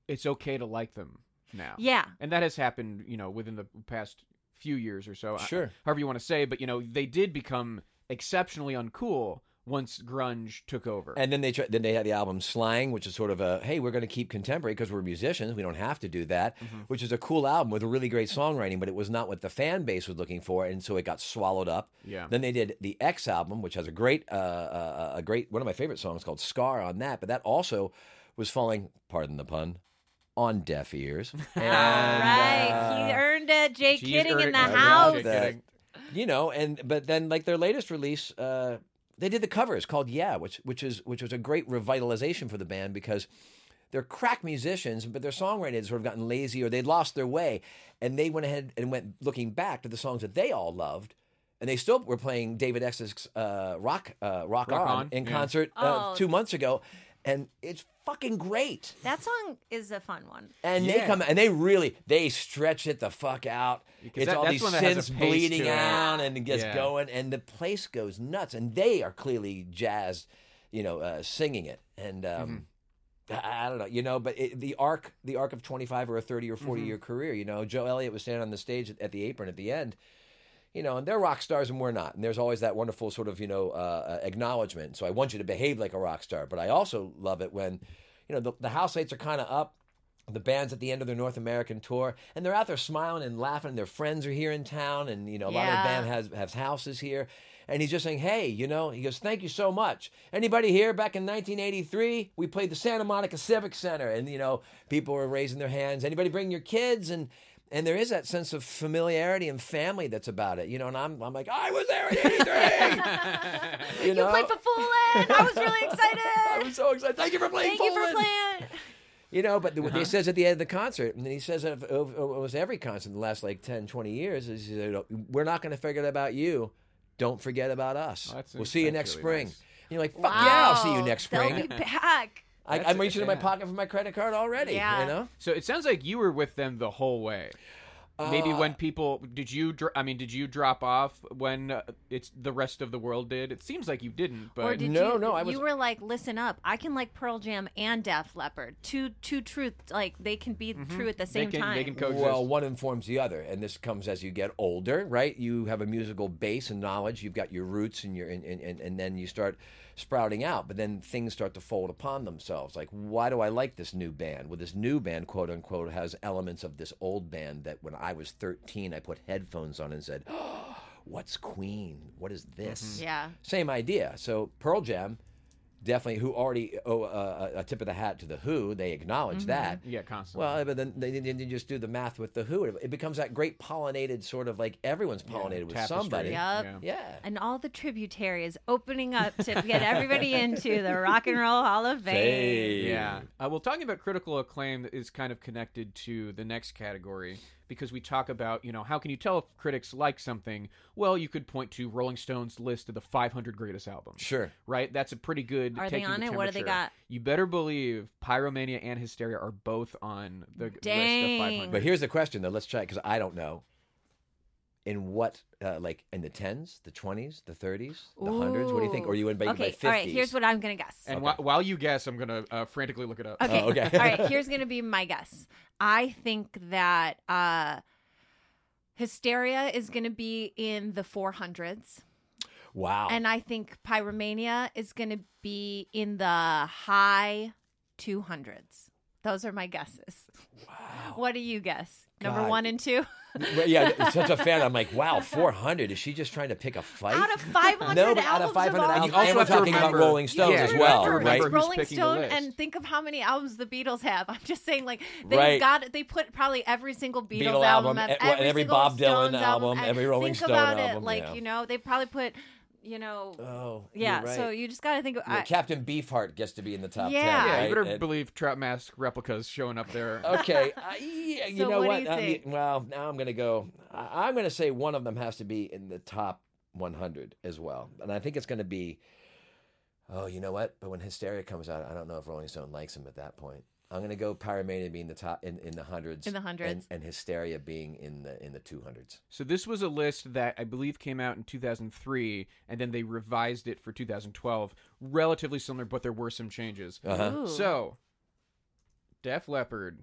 A: it's okay to like them now.
B: yeah
A: and that has happened, you know, within the past few years or so. uh, I-
C: Sure.
A: however you want to say, but you know, they did become exceptionally uncool once grunge took over.
C: And then they tr- then they had the album Slang, which is sort of a hey, we're going to keep contemporary because we're musicians. We don't have to do that, which is a cool album with really great songwriting, but it was not what the fan base was looking for, and so it got swallowed up.
A: Yeah.
C: Then they did the X album, which has a great uh, uh, a great one of my favorite songs called Scar on that, but that also was falling, pardon the pun, on deaf ears. And, uh,
B: right. he earned it. Jay
A: She's
B: Kidding in
A: great.
B: the
A: I love
B: house.
A: Jay
C: that.
A: Kidding.
C: you know and but then like their latest release uh they did the covers called yeah which which is which was a great revitalization for the band because they're crack musicians but their songwriting had sort of gotten lazy or they'd lost their way and they went ahead and went looking back to the songs that they all loved and they still were playing David Essex's uh, rock, uh, rock,
A: Rock
C: on,
A: On,
C: in
A: yeah.
C: concert uh,
B: Oh.
C: two months ago, and it's fucking great.
B: That song is a fun one.
C: And
A: Yeah.
C: they come and they really they stretch it the fuck out.
A: Because
C: It's
A: that-
C: all
A: that's
C: these
A: one that has a
C: synths
A: pace
C: bleeding
A: to it.
C: out and it gets
A: Yeah.
C: going, and the place goes nuts. And they are clearly jazzed, you know, uh, singing it. And um,
A: Mm-hmm.
C: I, I don't know, you know, but it, the arc, the arc of twenty five or a thirty or
A: Mm-hmm.
C: 40 year career, you know, Joe Elliott was standing on the stage at, at the apron at the end. You know, and they're rock stars and we're not. And there's always that wonderful sort of, you know, uh, uh, acknowledgement. So I want you to behave like a rock star. But I also love it when, you know, the, the house lights are kind of up the band's at the end of their North American tour, and they're out there smiling and laughing. and Their friends are here in town, and you know a lot of
B: Yeah.
C: the band has has houses here. And he's just saying, "Hey, you know," he goes, "Thank you so much. Anybody here back in 1983? We played the Santa Monica Civic Center, and you know people were raising their hands. Anybody bring your kids?" and and there is that sense of familiarity and family that's about it, you know. And I'm, I'm like, I was there in '83. you
B: You
C: know,
B: played for Foolin. I was really
C: I'm
B: excited.
C: so excited. Thank you for playing.
B: Thank you for
C: Foolin."
B: playing.
C: You know, but the,
A: Uh-huh.
C: what he says at the end of the concert, and then he says of, of, of almost every concert in the last like 10, 20 years, is you know, we're not going to forget about you. Don't forget about us.
A: That's-
C: we'll see you
A: that's
C: next
A: really
C: spring.
A: nice.
C: And you're like, fuck yeah, I'll see you
B: Wow,
C: next
B: They'll be
C: spring.
B: back.
C: I,
A: That's
C: I'm
A: a-
C: reaching in my
A: yeah.
C: pocket for my credit card already.
B: Yeah.
C: You know,
A: So it sounds like you were with them the whole way. Maybe when
C: Uh,
A: people did you? Dr- I mean, did you drop off when uh, it's the rest of the world did? It seems like you didn't, but
B: or did
C: Uh, No,
B: you,
C: no, I was-
B: You were like, listen up. I can like Pearl Jam and Def Leppard. Two, two truth. Like they can be
C: Mm-hmm.
B: true at the
A: they
B: same
A: can
B: time.
A: they can coexist.
C: Well, one informs the other, and this comes as you get older, right? You have a musical base and knowledge. You've got your roots, and your and, and- and, and then you start sprouting out. But then things start to fold upon themselves. Like, why do I like this new band? Well, this new band, quote unquote, has elements of this old band that when I was 13, I put headphones on and said, oh, "What's Queen? What is this?"
B: Yeah.
C: Same idea. So Pearl Jam. Definitely, who already owe a, a- a tip of the hat to the Who. They acknowledge that.
A: Mm-hmm. yeah, constantly.
C: Well, but then they, then you just do the math with the who. It, it becomes that great pollinated sort of like everyone's pollinated with
A: tapestry.
C: somebody.
B: Yup.
A: Yeah.
C: Yeah.
B: And all the tributaries opening up to get everybody into the Rock and Roll Hall of Fame.
A: Yeah. Uh, well, talking about critical acclaim is kind of connected to the next category because we talk about, you know, how can you tell if critics like something? Well, you could point to Rolling Stone's list of the 500 greatest albums.
C: Sure.
A: Right? That's a pretty good.
B: Are they
A: taking
B: on
A: the
B: it? What do they
A: temperature.
B: got?
A: You better believe Pyromania and Hysteria are both on the
B: Dang.
A: list of 500.
C: But here's the question though. Let's try because I don't know. In what, uh, like in the tens, the twenties, the thirties, the hundreds? What do you think? Or you in by
B: Okay,
C: fifties?
B: all right, here's what I'm going to guess.
A: and whi- while you guess, I'm going to uh, frantically look it up.
B: Okay.
C: Oh, okay.
B: All right. Here's going to be my guess. I think that uh, Hysteria is going to be in the 400s.
C: Wow.
B: And I think Pyromania is going to be in the high 200s. Those are my guesses. Wow. What do you guess? Number
C: God.
B: one and two?
C: Well, yeah, such a fan. I'm like, wow, four hundred. Is she just trying to pick a fight?
B: out of 500
C: no, but
B: albums
C: out of five hundred
B: all
C: albums,
B: time.
A: also
C: and we're
A: have to
C: talking
A: remember-
C: about Rolling Stones
A: Yeah,
C: as
A: you
C: well,
A: have to remember
C: right?
B: It's
A: who's
B: Rolling
A: picking the
B: Stone,
A: list.
B: and think of how many albums the Beatles have. I'm just saying, like they
C: Right.
B: got they put probably every single Beatles
C: Beatle
B: album,
C: album,
B: up,
C: e- well, every
B: single
C: Bob Dylan
B: Stones
C: album,
B: and
C: every Rolling
B: think
C: Stone
B: about
C: album,
B: It, like
C: yeah.
B: you know, they probably put, you know,
C: Oh, you're
B: yeah.
C: right.
B: So you just got to think. Of,
C: Yeah,
B: I,
C: Captain Beefheart gets to be in the top
B: Yeah.
C: ten.
A: yeah,
C: right?
A: you better
C: And-
A: believe Trap Mask replicas showing up there.
C: okay. I, yeah, you
B: So
C: know
B: what do
C: what?
B: you
C: I
B: think?
C: mean, well, now I'm going to go. I, I'm going to say one of them has to be in the top 100 as well. And I think it's going to be, oh, you know what? But when Hysteria comes out, I don't know if Rolling Stone likes him at that point. I'm going to go Pyromania being the top in, in the hundreds.
B: In the
C: and-
B: hundreds.
C: And, Hysteria being in the in the 200s.
A: So this was a list that I believe came out in 2003, and then they revised it for 2012. Relatively similar, but there were some changes.
C: Uh-huh.
B: Ooh.
A: So, Def Leppard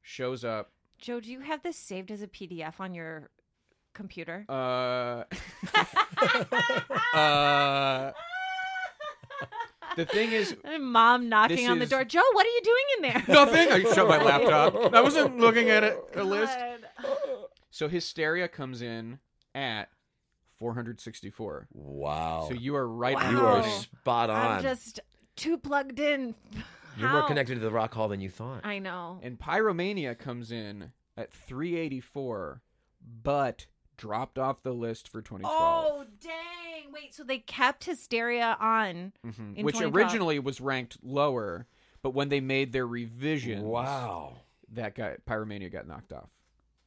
A: shows up.
B: Joe, do you have this saved as a PDF on your computer?
A: Uh, uh, the thing is,
B: Mom knocking on the
A: is-
B: door. Joe, what are you doing in there?
A: nothing. I shut my laptop. I wasn't looking at it, a list. So hysteria comes in at 464.
C: Wow.
A: So you are right
B: Wow.
A: on.
C: You are
A: the money.
C: spot on.
B: I'm just too plugged in.
C: You're more
B: How?
C: connected to the rock hall than you thought.
B: I know.
A: And Pyromania comes in at 384, but dropped off the list for 2012.
B: Oh dang! Wait, so they kept hysteria on,
A: Mhm.
B: in
A: Which
B: 2012.
A: originally was ranked lower, but when they made their revisions,
C: Wow.
A: that got Pyromania got knocked off.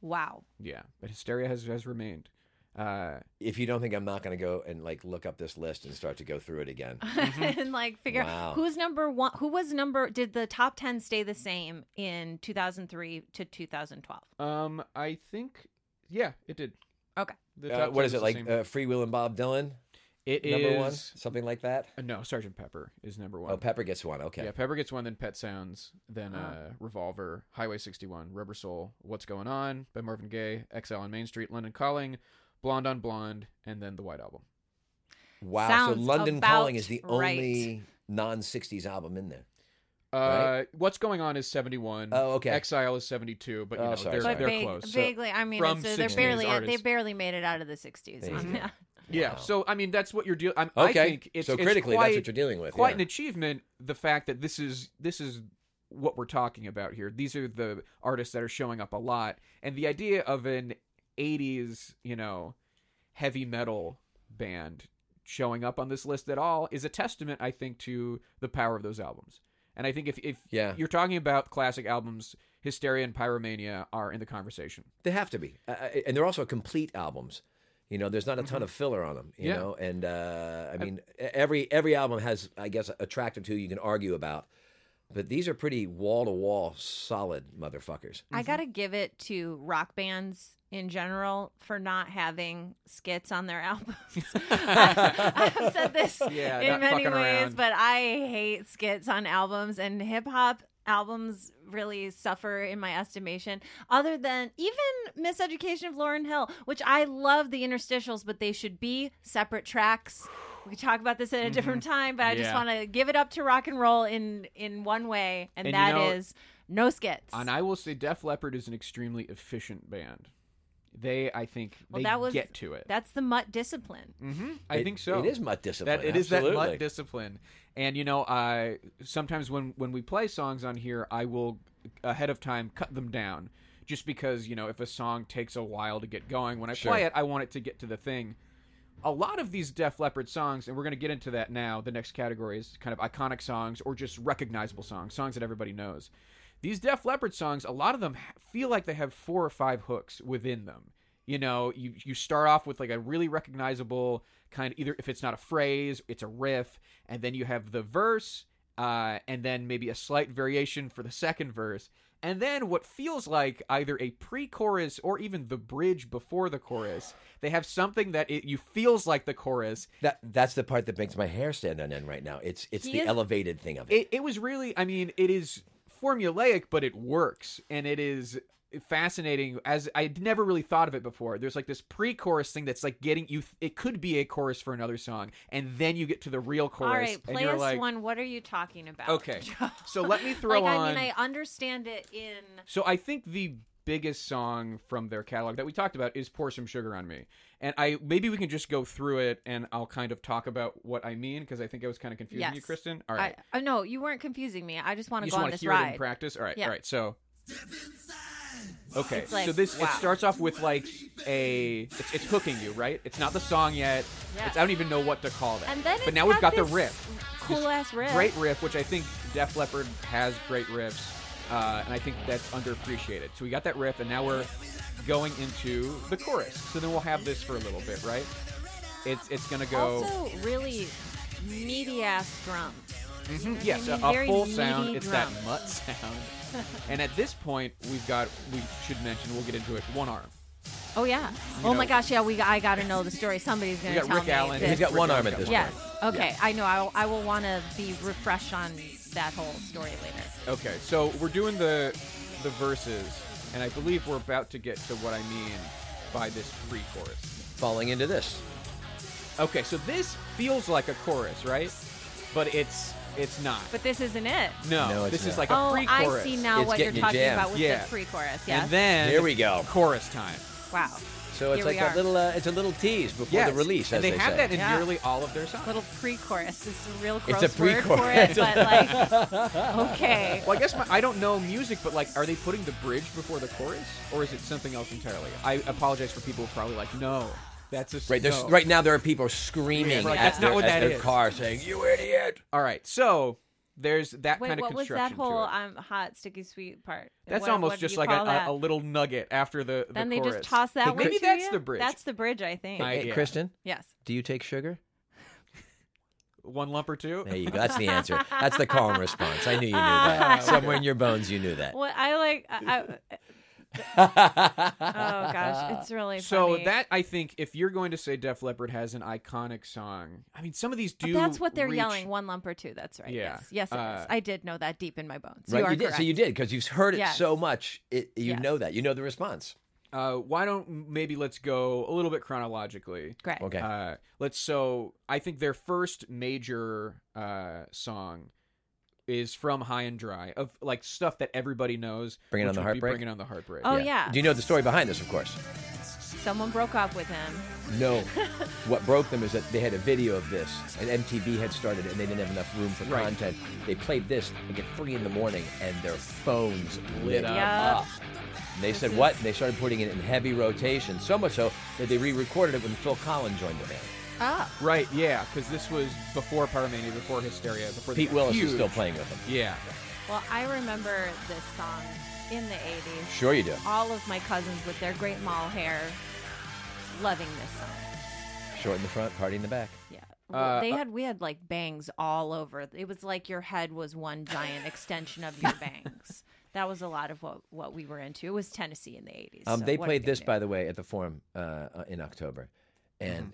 B: Wow.
A: Yeah, but Hysteria has has remained. Uh,
C: If you don't think I'm not going to go and like look up this list and start to go through it again,
A: Mm-hmm.
B: and like figure
C: Wow.
B: out who's number one. Who was number? Did the top ten stay the same in 2003 to 2012?
A: um, I think, yeah, it did.
B: Okay.
A: The
C: uh,
A: top
C: what
A: ten
C: is
A: the
C: it like?
A: same.
C: Uh, Free Will and Bob Dylan,
A: It
C: number one,
A: is-
C: something like that.
A: uh, No, Sergeant Pepper is number one.
C: Oh, Pepper gets one. Okay. Ah.
A: Yeah, Pepper gets one, then Pet Sounds, then uh, Revolver, Highway 61, Rubber Soul, What's Going On by Marvin Gaye, XL on Main Street, London Calling, Blonde on Blonde, and then the White Album.
C: Wow. so
B: Sounds
C: London
B: about
C: Calling is the
B: right.
C: only non '60s album in there.
A: Uh,
C: Right.
A: What's going on is seventy one.
C: Oh, okay.
A: Exile is seventy two, but you
C: Oh,
A: know,
C: sorry,
A: they're,
C: sorry.
B: But
A: they're
B: vague-
A: close. So-
B: vaguely, I mean,
A: from
B: it's, uh, they're
A: 60s
B: barely they
A: artists.
B: barely made it out of the 60s.
C: There you
B: on
C: go.
B: that.
A: yeah.
C: Wow.
A: So I mean, that's what you're dealing. I
C: Okay.
A: think it's
C: So
A: it's
C: critically, that's
A: quite-
C: what you're dealing with,
A: Quite
C: yeah.
A: an achievement. The fact that this is this is what we're talking about here. These are the artists that are showing up a lot, and the idea of an '80s, you know, heavy metal band showing up on this list at all is a testament, I think, to the power of those albums. And I think if if
C: Yeah.
A: you're talking about classic albums, Hysteria and Pyromania are in the conversation.
C: They have to be, uh, uh, and they're also complete albums. You know, there's not a ton of filler on them. You
A: Mm-hmm. Yeah.
C: know, and uh, I mean, e- every every album has, I guess, a track or two you can argue about, but these are pretty wall to wall, solid motherfuckers.
B: I
A: Mm-hmm.
B: gotta give it to rock bands in general for not having skits on their albums. I, have said this
A: Yeah,
B: in
A: not
B: many ways,
A: fucking around.
B: but I hate skits on albums, and hip hop albums really suffer in my estimation. Other than even Miseducation of Lauren Hill, which I love the interstitials, but they should be separate tracks. We could talk about this at a different time, but I just
A: Mm-hmm. Yeah.
B: want to give it up to rock and roll in in one way, and,
A: And you
B: that is
A: know-
B: no skits.
A: And I will say Def Leppard is an extremely efficient band. They, I think,
B: Well,
A: they
B: that was-
A: get to it.
B: That's the mutt discipline.
A: hmm I
C: It-
A: think so.
C: It is mutt discipline.
A: That it is that
C: absolutely.
A: mutt discipline. And you know, I sometimes when when we play songs on here, I will ahead of time cut them down, just because you know if a song takes a while to get going, when I
C: Sure.
A: play it, I want it to get to the thing. A lot of these Def Leppard songs, and we're going to get into that now. The next category is kind of iconic songs or just recognizable songs, songs that everybody knows. These Def Leppard songs, a lot of them ha- feel like they have four or five hooks within them. You know, you you start off with like a really recognizable kind of either if it's not a phrase, it's a riff, and then you have the verse, uh, and then maybe a slight variation for the second verse, and then what feels like either a pre-chorus or even the bridge before the chorus. They have something that it you feels like the chorus,
C: That that's the part that makes my hair stand on end right now. It's it's
B: He
C: the
B: is-
C: elevated thing of it.
A: it, it was really i mean it is formulaic but it works and it is fascinating as i'd never really thought of it before there's like this pre-chorus thing that's like getting you it could be a chorus for another song and then you get to the real chorus
B: All right,
A: and
B: play
A: you're
B: us
A: like
B: one. What are you talking about?
A: okay
B: Joe?
A: so let me throw
B: like,
A: on
B: I mean, I understand it in.
A: so I think the biggest song from their catalog that we talked about is "Pour Some Sugar on Me," and I maybe we can just go through it and I'll kind of talk about what I mean because I think I was kind of confusing
B: Yes.
A: you, Kristen. All right,
B: I, oh, no, you weren't confusing me. I just
A: you
B: want to
A: just
B: go on
A: want to
B: this
A: hear it
B: ride.
A: in practice. All right,
B: Yeah.
A: all right. So, okay.
B: like,
A: so this
B: wow.
A: it starts off with like a it's, it's hooking you, right? It's not the song yet.
B: Yeah.
A: It's, I don't even know what to call that.
B: And then
A: but
B: it's
A: now we've got
B: got
A: the
B: this
A: riff,
B: cool
A: This
B: ass riff.
A: great riff, which I think Def Leppard has great riffs, uh, and I think that's underappreciated. So we got that riff, and now we're going into the chorus. So then we'll have this for a little bit, right? It's it's gonna go. hmm,
B: Also, really meaty ass drums.
A: Mhm, Yes, a,
B: mean,
A: a
B: very
A: full sound.
B: meaty
A: It's that
B: drums.
A: mutt sound. and at this point, we've got. We should mention. We'll get into it. One arm.
B: Oh yeah. oh my
A: know-
B: gosh. Yeah, we. I gotta know the story. Somebody's gonna
A: We got
B: tell
A: Rick
B: me.
A: Allen.
B: this.
C: He's got
A: Rick
C: one
A: Allen's
C: arm at
A: got
C: this
A: one
B: Yes. Okay. I know. I will, I will want to be refreshed on that whole story later.
A: arm. Okay, so we're doing the the verses, and I believe we're about to get to what I mean by this pre-chorus.
C: falling into this.
A: Okay, so this feels like a chorus, right? But it's It's not.
B: But this isn't it.
A: no,
C: No, it's
A: this is
C: not.
A: like a
B: Oh, I
A: pre-chorus.
B: see now
C: It's
B: what you're
C: getting you
B: talking
C: jammed.
B: about with
A: Yeah.
B: the pre-chorus. Yes.
A: And then
C: Here we go.
A: Chorus time.
B: wow.
C: So it's
B: Here
C: like
B: we
C: that
B: are.
C: little, uh, it's a little tease before
A: Yes.
C: the release, as
A: and they, have
C: say.
A: that in
B: Yeah.
A: nearly all of their songs.
B: Little pre-chorus. It's a real
C: a
B: gross word for
C: pre-chorus.
B: it, but like, okay.
A: Well, I guess my, I don't know music, but like, are they putting the bridge before the chorus, or is it something else entirely? I apologize for people who are probably like, no, that's a s-
C: Right, there's,
A: no.
C: right now there are people screaming
A: Right,
C: at
A: that's
C: their,
A: not what
C: at
A: that
C: their
A: is.
C: car saying, "You idiot!"
A: All right, so there's that
B: Wait,
A: kind of
B: what was that
A: construction
B: whole
A: to it.
B: um, hot sticky sweet part?
A: That's
B: What-
A: almost
B: what do
A: just
B: you
A: like
B: call
A: a,
B: that?
A: a, a little nugget after the. the
B: Then they
A: chorus.
B: just toss that one.
A: Maybe
B: to
A: that's
B: you?
A: the bridge.
B: That's the bridge, I think.
A: I-
C: Hey,
A: yeah.
C: Kristen,
B: yes.
C: do you take sugar?
A: one lump or two.
C: There you go. That's the answer. That's the calm response. I knew you knew that. Somewhere in your bones, you knew that.
B: Well, I like. I, I, oh gosh, it's really
A: So
B: funny.
A: that I think, if you're going to say Def Leppard has an iconic song, I mean, some of these
B: But
A: do.
B: that's what they're
A: reach-
B: yelling. One lump or two. That's right.
A: Yeah.
B: Yes. Yes. It is.
A: Uh,
B: I did know that deep in my bones.
C: Right,
B: You are
C: did.
B: correct.
C: So you did because you've heard it
B: Yes.
C: so much, it, you
B: Yes.
C: know that. You know the response.
A: Uh, why don't maybe let's go a little bit chronologically?
B: Great.
C: Okay.
A: Uh, let's so I think their first major uh, song is from High and Dry of like stuff that everybody knows.
C: Bring It On
A: which
C: the
A: would be
C: Heartbreak?
A: Bring it on the heartbreak.
B: Oh yeah.
C: Do you know the story behind this? Of course.
B: Someone broke up with him.
C: No. what broke them is that they had a video of this, and MTV had started, it, and they didn't have enough room for
A: Right.
C: content. They played this like at three in the morning, and their phones
A: Lit
C: lit
B: up.
C: up. And they said what? And they started putting it in heavy rotation, so much so that they re-recorded it when Phil Collins joined the band.
B: Oh.
A: Right. Yeah. Because this was before Pyromania, before Hysteria, before
C: Pete
A: the
C: Willis
A: huge,
C: is still playing with them.
A: Yeah.
B: Well, I remember this song in the '80s.
C: Sure you do.
B: All of my cousins with their great mall hair, loving this song.
C: Short in the front, party in the back.
B: Yeah. Well,
C: Uh,
B: they had we had like bangs all over. It was like your head was one giant extension of your bangs. That was a lot of what what we were into. It was Tennessee in the eighties.
C: Um, they played this, by the way, at the Forum uh, uh, in October, and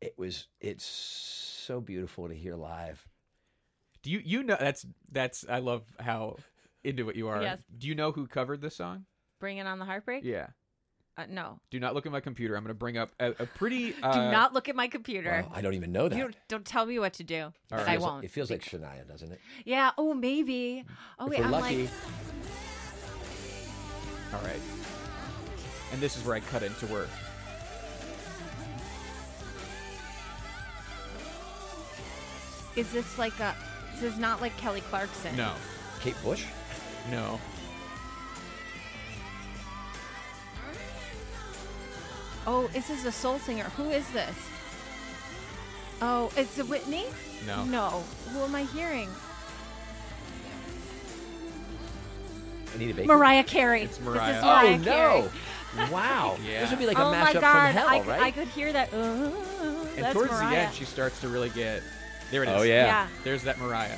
C: it was it's so beautiful to hear live.
A: Do you you know that's that's I love how into it you are.
B: Yes.
A: Do you know who covered this song?
B: bringing on the heartbreak.
A: Yeah.
B: Uh, no,
A: Do not look at my computer. I'm going to bring up a, a pretty. Uh,
B: do not look at my computer.
C: Wow, I don't even know that.
B: you don't, don't tell me what to do, but
C: It
B: I
C: feels like-
B: won't.
C: It feels like Shania, doesn't it?
B: yeah. Oh, maybe. Oh
C: If
B: wait,
C: we're
B: I'm
C: lucky.
B: like.
A: All right. And this is where I cut into work.
B: Is this like a? This is not like Kelly Clarkson.
A: No.
C: Kate Bush.
A: No.
B: Oh, this is a soul singer. Who is this? Oh, it's a Whitney.
A: No.
B: No. Who am I hearing?
C: Anita Baker.
B: Mariah Carey.
A: It's
B: This
A: Mariah.
B: is
C: Oh
B: Mariah Carey.
C: no! wow.
A: Yeah.
C: This would be like
B: oh
C: a
B: my
C: mashup
B: god!
C: from hell,
B: I, could-
C: right?
B: I could hear that. Ooh,
A: And
B: that's
A: towards
B: Mariah.
A: the end, she starts to really get. There it is.
C: Oh, yeah.
B: Yeah.
A: There's that Mariah.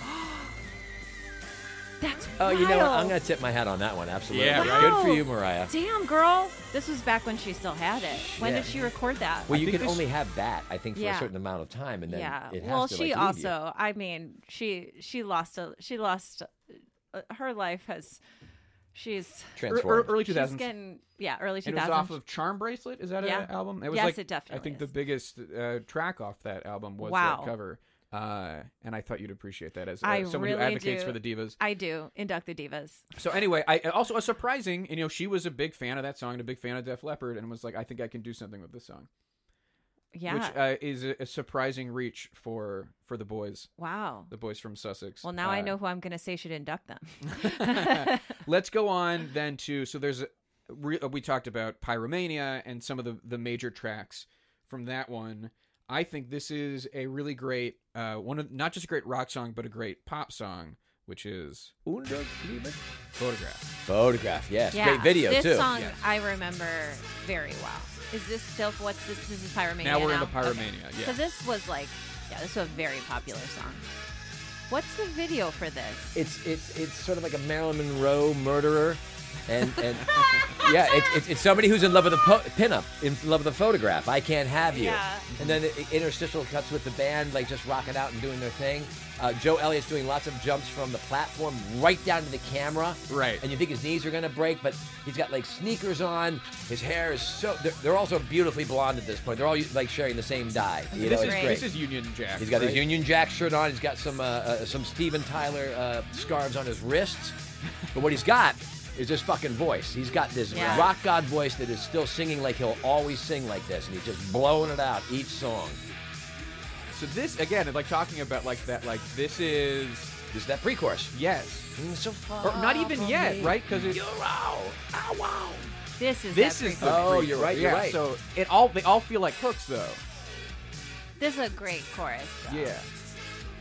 B: That's
C: oh, you know what? I'm
B: wild.
C: gonna tip my hat on that one. Absolutely.
A: Yeah,
B: right?
C: Good for
B: Wow.
C: you, Mariah.
B: Damn, girl. This was back when she still had it. When
C: Yeah.
B: did she record that?
C: Well, you
A: think
C: can
A: this-
C: only have that, I think, for a
B: Yeah.
C: certain amount of time, and then
B: yeah.
C: it has
B: Well,
C: to
B: she
C: like, leave you.
B: also. I mean, she she lost a she lost uh, her life has she's
A: Er-
C: transformed.
A: er- early 2000s.
B: she's getting yeah early two
A: And it was
B: thousand.
A: off of Charm Bracelet. Is that an
B: Yeah.
A: album? It was
B: Yes,
A: like,
B: it definitely
A: I think the
B: is.
A: biggest uh, track off that album was
B: Wow.
A: that cover. Uh, and I thought you'd appreciate that as uh,
B: I
A: someone
B: really
A: who advocates
B: do.
A: for the divas.
B: I do induct the divas.
A: So anyway, I also a surprising, you know, she was a big fan of that song and a big fan of Def Leppard, and was like, I think I can do something with this song,
B: Yeah.
A: which uh, is a, a surprising reach for for the boys,
B: wow.
A: the boys from Sussex.
B: Well, now I
A: Uh,
B: know who I'm going to say should induct them.
A: Let's go on then to so there's a, re, uh, we talked about Pyromania and some of the the major tracks from that one. I think this is a really great uh, one of not just a great rock song, but a great pop song, which is Photograph.
C: Photograph. Yes.
B: yeah.
C: Great video
B: this
C: too.
B: song
A: Yes.
B: I remember very well. Is this still what's this? This is Pyromania.
A: Now we're into
B: Okay.
A: Pyromania, yeah.
B: Because this was like, yeah, this was a very popular song. What's the video for this?
C: It's it's it's sort of like a Marilyn Monroe murderer and and yeah, it's, it's, it's somebody who's in love with the po- pinup, in love with the photograph. I can't have you.
B: Yeah.
C: And then the interstitial cuts with the band, like just rocking out and doing their thing. Uh, Joe Elliott's doing lots of jumps from the platform right down to the camera.
A: Right.
C: And you think his knees are going to break, but he's got like sneakers on. His hair is so. They're, they're also beautifully blonde at this point. They're all like sharing the same dye. You know,
A: this,
C: it's
A: is,
C: great.
A: this is Union Jack.
C: He's got
A: right?
C: his Union Jack shirt on. He's got some uh, uh, some Steven Tyler uh, scarves on his wrists. But what he's got is this fucking voice. He's got this
B: Yeah.
C: rock god voice that is still singing like he'll always sing like this, and he's just blowing it out each song.
A: So this again, like talking about like that, like this is
C: This is that pre-chorus.
A: yes,
C: Mm, So far
A: or not even
C: from
A: yet,
C: me.
A: right? Because
C: You're out. Ow, wow.
B: This is
A: this
B: that
A: is
B: pre-
A: the
C: Oh,
A: pre-
C: you're right, you're
A: yeah,
C: right.
A: So it all they all feel like hooks though.
B: this is a great chorus. though.
A: Yeah,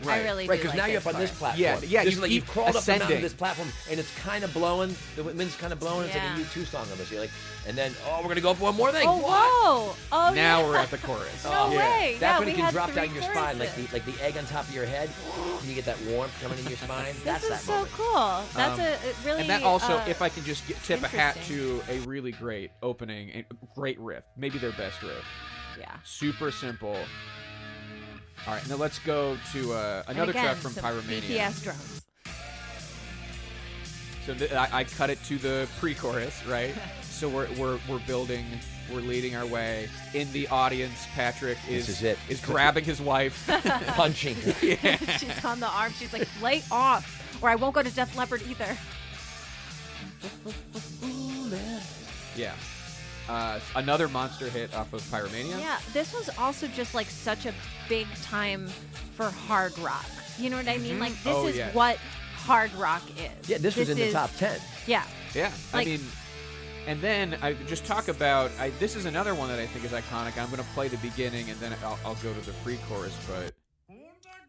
B: I really
C: Right,
B: do
C: because
B: like
C: now you're
B: this
C: up on this
B: chorus.
C: platform.
A: Yeah, yeah,
C: This
A: you
C: is like
A: keep
C: you've crawled up and down
A: ascending.
C: to this platform, and it's kind of blowing. The wind's kind of blowing.
B: Yeah.
C: It's like a U2 song almost. You're like, and then oh, we're gonna go up one more thing.
B: Oh
C: What?
B: whoa! Oh
A: now
B: yeah.
A: we're at the chorus.
B: No
C: oh, Yeah.
B: way!
C: That's
B: Oh, yeah,
C: when
B: we
C: it can
B: had
C: drop
B: three
C: down your spine, like the
B: choruses.
C: like the egg on top of your head. and You get that warmth coming in your spine.
B: This
C: That's
B: is
C: that
B: so
C: moment. Um,
B: cool. That's a it really.
A: And that also,
B: uh,
A: if I can just get, tip a hat to
B: interesting.
A: a really great opening, and great riff, maybe their best riff.
B: yeah.
A: Super simple. All right, now let's go to uh,
B: And
A: another
B: again,
A: track from
B: some
A: Pyromania.
B: beefy ass drums.
A: So th- I, I cut it to the pre-chorus, right? so we're, we're we're building, we're leading our way. In the audience, Patrick is
C: This is it.
A: is grabbing his wife.
C: punching.
B: she's on the arm. She's like, lay off, or I won't go to Def Leppard either.
A: yeah. Uh, another monster hit off of Pyromania.
B: Yeah, this was also just like such a big time for hard rock. You know what I mean? Like this
A: Oh,
B: is
A: yeah.
B: what hard rock is.
C: Yeah, this, was in the
B: is-
C: top ten.
B: Yeah,
A: Yeah,
B: Like-
A: I mean, and then I just talk about I, this is another one that I think is iconic. I'm going to play the beginning and then I'll, I'll go to the pre-chorus, but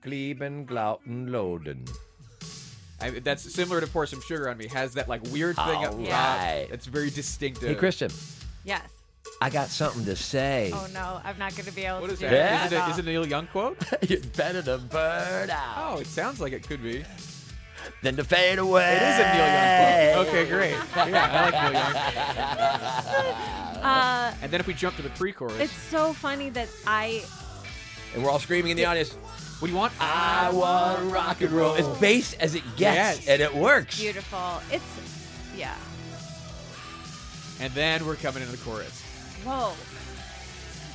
C: Gleben, Glauten, Loden.
A: I, that's similar to "Pour Some Sugar on Me." Has that like weird thing up
C: All
A: top
C: right.
A: that's very distinctive.
C: Hey, Christian,
B: yes.
C: I got something to say.
B: Oh no, I'm not going to be able
A: what
B: to
A: is
B: do
A: that?
C: Yeah.
A: Is it, a, is it a Neil Young quote?
C: it's better to burn out
A: Oh, it sounds like it could be. It is
C: than to fade away.
A: a Neil Young quote. Okay, great. Yeah, I like Neil Young.
B: Uh,
A: And then if we jump to the pre-chorus,
B: it's so funny that I
C: And we're all screaming in the audience.
A: what do you want?
C: I want rock and roll. As bass as it gets,
A: Yes.
C: and it works.
B: beautiful. It's yeah.
A: And then we're coming into the chorus.
B: Whoa,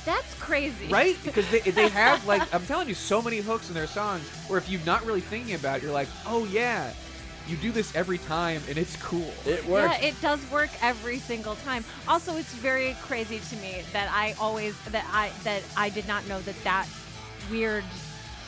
B: that's crazy,
A: right? Because they, they have like I'm telling you, so many hooks in their songs. Where if you're not really thinking about, it, you're like, oh yeah, you do this every time, and it's cool.
C: It works.
B: Yeah, it does work every single time. Also, it's very crazy to me that I always that I that I did not know that that weird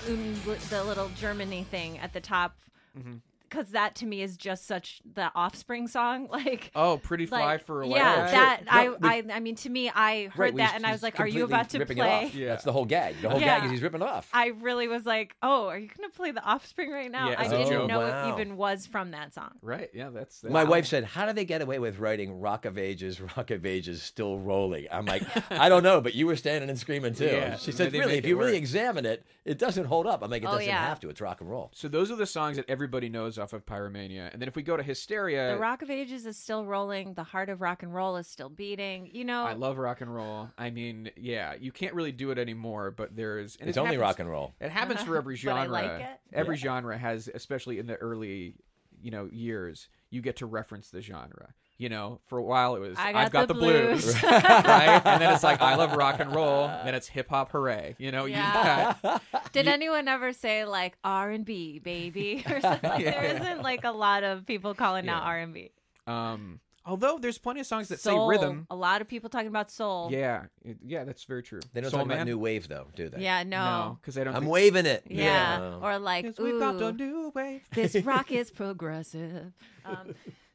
B: um, the little Germany thing at the top
A: Mm-hmm.
B: because that to me is just such the Offspring song like.
A: Oh, pretty fly
B: like,
A: for a while.
B: yeah,
C: sure.
B: that
C: No,
B: I, I I mean to me I heard
C: Right, well,
B: that
C: he's-
B: and I
C: he's
B: was like, are you
C: completely
B: about to
C: ripping It
B: play?
C: off.
A: Yeah.
C: That's the whole gag. The whole
B: Yeah.
C: gag is he's ripping it off.
B: I really was like, oh, are you gonna play the Offspring right now?
A: Yeah,
B: I
A: it's a
B: didn't
A: joke.
B: know
C: Wow.
B: it even was from that song.
A: Right? Yeah, that's, that's
C: My wife said, "How do they get away with writing Rock of Ages, Rock of Ages still rolling?" I'm like, "I don't know, but you were standing and screaming too."
A: Yeah,
C: she
A: they-
C: said,
A: they
C: "Really,
A: make
C: if
A: it
C: you really
A: work."
C: examine it, it doesn't hold up." I'm like, "It
B: Oh,
C: doesn't
B: yeah.
C: have to. It's rock and roll."
A: So those are the songs that everybody knows off of Pyromania. And then if we go to Hysteria,
B: The Rock of Ages is still rolling. The heart of rock and roll is still beating. You know,
A: I love rock and roll. I mean, yeah, you can't really do it anymore, but there's and
C: It's
A: it
C: only
A: happens-
C: rock and roll.
A: It happens for every
B: But I
A: genre.
B: like it.
A: Every genre has, especially in the early, you know, years, you get to reference the genre. You know, for a while it was
B: I
A: I've got the blues, right? And then it's like I love rock and roll. Then it's hip hop, hooray! You know,
B: Yeah.
A: you got,
B: Did anyone ever say like R and B, baby, or something? Like, There isn't like a lot of people calling out
A: Yeah.
B: R and B.
A: um, although there's plenty of songs that
B: Soul.
A: say rhythm.
B: A lot of people talking about soul.
A: Yeah, it- yeah, that's very true.
C: They don't
A: Soul
C: talk
A: Man?
C: about new wave though, do they?
B: Yeah, no.
A: no, because I don't.
C: I'm
A: think-
C: waving it.
B: Yeah.
C: Uh,
B: Or like,
A: 'Cause we've got the
B: ooh,
A: new wave.
B: this rock is progressive. Um,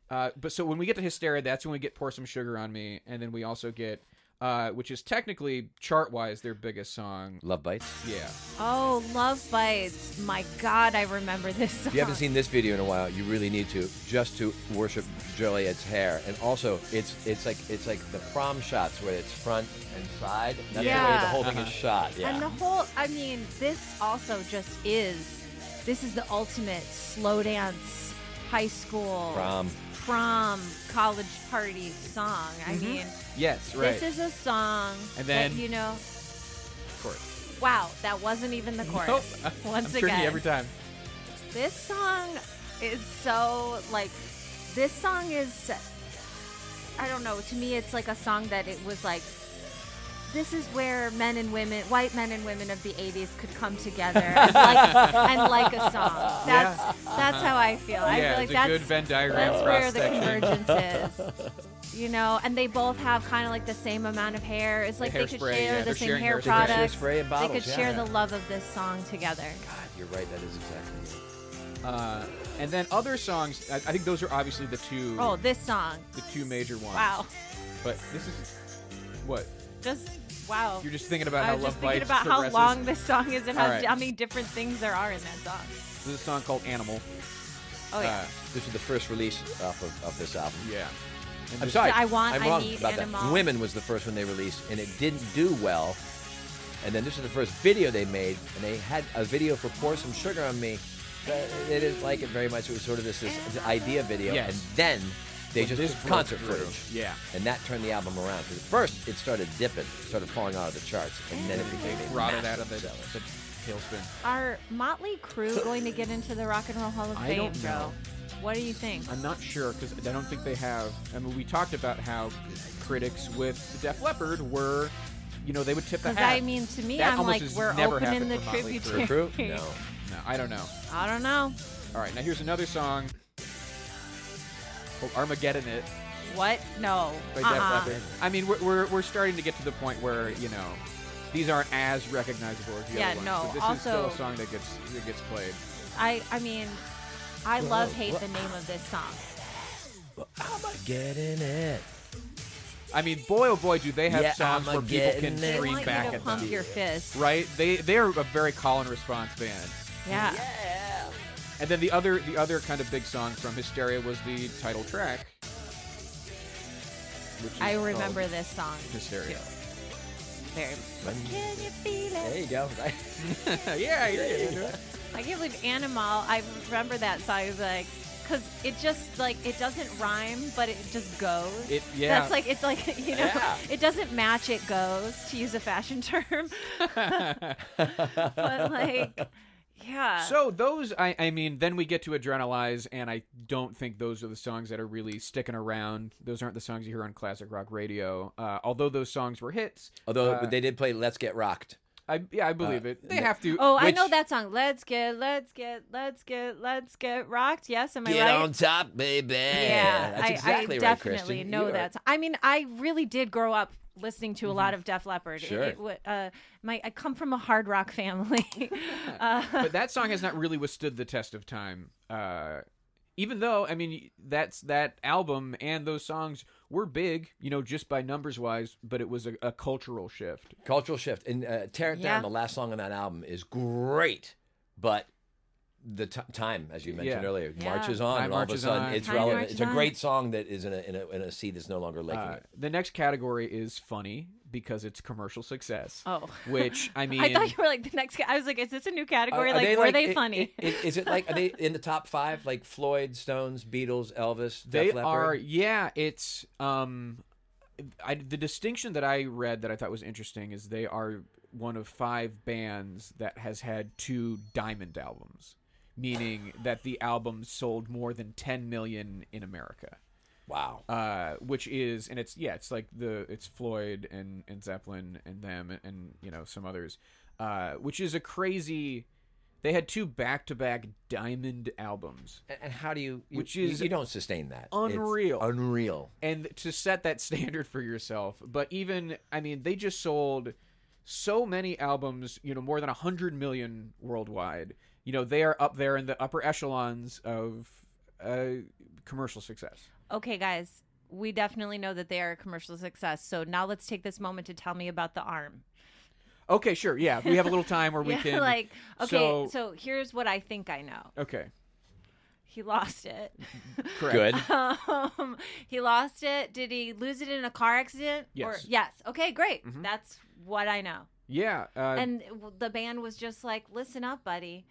A: Uh, but so when we get to hysteria, that's when we get pour some sugar on me, and then we also get, uh, which is technically chart wise their biggest song.
C: Love bites.
A: Yeah,
B: oh, Love Bites. My God, I remember this song.
C: If you haven't seen this video in a while, you really need to just to worship Joliet's hair. And also, it's it's like it's like the prom shots where it's front and side. That's the way
B: Yeah. Uh-huh.
C: the whole thing is shot. Yeah.
B: And the whole, I mean, this also just is, this is the ultimate slow dance high school
C: Prom.
B: prom college party song. I mean,
A: Yes, Mm-hmm. right.
B: this is a song
A: And then-
B: that, you know,
A: of course.
B: wow, that wasn't even the
A: Nope.
B: chorus.
A: I'm
B: Once
A: tricky
B: again,
A: every time.
B: this song is so like this song is i don't know to me it's like a song that it was like this is where men and women white men and women of the 80s could come together and like, and like a song that's that's how i feel i
A: yeah,
B: feel like
A: it's a
B: that's
A: good Venn diagram
B: that's
A: cross
B: where the
A: section.
B: convergence is you know and they both have kind of like the same amount of hair it's like they could
A: hairspray,
B: share
A: yeah, they're
B: the same
A: sharing
B: hair
A: hairspray. They could share
B: products
C: spray and
B: they
C: bottles,
B: could
C: yeah.
B: share the love of this song together
C: God, you're right. That is exactly it.
A: Uh, and then other songs. I, I think those are obviously the two.
B: oh this song
A: the two major ones.
B: wow
A: But this is what
B: just wow.
A: you're just thinking about
B: I
A: how
B: was
A: love
B: just thinking
A: bites
B: about how
A: progresses.
B: long this song is and
A: All
B: how,
A: right.
B: how many different things there are in that song.
A: This is a song called Animal.
B: Oh yeah.
A: Uh,
C: This is the first release off of, of this album.
A: yeah. And
C: I'm
A: this-
C: sorry.
B: So I want-
C: I'm
B: I
C: wrong
B: need
C: about that.
B: Animal.
C: Women was the first one they released, and it didn't do well. And then this is the first video they made, and they had a video for "Pour Some Sugar on Me." But they didn't like it very much. It was sort of this, this idea video,
A: Yes.
C: and then they
A: Well, this
C: just took
A: broke
C: concert
A: through.
C: footage.
A: Yeah.
C: and that turned the album around. Because first it started dipping, started falling out of the charts, and then it became a
A: Rotted out of the,
C: massive seller.
A: the tailspin.
B: Are Motley Crue going to get into the Rock and Roll Hall of
A: I
B: Fame,
A: don't
B: bro?
A: know.
B: What do you think?
A: I'm not sure because I don't think they have. I mean, we talked about how critics with the Def Leppard were, you know, they would tip the
B: Because
A: hat.
B: I mean, to me,
A: That
B: I'm
A: almost
B: like
A: has
B: we're
A: never
B: opening
A: happened
B: the
A: for Motley Crue.
B: tributary.
C: Recruit? No.
A: no, I don't know.
B: I don't know
A: All right, now here's another song. Oh, Armageddon it
B: what. No.
A: by
B: Uh-uh.
A: Def Leppard. I mean, we're, we're we're starting to get to the point where you know these aren't as recognizable as the
B: Yeah,
A: other ones.
B: no,
A: But this is still a
B: also-
A: song that gets that gets played.
B: I I mean, I love hate the name of this song.
C: I'm getting it.
A: I mean, boy oh boy, do they have
C: Yeah,
A: songs where people
C: Armageddon
A: can
C: it.
B: They
C: Three
A: scream
B: want
A: back
B: you to
A: at
B: pump
A: them,
B: your fist.
A: right? They they're a very call and response band.
B: Yeah.
A: And then the other the other kind of big song from Hysteria was the title track. Which is
B: I remember
A: called
B: this song
A: Hysteria.
B: very much. Can you feel it?
C: There you go.
A: yeah, I hear you.
B: I can't believe Animal. I remember that song. I was like, because it just like it doesn't rhyme, but it just goes.
A: It- yeah.
B: That's like it's like you know,
C: Yeah.
B: it doesn't match. It goes to use a fashion term. but like, yeah.
A: So those, I, I mean, then we get to Adrenalize, and I don't think those are the songs that are really sticking around. Those aren't the songs you hear on classic rock radio. Uh, although those songs were hits,
C: Although
A: Uh,
C: they did play "Let's Get Rocked."
A: I yeah, I believe
C: Uh,
A: it. They have to.
B: oh, I
C: which-
B: know that song. Let's get, let's get, let's get, let's get rocked. Yes, am I
C: Get
B: right?
C: on top, baby.
B: Yeah,
C: that's
B: I,
C: exactly
B: I
C: right,
B: definitely
C: Kristen.
B: know
C: You are-
B: that. I mean, I really did grow up listening to a lot of Def Leppard. It-
C: Mm-hmm. Sure.
B: It, wa- uh, my, I come from a hard rock family. uh,
A: but that song has not really withstood the test of time. Uh, even though, I mean, that's that album and those songs were big, you know, just by numbers wise, but it was a, a cultural shift.
C: Cultural shift. And uh, Tear It
B: Yeah.
C: Down, the last song on that album, is great, but the t- time, as you mentioned
A: Yeah.
C: earlier,
B: Yeah.
C: marches on,
A: Time
C: and all of a
A: marches
C: sudden
A: on.
C: it's
B: Time
C: relevant.
B: marches
C: It's a
B: on.
C: great song that is in a, in a, in a sea that's no longer liking
A: Uh,
C: it.
A: the next category is funny because it's commercial success.
B: Oh.
A: which I mean,
B: I thought you were like the next. Ca- I was like, is this a new category?
C: Are- are
B: like, were they
C: i-
B: funny?
C: i- i- Is it like are they in the top five? Like Floyd, Stones, Beatles, Elvis, Def
A: they
C: Leppard?
A: are yeah it's um I, the distinction that i read that i thought was interesting is they are one of five bands that has had two diamond albums meaning that the album sold more than 10 million in america
C: Wow.
A: uh, which is and it's yeah it's like the it's floyd and and zeppelin and them and, you know some others uh, which is a crazy they had two back-to-back diamond albums
C: And, and how do you, you-
A: Which
C: you-
A: is
C: you, don't sustain that? It's
A: unreal.
C: unreal.
A: and to set that standard for yourself but even i mean they just sold so many albums you know more than 100 million worldwide you know they are up there in the upper echelons of uh, commercial success
B: okay, guys, we definitely know that they are a commercial success. So now let's take this moment to tell me about the arm.
A: okay sure yeah we have a little time where we
B: yeah,
A: can
B: like, okay,
A: so,
B: so here's what I think I know.
A: okay
B: He lost it.
C: Mm-hmm.
A: correct
C: Good.
B: um, he lost it. Did he lose it in a car accident? Or,
A: Yes. Mm-hmm.
B: yes. Okay, great. That's what I know.
A: yeah uh,
B: and w- the band was just like, "Listen up, buddy.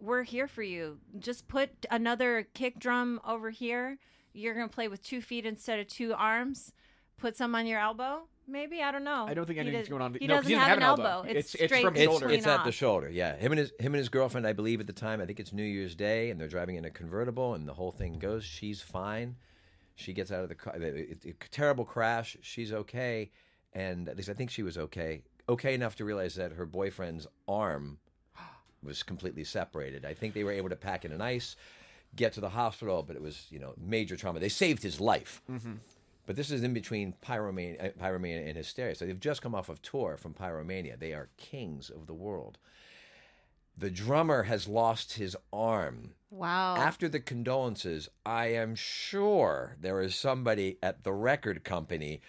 B: We're here for you. Just put another kick drum over here You're going to play with two feet instead of two arms. Put some on your elbow, maybe. I don't know.
A: I don't think
B: He
A: anything's
B: does-
A: going on.
B: He
A: No, 'cause
B: doesn't have, an elbow. It's,
A: It's- it's
B: straight
A: from
B: between
C: It's,
A: shoulder.
C: it's at the
B: off.
C: shoulder, yeah. Him and his him and his girlfriend, I believe, at the time. I think it's New Year's Day, and they're driving in a convertible, and the whole thing goes. She's fine. She gets out of the car. It, it, it- terrible crash. She's okay, and at least I think she was okay. Okay enough to realize that her boyfriend's arm was completely separated. I think they were able to pack in an ice, get to the hospital, but it was you know major trauma. They saved his life. But this is in between Pyromania, uh, Pyromania and Hysteria. So they've just come off of tour from Pyromania. They are kings of the world. The drummer has lost his arm.
B: Wow.
C: After the condolences, I am sure there is somebody at the record company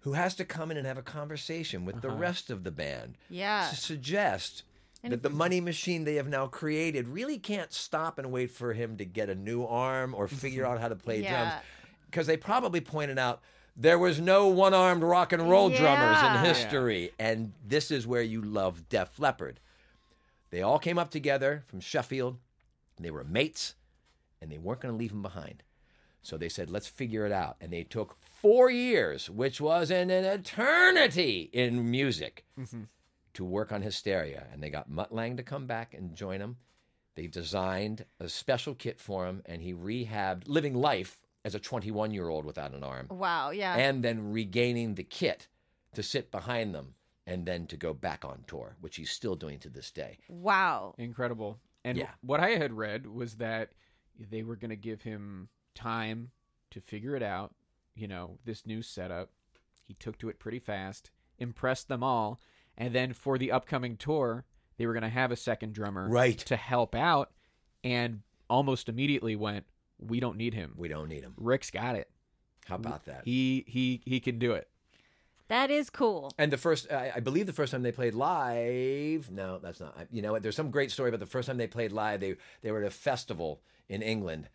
C: who has to come in and have a conversation with the rest of the band
B: Yeah.
C: to suggest that the money machine they have now created really can't stop and wait for him to get a new arm or figure out how to play
B: Yeah.
C: drums because they probably pointed out there was no one-armed rock and roll drummers
B: Yeah.
C: in history and this is where you love def leppard they all came up together from sheffield and they were mates and they weren't going to leave him behind so they said let's figure it out and they took four years which was an, an eternity in music to work on hysteria and they got mutt lang to come back and join them they designed a special kit for him, and he rehabbed living life as a 21 year old without an arm,
B: Oh, Wow. Yeah.
C: and then regaining the kit to sit behind them and then to go back on tour, which he's still doing to this day.
B: wow.
A: Incredible. And
C: Yeah.
A: what I had read was that they were going to give him time to figure it out, you know, this new setup. He took to it pretty fast, impressed them all, and then for the upcoming tour, they were going to have a second drummer
C: Right.
A: to help out and almost immediately went, "We don't need him.
C: We don't need him.
A: Rick's got it.
C: How about that?
A: He he he can do it."
B: That is cool.
C: And the first, I, I believe the first time they played live. No, that's not. I- You know what? There's some great story about the first time they played live. They they were at a festival in England.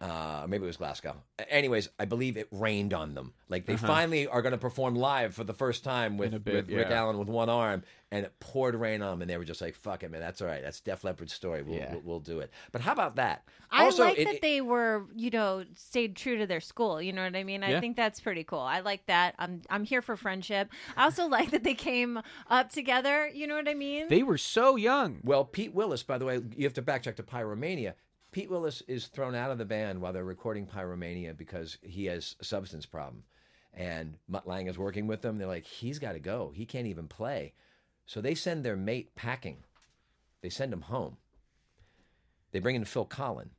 C: Uh, maybe it was Glasgow. Anyways, I believe it rained on them. Like they finally are going to perform live for the first time with,
A: Uh-huh. In a bit,
C: with Rick
A: yeah.
C: Allen with one arm, and it poured rain on them, and they were just like, "Fuck it, man, that's all right. That's Def Leppard's story. We'll,
A: Yeah.
C: we'll we'll do it." But how about that?
B: I
C: Also,
B: like
C: it-
B: that
C: it-
B: they were, you know, stayed true to their school. You know what I mean? I
A: Yeah.
B: think that's pretty cool. I like that. I'm I'm here for friendship. I also like that they came up together. You know what I mean?
A: They were so young.
C: Well, Pete Willis, by the way, you have to backtrack to Pyromania. Pete Willis is thrown out of the band while they're recording Pyromania because he has a substance problem. And Mutt Lang is working with them. They're like, he's got to go. He can't even play. So they send their mate packing. They send him home. They bring in Phil Collin.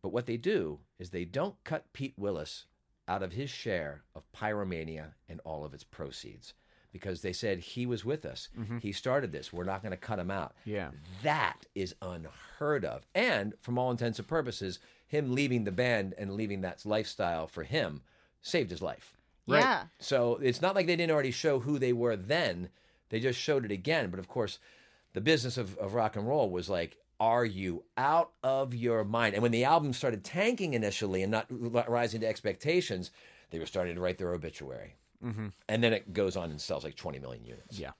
C: But what they do is they don't cut Pete Willis out of his share of Pyromania and all of its proceeds because they said he was with us. He started this. We're not going to cut him out.
A: Yeah.
C: That is unheard of. And from all intents and purposes, him leaving the band and leaving that lifestyle for him saved his life.
A: Right.
B: Yeah.
C: So it's not like they didn't already show who they were then. They just showed it again. But of course, the business of, of rock and roll was like, are you out of your mind? And when the album started tanking initially and not r- rising to expectations, they were starting to write their obituary. Mm-hmm. And then it goes on and sells like 20 million units.
A: Yeah.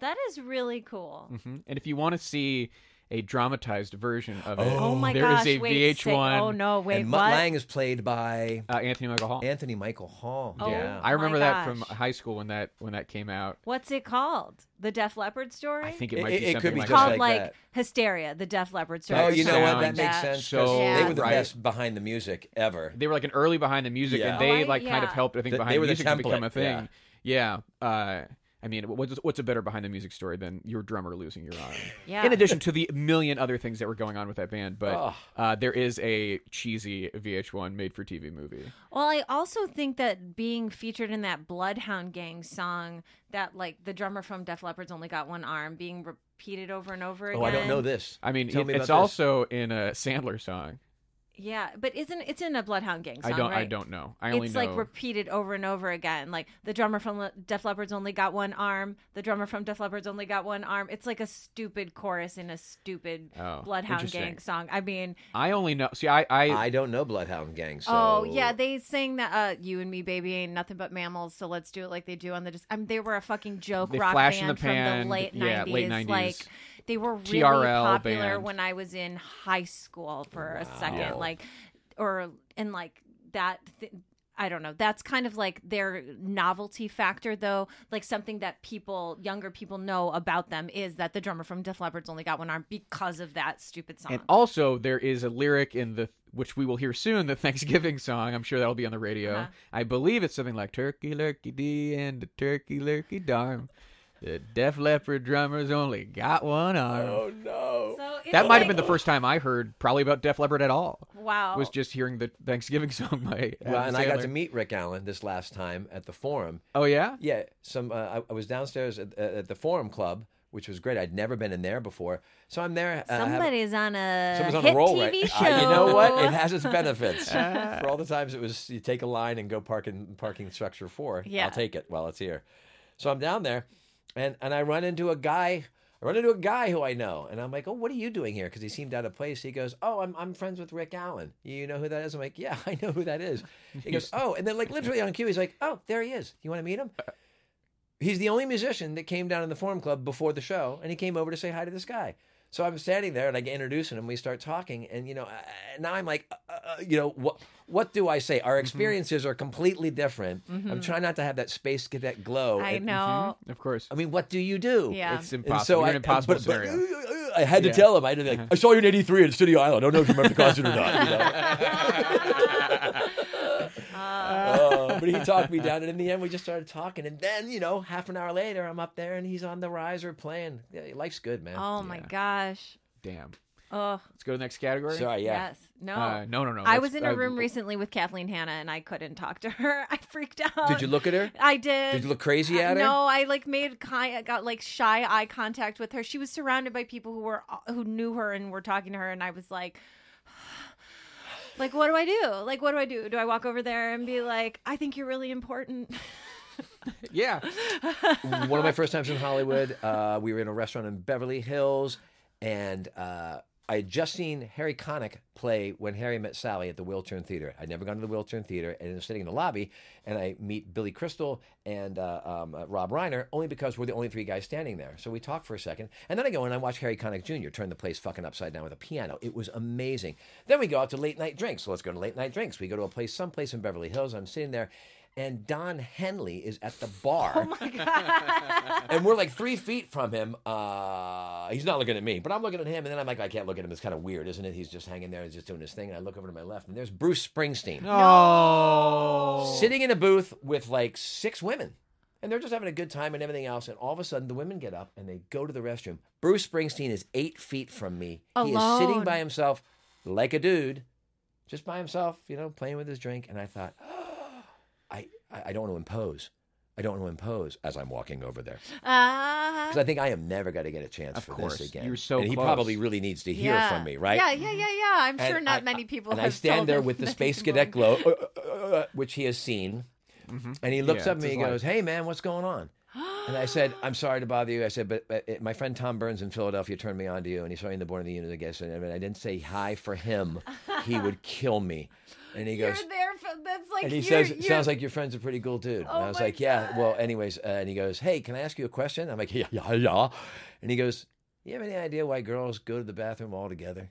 B: That is really cool.
C: Mm-hmm.
A: hmm And if you want to see a dramatized version of it,
B: Oh my
A: there is
B: gosh!
A: a
B: wait,
A: VH1.
B: say- Oh no! Wait,
C: and Mutt
B: what?
C: Lang is played by
A: uh, Anthony Michael Hall.
C: Anthony Michael Hall.
B: Oh.
C: yeah.
A: I
B: my
A: remember that from
B: gosh.
A: high school when that when that came out.
B: What's it called? The Def Leppard story?
A: I think
C: It-
A: it might be
C: it- it could
A: something
C: be
A: like
C: just
A: that.
B: called
C: like
B: like,
C: that.
B: Hysteria, the Def Leppard story.
C: Oh,
B: or
C: you know what? That
B: something like
C: makes sense. 'cause
A: so
C: they were the
B: right.
C: best behind the music ever.
A: They were like an early behind the music,
C: Yeah.
A: and they
B: Oh, I-
A: like kind of
B: yeah.
A: helped. I think
C: Th-
A: behind
C: they
A: the
C: were the
A: music to become a
C: template, yeah.
A: thing. Yeah. Uh, I mean, what's what's a better behind the music story than your drummer losing your arm?
B: Yeah.
A: In addition to the million other things that were going on with that band, but
C: Oh.
A: uh, there is a cheesy VH1 made for TV movie.
B: Well, I also think that being featured in that Bloodhound Gang song, that like the drummer from Def Leppard's only got one arm, being repeated over and over again.
C: Oh, I don't know this.
A: I mean,
C: Tell
A: it-
C: me about
A: it's
C: this.
A: also in a Sandler song.
B: Yeah, but isn't it's in a Bloodhound Gang song?
A: I don't. I
B: right?
A: don't know. I only
B: it's
A: know.
B: like repeated over and over again. Like the drummer from Le- Def Leppard's only got one arm. The drummer from Def Leppard's only got one arm. It's like a stupid chorus in a stupid
A: Oh,
B: Bloodhound
A: interesting.
B: Gang song. I mean,
A: I only know. See, I. I,
C: I don't know Bloodhound Gang. So
B: oh yeah, they sang that uh, "You and Me, Baby, ain't nothing but mammals." So let's do it like they do on the. Dis- I mean, they were a fucking joke
A: They
B: rock
A: flash in
B: band
A: the pan,
B: from the late
A: yeah, late 90s.
B: Like they were really
A: TRL
B: popular
A: band.
B: when I was in high school for a second.
A: Yeah.
B: Like. Or and like that. Th- I don't know. That's kind of like their novelty factor, though. Like something that people, younger people, know about them is that the drummer from Def Leppard's only got one arm because of that stupid song.
A: And also, there is a lyric in the which we will hear soon, the Thanksgiving song. I'm sure that'll be on the radio.
B: Uh-huh.
A: I believe it's something like "Turkey Lurkey Dee and the Turkey Lurkey Darm." The Def Leppard drummers only got one arm.
C: Oh, no.
B: so it's
A: oh, that might have
B: like-
A: been the first time I heard probably about Def Leppard at all.
B: Wow.
A: Was just hearing the Thanksgiving song by. Adam
C: Well, and I got
A: Sandler.
C: to meet Rick Allen this last time at the Forum.
A: Oh yeah.
C: Yeah, some uh, I, I was downstairs at, at at the Forum Club, which was great. I'd never been in there before, so I'm there. Uh, having-
B: Somebody's on a
C: Someone's on
B: hit
C: a roll
B: TV
C: right Uh-huh.
B: show.
C: Uh, you know what? It has its benefits. For all the times it was you take a line and go park in parking structure four.
B: Yeah.
C: I'll take it while it's here. So I'm down there and, and I run into a guy I run into a guy who I know and I'm like, Oh, what are you doing here? Because he seemed out of place. He goes, Oh, I'm I'm friends with Rick Allen. You know who that is? I'm like, Yeah, I know who that is. He goes, Oh, and then like literally on cue, he's like, Oh, there he is. You want to meet him? He's the only musician that came down in the Forum Club before the show, and he came over to say hi to this guy. So I'm standing there, and I get introduced him, and we start talking. And you know, uh, now I'm like, uh, uh, you know, what what do I say? Our
B: Mm-hmm.
C: experiences are completely different. I'm trying not to have that space, get that glow.
B: I
C: And-
B: know.
A: Of course.
C: I mean, what do you do?
B: Yeah.
A: It's
C: And
A: impossible.
C: So
A: You're
C: I,
A: in an impossible
C: but, but,
A: scenario.
C: uh, uh, I had to
A: Yeah. Uh-huh.
C: tell him. I had to be like, I saw you in '83 at Studio Island. I don't know if you remember the concert or not. you know? Oh, but he talked me down, and in the end, we just started talking. And then, you know, half an hour later, I'm up there, and he's on the riser playing. Yeah, life's good, man.
B: Oh my gosh.
A: Damn.
B: Oh
A: Let's go to the next category.
C: Sorry, yeah.
B: yes. No.
A: Uh, no, no, no.
B: I
A: That's-
B: was in a
A: uh,
B: room recently with Kathleen Hanna and I couldn't talk to her. I freaked out.
C: Did you look at her?
B: I did.
C: Did you look crazy
B: I-
C: at her?
B: No, I like made kind got like shy eye contact with her. She was surrounded by people who were uh, who knew her and were talking to her, and I was like. Like what do I do? Like what do I do? Do I walk over there and be like, "I think you're really important"?
A: Yeah.
C: One of my first times in Hollywood, uh, we were in a restaurant in Beverly Hills, and uh, I had just seen Harry Connick play When Harry Met Sally at the Wiltern Theater. I'd never gone to the Wiltern Theater, and I was sitting in the lobby, and I meet Billy Crystal and uh, um, uh, Rob Reiner, only because we're the only three guys standing there. So we talk for a second, and then I go and I watch Harry Connick Jr. turn the place fucking upside down with a piano. It was amazing. Then we go out to late night drinks. So let's go to late night drinks. We go to a place, someplace in Beverly Hills. I'm sitting there. And Don Henley is at the bar
B: Uh-huh.
C: and we're like three feet from him. Uh, he's not looking at me, but I'm looking at him, and then I'm like, I can't look at him. It's kind of weird, isn't it? He's just hanging there, he's just doing his thing. And I look over to my left, and there's Bruce Springsteen
A: Oh.
C: sitting in a booth with like six women, and they're just having a good time and everything else. And all of a sudden, the women get up and they go to the restroom. Bruce Springsteen is eight feet from me. He is sitting
B: Alone.
C: by himself, like a dude, just by himself, you know, playing with his drink. And I thought, I, I I don't want to impose. I don't want to impose as I'm walking over there.
B: Uh,
C: Because I think I am never going to get a chance
A: Of
C: for
A: course.
C: this again.
A: You're so
C: and he
A: close.
C: probably really needs to hear
B: yeah.
C: from me, right?
B: Yeah, yeah, yeah, yeah. I'm
C: And
B: sure not
C: I-
B: many people.
C: And
B: have
C: I stand
B: told
C: there
B: him
C: with the
B: that
C: space
B: people-
C: cadet glow, uh, uh, uh, uh, which he has seen, and he looks
A: Mm-hmm. Yeah,
C: up at
A: it's
C: me
A: his
C: and
A: life.
C: goes, "Hey, man, what's going on?" And I said, "I'm sorry to bother you." I said, "But uh, it- my friend Tom Burns in Philadelphia turned me on to you, and he saw you in the Born of the Unit." I guess, and I mean, I didn't say hi for him; he would kill me. And he
B: You're
C: goes,
B: there. For, that's like.
C: and he
B: you're-
C: says, "It
B: you're-
C: "Sounds like your friend's a pretty cool dude." and I was
B: my
C: like, "Yeah." Well, anyways, uh, and he goes, "Hey, can I ask you a question?" I'm like, "Yeah, yeah, yeah." And he goes, "You have any idea why girls go to the bathroom all together?"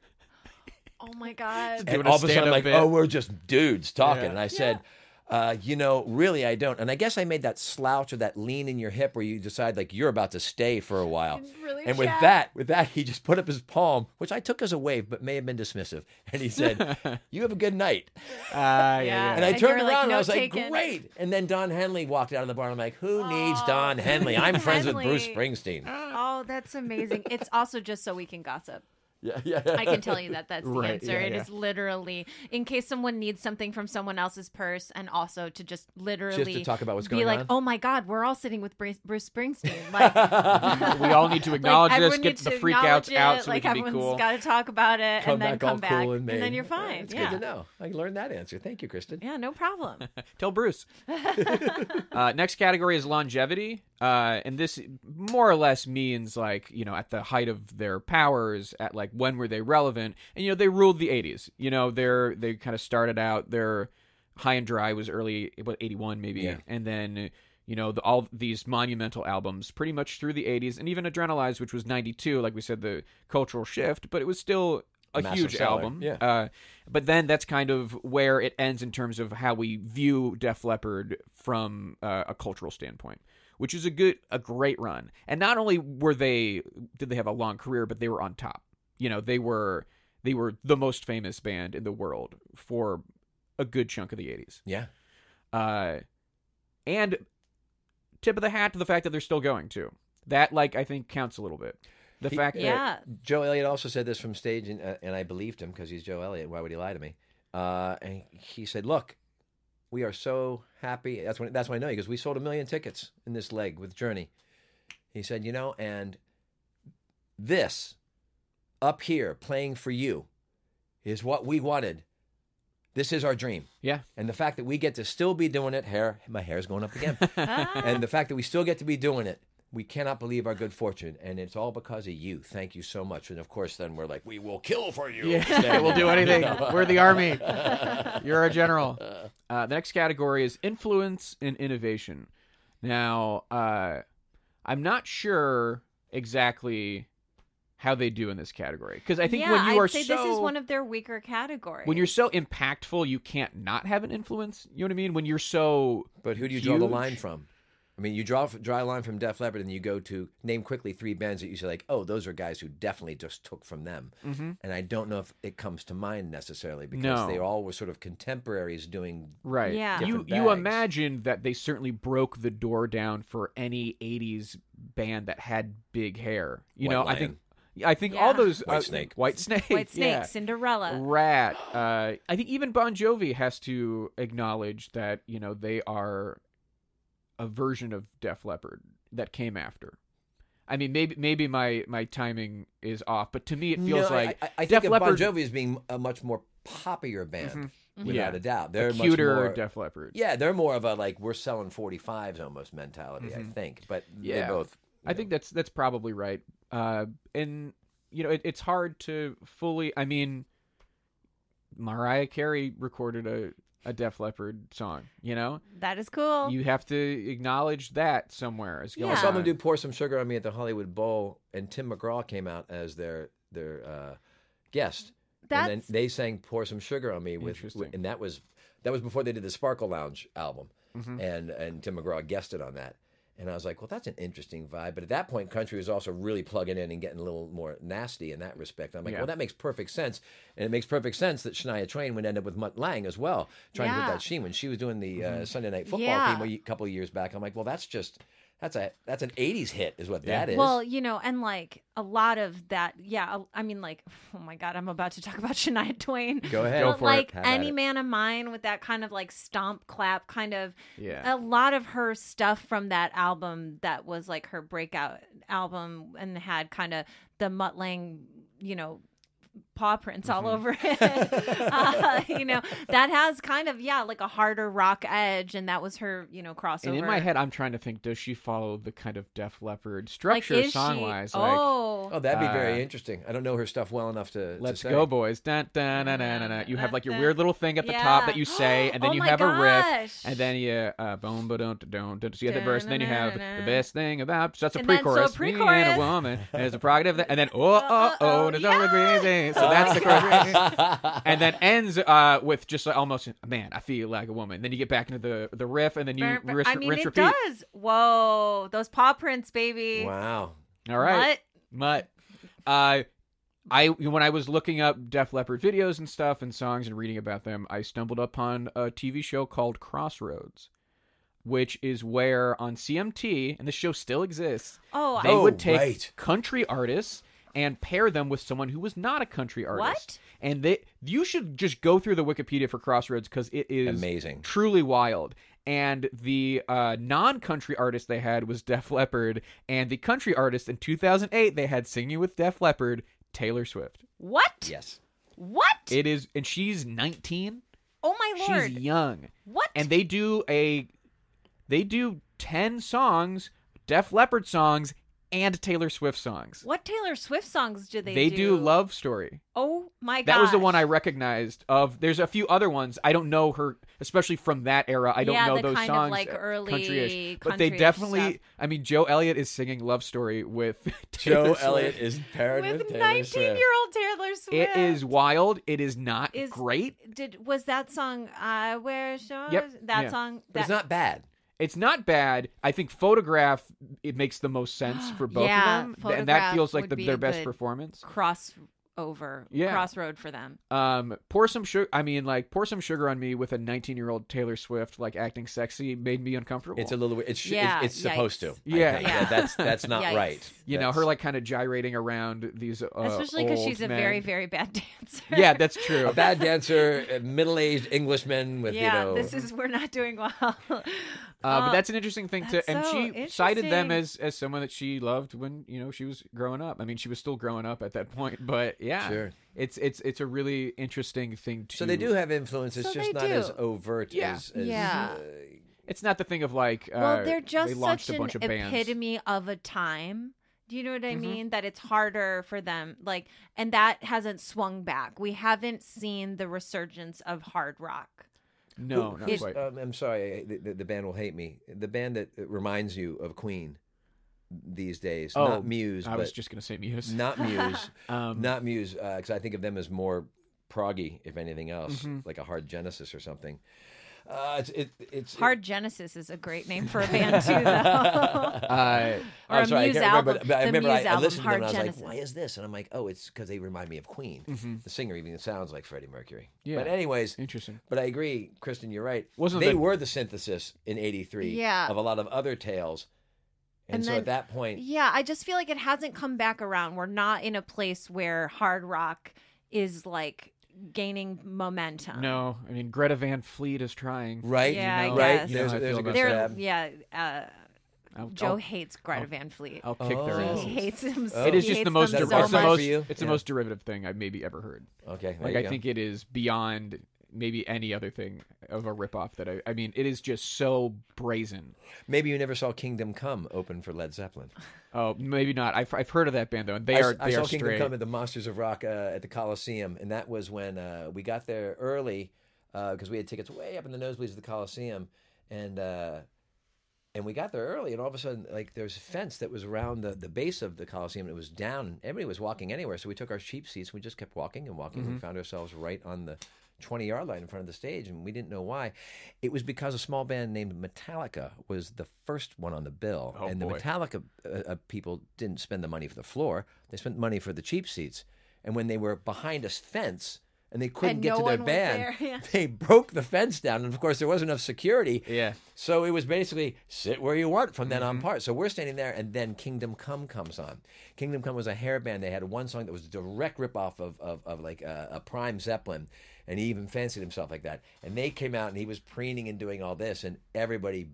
B: Oh my god.
A: Doing
C: And
A: a
C: all of a sudden, I'm
A: stand-up
C: like,
A: bit.
C: "Oh, we're just dudes talking."
A: Yeah.
C: And I said. Uh, you know, really, I don't. And I guess I made that slouch or that lean in your hip where you decide like you're about to stay for a while.
B: really
C: and with
B: chat.
C: that, with that, he just put up his palm, which I took as a wave, but may have been dismissive. And he said, "You have a good night."
A: Ah, yeah.
B: Yeah.
A: yeah.
C: And I
B: And you
C: turned
B: were like,
C: around and
B: "No
C: I was
B: taken."
C: like, great. And then Don Henley walked out of the bar. And I'm like, who needs Don Henley? I'm friends with Bruce
B: Henley.
C: Springsteen.
B: Oh, that's amazing. It's also just so we can gossip.
C: Yeah, yeah.
B: I can tell you that that's the
A: Right,
B: answer.
A: yeah,
B: It
A: yeah.
B: is literally in case someone needs something from someone else's purse, and also to just literally
C: talk about what's
B: be
C: going
B: like,
C: on?
B: oh my God, we're all sitting with Bruce, Bruce Springsteen. Like, like,
A: we all need to acknowledge this,
B: everyone
A: get
B: needs
A: the
B: to
A: freakouts
B: acknowledge
A: out
B: it.
A: so
B: like
A: we can be
B: everyone's
A: cool.
B: got to talk about it
C: Come
B: and then
C: back all
B: come back,
C: cool and made.
B: then you're fine.
C: It's
B: yeah,
C: good to know. I learned that answer. Thank you, Kristen.
B: yeah, no problem.
A: Tell Bruce. uh, next category is longevity, uh, and this more or less means like you know at the height of their powers, at like when were they relevant? And you know they ruled the '80s. You know they're they kind of started out their high and dry was early about '81 maybe,
C: Yeah.
A: and then. You know, the, all these monumental albums pretty much through the 80s and even Adrenalize, which was 92, like we said, the cultural shift, but it was still a
C: Massive
A: huge
C: seller.
A: album.
C: Yeah.
A: Uh, but then that's kind of where it ends in terms of how we view Def Leppard from uh, a cultural standpoint, which is a good, a great run. And not only were they did they have a long career, but they were on top. You know, they were they were the most famous band in the world for a good chunk of the '80s.
C: Yeah.
A: Uh, and tip of the hat to the fact that they're still going too. That like I think counts a little bit. The
C: He-
A: fact that
B: Yeah.
C: Joe Elliott also said this from stage, and, uh, and I believed him because he's Joe Elliott. Why would he lie to me? Uh, and he said, "Look, we are so happy. That's when that's when I know because we sold a million tickets in this leg with Journey." He said, "You know, and this up here playing for you is what we wanted. This is our dream,
A: yeah,
C: and the fact that we get to still be doing it. Hair, my hair's going up again." and the fact that we still get to be doing it, we cannot believe our good fortune, and it's all because of you. Thank you so much. And of course, then we're like, we will kill for you.
A: Yeah, we'll do anything. We're the army. You're a general. Uh, the next category is influence and innovation. Now, uh, I'm not sure exactly how they do in this category because I think
B: yeah,
A: when you
B: I'd
A: are
B: say
A: so
B: this is one of their weaker categories.
A: when you're so impactful, you can't not have an influence. You know what I mean? When you're so
C: But who do you draw the
A: huge-
C: line from? I mean, you draw draw a line from Def Leppard, and you go to name quickly three bands that you say like, oh, those are guys who definitely just took from them. And I don't know if it comes to mind necessarily because
A: Mm-hmm. No.
C: they all were sort of contemporaries doing.
A: Right.
B: Yeah.
A: You
C: Different
A: you
C: bags.
A: imagine that they certainly broke the door down for any '80s band that had big hair. You
C: White
A: know, I
C: Lion.
A: think I think all
B: Yeah.
A: those uh,
C: White Snake.
A: White Snake,
B: White Snake,
A: yeah.
B: Cinderella.
A: Rat. Uh, I think even Bon Jovi has to acknowledge that you know they are a version of Def Leppard that came after. I mean, maybe maybe my my timing is off, but to me it feels
C: No, I-
A: like
C: I, I
A: Def
C: think of
A: Leppard, Mm-hmm.
C: Bon Jovi as being a much more poppier band, without
A: Yeah.
C: a doubt. They're
A: a
C: much
A: cuter
C: more-
A: Def Leppard.
C: Yeah, they're more of a like we're selling 45s almost mentality, I think. But
A: Mm-hmm. Yeah.
C: they both
A: I think that's that's probably right. Uh, and you know, it, it's hard to fully. I mean, Mariah Carey recorded a a Def Leppard song. You know,
B: That is cool.
A: you have to acknowledge that somewhere is going
B: Yeah.
C: I saw them
A: on.
C: do pour some sugar on me at the Hollywood Bowl and Tim McGraw came out as their their uh, guest. And
B: That's-
C: then they sang pour some sugar on me with,
A: Interesting.
C: and that was that was before they did the Sparkle Lounge album.
A: Mm-hmm.
C: And and Tim McGraw guested on that. And I was like, well, that's an interesting vibe. But at that point, country was also really plugging in and getting a little more nasty in that respect. I'm like,
A: Yeah.
C: well, that makes perfect sense. And it makes perfect sense that Shania Twain would end up with Mutt Lang as well, trying to
B: Yeah. Mm-hmm.
C: put that sheen when she was doing the uh, Sunday Night Football
B: Yeah.
C: theme a ye- couple of years back. I'm like, well, that's just that's a that's an '80s hit, is what that is.
B: Well, you know, and like a lot of that, yeah. I I mean, like, oh my God, I'm about to talk about Shania Twain.
C: Go ahead.
A: Go
B: But
A: for it.
B: like
C: Have at
B: any
C: it.
B: man of mine with that kind of like stomp clap kind of
A: Yeah.
B: a lot of her stuff from that album that was like her breakout album and had kind of the Mutt Lang, you know, paw prints
A: Mm-hmm.
B: all over it. uh, you know, that has kind of yeah, like a harder rock edge and that was her, you know, crossover.
A: and in my head, I'm trying to think: Does she follow the kind of Def Leppard structure
B: like, is
A: song
B: she,
A: wise? Like,
B: Oh.
C: oh, that'd be very
A: uh,
C: interesting. I don't know her stuff well enough to. to
A: let's
C: say.
A: go, boys! Dun, dun, dun, dun, dun, dun. You have like your weird little thing at the
B: Yeah.
A: top that you say, and then
B: Oh
A: you
B: my
A: have a riff,
B: gosh.
A: and then you uh, boom, ba dun, dun, dun, so you have the
B: Dun,
A: verse, and then you
B: dun,
A: have
B: dun,
A: the
B: dun.
A: best thing about. So that's a
B: And then so
A: pre-chorus.
B: a
A: Me and
B: pre-chorus.
A: a woman is a prerogative, that, and then oh oh oh,
B: oh,
A: it's all the
B: yeah. Oh
A: crazy. So that's the chorus, and then ends uh, with just like, almost man, I feel like a woman. Then you get back into the the riff, and then you
B: Burn- burn-
A: rinse,
B: I mean,
A: rinse
B: it
A: repeat.
B: does. Whoa, those paw prints, baby.
C: Wow.
A: All right.
B: Mutt.
A: Mutt. Uh, I when I was looking up Def Leppard videos and stuff and songs and reading about them, I stumbled upon a TV show called Crossroads, which is where on CMT and the show still exists.
B: Oh,
A: they
B: I,
C: Oh,
A: would take
C: right.
A: country artists and pair them with someone who was not a country artist. And they you should just go through the Wikipedia for Crossroads because it is
C: Amazing.
A: truly wild. And the uh, non-country artist they had was Def Leppard, and the country artist in 2008 they had singing with Def Leppard, Taylor Swift.
B: what?
C: Yes.
B: What?
A: It is, and she's 19.
B: oh my lord!
A: She's young,
B: what?
A: and they do a, they do 10 songs, Def Leppard songs and Taylor Swift songs.
B: What Taylor Swift songs do they,
A: They
B: do?
A: do Love Story.
B: Oh my god.
A: That was the one I recognized. Of there's a few other ones I don't know her, especially from that era. I don't
B: Yeah,
A: know
B: the
A: those
B: kind of,
A: songs.
B: like,
A: uh,
B: early
A: country-ish. but they
B: country-ish
A: definitely.
B: stuff.
A: I mean, Joe Elliott is singing "Love Story" with Taylor
C: Joe
A: Swift.
C: Elliott is paired with,
B: with
C: Taylor
B: 19
C: Swift.
B: year old Taylor Swift.
A: It is wild. It is not
B: Is-
A: great.
B: Did was that song I wear shoes?
A: Yep,
B: That
A: yeah.
B: song.
C: But it's
B: that-
C: not bad.
A: It's not bad. I think photograph it makes the most sense for both
B: Yeah,
A: of them, Th- and that
B: Photograph
A: feels like
B: would
A: the,
B: be
A: their
B: a
A: best
B: good-
A: performance.
B: crossover.
A: Yeah.
B: Crossroad for them.
A: Um, pour some sugar. I mean, like pour some sugar on me with a 19 year old Taylor Swift like acting sexy made me uncomfortable.
C: It's a little. weird. It's sh-
B: Yeah,
C: it's, it's supposed to.
B: yikes.
C: I
A: Yeah.
C: think.
B: Yeah.
C: That- that's that's not
B: Yikes.
C: right.
A: you know her
C: That's-
A: like kind of gyrating around these uh,
B: Especially because
A: old
B: she's a
A: men.
B: very, very bad dancer.
A: yeah that's true
C: a bad dancer, a middle-aged Englishman with
B: yeah,
C: you know.
B: this is we're not doing well.
A: uh, but that's an interesting thing to
B: that's
A: and
B: so
A: she cited them
B: interesting.
A: as as someone that she loved when you know she was growing up i mean she was still growing up at that point but yeah
C: Sure.
A: it's it's it's a really interesting thing to
C: so they do have influence. It's
B: So
C: just
B: they
C: not as
B: do.
C: overt
A: Yeah.
C: as, as
B: Yeah.
A: it's not the thing of like uh,
B: well, they're just
A: they launched
B: such
A: a
B: an
A: bunch of bands Mm-hmm.
B: epitome of a time. Do you know what I mean? That it's harder for them, like, and that hasn't swung back. We haven't seen the resurgence of hard rock.
A: no
C: Who-
A: not
C: who's-
A: quite
C: um, I'm sorry, I- the, the, the band will hate me. The band that uh, reminds you of Queen these days,
A: oh
C: not Muse,
A: i
C: but
A: was just gonna say muse
C: not Muse,
A: um
C: not Muse, because I think of them as more proggy, if anything else,
A: Mm-hmm.
C: like a hard Genesis or something. Uh, it's it, it's
B: Hard Genesis is a great name for a band too, though.
A: uh,
B: or
C: I'm
B: a
C: Oh, sorry,
B: Muse
C: I can't remember.
B: album.
C: But I
B: The
C: remember
B: Muse
C: I, I
B: album,
C: listened to them
B: Hard
C: and I was
B: Genesis.
C: like, "Why is this?" And I'm like, "Oh, it's because they remind me of Queen. The singer even sounds like Freddie Mercury."
A: Yeah.
C: But anyways,
A: interesting
C: But I agree, Kristen, you're right.
A: Wasn't
C: they
A: the-
C: were the synthesis in '83
B: Yeah.
C: of a lot of other tales, and,
B: And
C: so at
B: then-
C: that point,
B: yeah, I just feel like it hasn't come back around. We're not in a place where hard rock is like gaining momentum.
A: no i mean greta van fleet is trying
C: right,
B: Yeah, I
C: right.
B: guess.
A: You know
C: There's,
A: how I
C: there's
A: feel
C: a
A: about
C: good
A: that.
B: They're,
C: stab.
B: yeah, uh,
A: I'll-
B: Joe
A: I'll-
B: hates Greta Van Fleet.
A: I'll kick their
C: Oh.
A: asses.
B: He hates him. so-
C: It
A: It
C: Oh.
A: is
B: he
A: just
B: hates
A: the most.
B: them
C: Is
A: It's
C: that
B: so
C: a
A: the
B: much.
C: bar for
A: most.
C: you?
A: It's the
C: Yeah.
A: most derivative thing I've maybe ever heard.
C: Okay, there
A: Like
C: you
A: I
C: go.
A: think it is beyond maybe any other thing of a ripoff that I. I mean, it is just so brazen.
C: maybe you never saw Kingdom Come open for Led Zeppelin.
A: Oh, maybe not. I've, I've heard of that band though, and they
C: I,
A: are
C: s- I
A: they
C: saw
A: are
C: Kingdom
A: straight.
C: Come at the Monsters of Rock uh, at the Coliseum, and that was when uh, we got there early because we had tickets way up in the nosebleeds of the Coliseum, and uh, and we got there early, and all of a sudden, like there's a fence that was around the, the base of the Coliseum, and it was down, and everybody was walking anywhere, so we took our cheap seats, and we just kept walking and walking,
A: Mm-hmm.
C: and we found ourselves right on the. 20 yard line in front of the stage, and we didn't know why. It was because a small band named Metallica was the first one on the bill,
A: Oh,
C: and the
A: boy.
C: Metallica uh, uh, people didn't spend the money for the floor. They spent money for the cheap seats. And when they were behind a fence and they couldn't
B: And
C: get
B: no
C: to their
B: one was
C: band,
B: there, yeah.
C: they broke the fence down. And of course, there wasn't enough security.
A: Yeah. Mm-hmm.
C: So it was basically sit where you want from then on part. So we're standing there, and then Kingdom Come comes on. Kingdom Come was a hair band. They had one song that was a direct ripoff of of, of like a, a Prime Zeppelin, and he even fancied himself like that. And they came out, and he was preening and doing all this, and everybody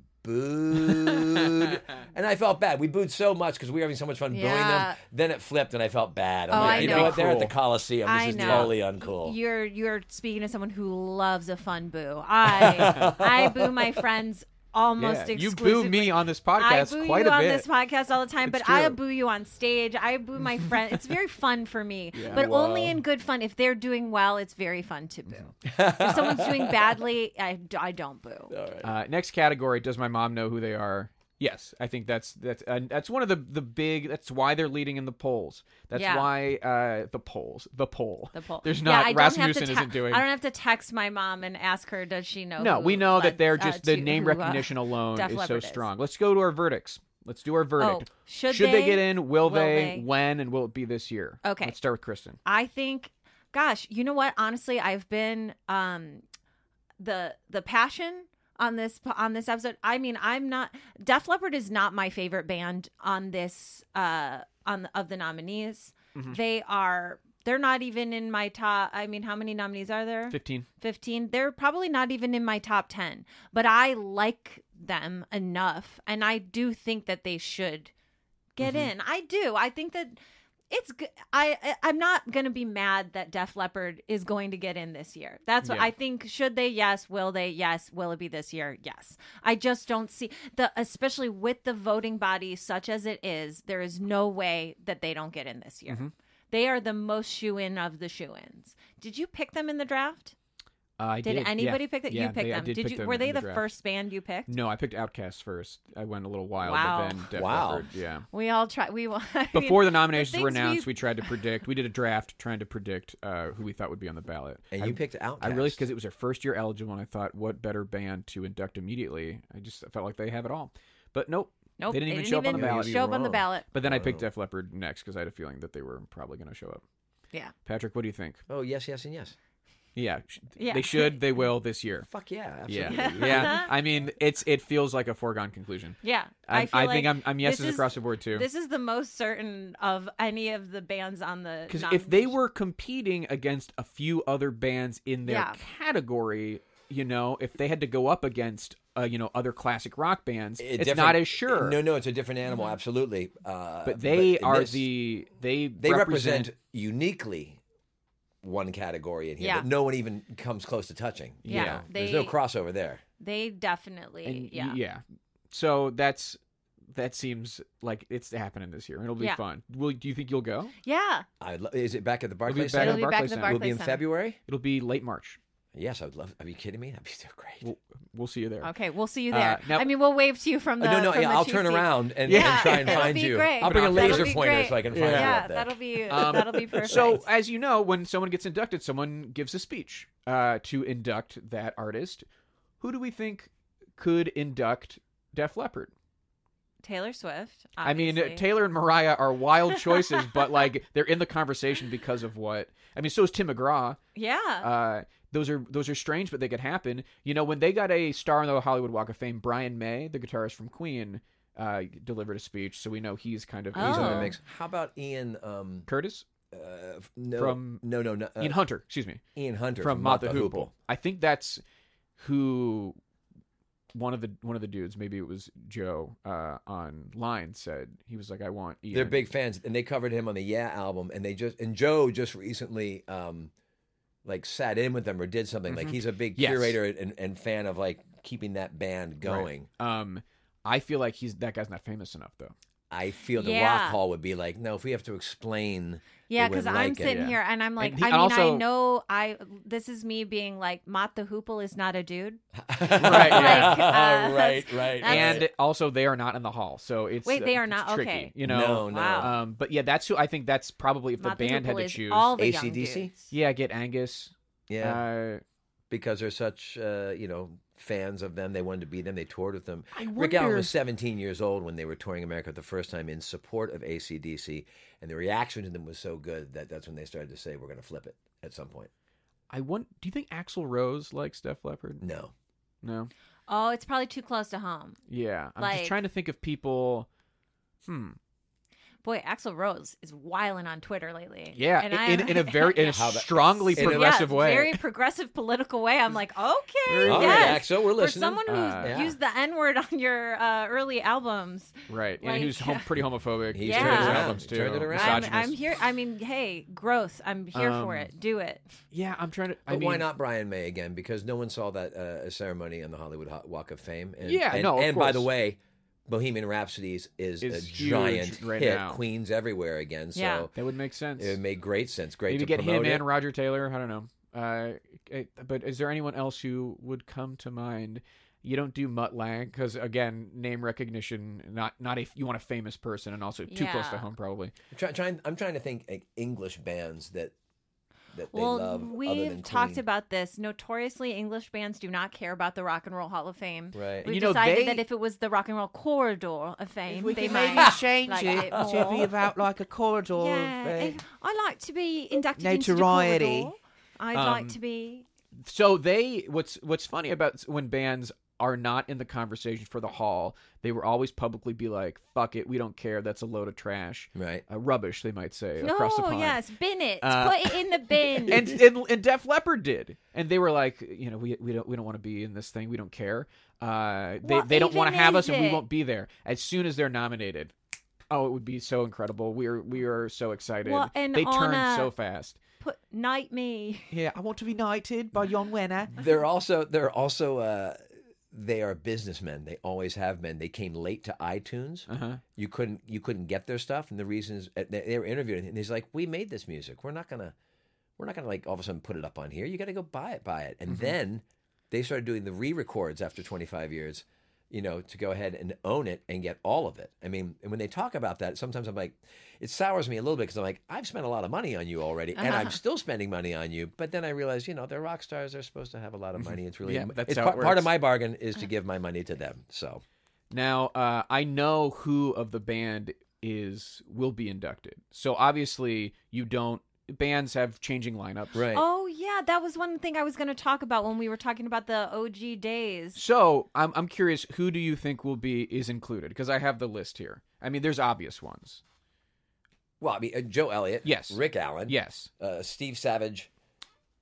C: booed. and I felt bad. We booed so much because we were having so much fun booing
B: Yeah.
C: them. Then it flipped, and I felt bad. I'm
B: Oh,
C: like,
B: I
C: you know
B: know.
C: what? They're at the
A: Cool.
C: Coliseum. This
B: I
C: is
B: know.
C: totally uncool.
B: You're you're speaking to someone who loves a fun boo. I I boo my friends almost
A: Yeah. You
B: exclusively.
A: boo me on this
B: I
A: podcast
B: boo
A: quite
B: you
A: a
B: on
A: bit.
B: this podcast all the time,
A: It's
B: but I
A: true.
B: boo you on stage. I boo my friend. It's very fun for me, but only in good fun. If they're doing well, it's very fun to boo.
C: Mm-hmm.
B: if someone's doing badly, I, I don't boo.
A: Uh, next category: Does my mom know who they are? Yes, I think that's that's uh, that's one of the the big. That's why they're leading in the polls. That's
B: Yeah.
A: why uh, the polls, the poll,
B: The poll.
A: There's
B: Yeah,
A: not
B: I don't have to
A: Rasmussen
B: te-
A: isn't doing.
B: I don't have to text my mom and ask her, does she know?
A: No,
B: who
A: we know
B: Led-
A: that they're
B: uh,
A: just the
B: to-
A: name
B: who, uh,
A: recognition alone
B: Def
A: is
B: Leppard
A: so strong. Let's go to our verdicts. Let's do our verdict.
B: Oh, should
A: they,
B: they?
A: get in? Will,
B: Will
A: they?
B: they?
A: When? And will it be this year?
B: Okay.
A: Let's start with Kristen.
B: I think, gosh, you know what? Honestly, I've been um, the the passion on this on this episode. I mean, I'm not Def Leppard is not my favorite band on this uh on the, of the nominees. They are they're not even in my top. I mean, how many nominees are there?
A: Fifteen.
B: 15 they're probably not even in my top 10 but i like them enough and i do think that they should get in i do i think that it's g- I I- I'm not gonna be mad that Def Leppard is going to get in this year. That's what
A: Yeah.
B: I think. Should they? Yes. Will they? Yes. Will it be this year? Yes. I just don't see the especially with the voting body such as it is. There is no way that they don't get in this year. They are the most shoe in of the shoe ins. Did you pick them in the draft?
A: Uh, I
B: Did,
A: yeah.
B: anybody pick that?
A: Yeah,
B: you picked
A: they- I
B: them. Did,
A: pick
B: you?
A: them
B: were
A: in
B: they the,
A: draft.
B: first band you picked?
A: No, I picked Outcast first. I went a little wild,
B: Wow.
A: but then Def
C: Wow.
A: Leppard, yeah.
B: We all try. We all, I mean,
A: Before the nominations were
B: things we-
A: announced, we... tried to predict. We did a draft trying to predict uh, who we thought would be on the ballot.
C: And
A: I-
C: you picked
A: I really
C: Outkast.
A: because it was their first year eligible, and I thought, what better band to induct immediately? I just felt like they have it all, but nope,
B: Nope,
A: they didn't even show up on the
C: even
A: ballot.
B: show up on the
C: Wrong.
B: ballot.
A: But then I picked
C: Wow.
A: Def Leppard next because I had a feeling that they were probably going to show up.
B: Yeah.
A: Patrick, what do you think?
C: Oh yes, yes, and yes.
A: Yeah, sh-
B: Yeah.
A: they should, they will this year.
C: Fuck yeah,
A: Yeah,
C: absolutely.
A: yeah. I mean, it's it feels like a foregone conclusion.
B: Yeah,
A: I, I,
B: feel like
A: think I'm, I'm yeses
B: this is-
A: across the board too.
B: This is the most certain of any of the bands on the.
A: Because if
B: nomination.
A: they were competing against a few other bands in their
B: Yeah.
A: category, you know, if they had to go up against, uh, you know, other classic rock bands,
C: A
A: it's
C: different-
A: not as sure.
C: No, no, it's a different animal. Absolutely. Uh,
A: but they
C: in
A: are
C: this,
A: the they
C: They represent uniquely one category in here
B: Yeah.
C: that no one even comes close to touching. you
B: Yeah.
C: know?
B: They-
C: There's no crossover there.
B: they definitely,
A: and y-
B: yeah.
A: yeah. So that's that seems like it's happening this year. It'll be
B: Yeah.
A: fun. Will do you think you'll go?
B: Yeah.
C: I lo- is it back at
A: It'll
C: the
A: be
C: Barclays
A: back
C: Center?
A: at
B: It'll be back
A: Barclays
B: at
A: Center.
B: the
C: Will it
B: Barclays
C: be in
B: Center.
C: February?
A: It'll be late March.
C: Yes, I would love. Are you kidding me? That'd be so great.
A: We'll, we'll see you there.
B: Okay, we'll see you
A: Uh,
B: there.
A: now-
B: I mean, we'll wave to you from the.
C: Uh, no, no,
B: from
C: yeah,
B: the
C: I'll
B: cheap
C: turn
B: seat.
C: around and,
A: Yeah.
C: and try and
B: That'll
C: find
B: be
C: you.
B: great.
C: I'll bring a
B: That'll
C: laser
B: be
C: pointer
B: great.
C: so I can find
B: Yeah,
C: you out there.
B: that'll be
A: Um,
B: that'll be perfect.
A: So, as you know, when someone gets inducted, someone gives a speech uh, to induct that artist. Who do we think could induct Def Leppard?
B: Taylor Swift.
A: I mean,
B: obviously.
A: Taylor and Mariah are wild choices, but like they're in the conversation because of what. I mean, so is Tim McGraw.
B: Yeah.
A: Uh, those are those are strange, but they could happen. You know, when they got a star on the Hollywood Walk of Fame, Brian May, the guitarist from Queen, uh, delivered a speech, so we know he's kind of
C: He's in
B: Oh.
C: the mix. How about Ian? Um,
A: Curtis,
C: uh, f- no,
A: From-
C: no, no, no. Uh,
A: Ian Hunter, excuse me.
C: Ian Hunter
A: from
C: Mott
A: Mott the
C: the
A: Hoople. I think that's who one of the one of the dudes, maybe it was Joe, uh, online said he was like, "I want." Ian.
C: They're big fans, and they covered him on the Yeah album, and they just and Joe just recently, um, like sat in with them or did something. Like he's a big
A: Mm-hmm. Yes.
C: curator and, and fan of like keeping that band
A: Right.
C: going.
A: Um, I feel like he's that guy's not famous enough though.
C: I feel the
B: Yeah.
C: Rock Hall would be like, no, if we have to explain,
B: Yeah,
C: they
B: because
C: wouldn't
B: I'm
C: like it.
B: sitting
A: Yeah.
B: here and I'm like,
A: he
B: I mean, I
A: also-
B: know I. This is me being like, Mott the Hoople is not a dude.
A: Right, yeah.
B: Like, uh,
C: right, right,
B: that's-
C: right.
A: and also, they are not in the hall, so it's
B: Wait, they
A: uh,
B: are
A: it's
B: not?
A: tricky,
B: Okay.
A: You know,
C: No, no.
B: Wow.
A: Um, but yeah, that's who I think. That's probably if
B: Mott
A: the band had
B: Hoople
A: to
B: is
A: choose.
B: all the young
C: AC/DC?
B: dudes.
A: yeah, get Angus.
C: yeah,
A: Uh,
C: because they're such uh, you know fans of them. They wanted to be them. They toured with them.
A: I
C: Rick Allen
A: wonder-
C: was 17 years old when they were touring America the first time in support of ACDC, and the reaction to them was so good that that's when they started to say we're going to flip it at some point.
A: I want. Do you think Axl Rose likes Def Leppard?
C: No,
A: No.
B: Oh, it's probably too close to home.
A: Yeah, I'm
B: Like-
A: just trying to think of people. Hmm.
B: Boy, Axl Rose is wiling on Twitter lately.
A: Yeah,
B: and
A: in, in, in a very in a
C: How about-
A: strongly
C: in a-
A: progressive
B: yeah,
A: way.
B: Very progressive political way. I'm like, okay,
A: Very
C: All right,
B: yes.
C: Axel, we're
B: For
C: listening.
B: someone who
A: Uh, yeah.
B: used the N word on your uh, early albums,
A: right,
B: like-
A: and who's hom- pretty homophobic.
C: He's
B: Yeah.
A: in
B: turned
A: his
B: it around.
A: albums
C: He
A: too.
C: turned it around.
B: I'm,
A: misogynist.
B: I'm here. I mean, hey, growth. I'm here for
A: Um,
B: it. Do it.
A: Yeah, I'm trying to. I
C: But
A: mean,
C: why not Brian May again? Because no one saw that uh, ceremony on the Hollywood Ho- Walk of Fame. And,
A: Yeah,
C: and,
A: no, of
C: And by the
A: course.
C: way, Bohemian Rhapsodies is,
A: Is
C: a
A: huge
C: giant
A: right
C: hit.
A: now.
C: Queens everywhere again. So
B: Yeah.
A: That would make sense.
C: it made great sense. Great
A: Maybe
C: to
A: get him
C: promote it.
A: and Roger Taylor. I don't know. Uh, it- but is there anyone else who would come to mind? You don't do Mutt Lang because again, name recognition. Not not a you want a famous person and also too close to
B: Yeah.
A: home probably.
C: Try, trying, I'm trying to think like, English bands that that they
B: well,
C: love. other
B: we've
C: than
B: talked
C: Queen.
B: about this. Notoriously, English bands do not care about the Rock and Roll Hall of Fame.
C: Right.
B: We
A: You know,
B: decided
A: they-
B: that if it was the Rock and Roll Corridor of Fame,
D: we
B: they
D: can maybe
B: might
D: change
B: like
D: it, to be
B: more.
D: about like a corridor of,
B: Yeah,
D: uh,
B: if- I like to be inducted
D: notoriety.
B: into the corridor. I'd like
A: Um,
B: to be.
A: so they what's what's funny about when bands are not in the conversation for the hall they will always publicly be like fuck it we don't care that's a load of trash
C: Right.
A: uh, rubbish they might say
B: No,
A: across the pond
B: yes, bin it.
A: Uh,
B: Put it in the bin.
A: and, and and Def Leppard did, and they were like, you know, we, we don't we don't want to be in this thing. We don't care. Uh, they
B: What
A: they don't want to
B: even
A: have us,
B: is
A: and we
B: it?
A: won't be there. As soon as they're nominated, Oh, it would be so incredible. We are we are so excited.
B: Well, and
A: they
B: on
A: turned
B: a-
A: so fast.
B: Put knight me.
D: Yeah, I want to be knighted by John Wenner.
C: They're also they're also uh, they are businessmen. They always have been. They came late to iTunes. You couldn't you couldn't get their stuff, and the reasons uh, they, they were interviewed, and he's like, "We made this music. We're not gonna we're not gonna like all of a sudden put it up on here. You got to go buy it, buy it." And
A: Mm-hmm.
C: then they started doing the re-records after 25 years. You know, to go ahead and own it and get all of it. I mean, and when they talk about that, sometimes I'm like, it sours me a little bit because I'm like, I've spent a lot of money on you already, and
A: Uh-huh.
C: I'm still spending money on you. But then I realize, you know, they're rock stars; they're supposed to have a lot of money. It's really
A: Mm-hmm. Yeah, that's
C: it's
A: how it
C: par- part of
A: works. Uh-huh.
C: my bargain is to give my money to them. So
A: Now, uh, I know who of the band is will be inducted. So obviously, you don't. Bands have changing lineups,
C: right,
B: Oh yeah, that was one thing I was going to talk about when we were talking about the OG days.
A: So I'm I'm curious, who do you think will be is included? Because I have the list here. I mean, there's obvious ones.
C: well, I mean, uh, Joe Elliott,
A: Yes.
C: Rick Allen,
A: Yes,
C: uh, Steve Savage,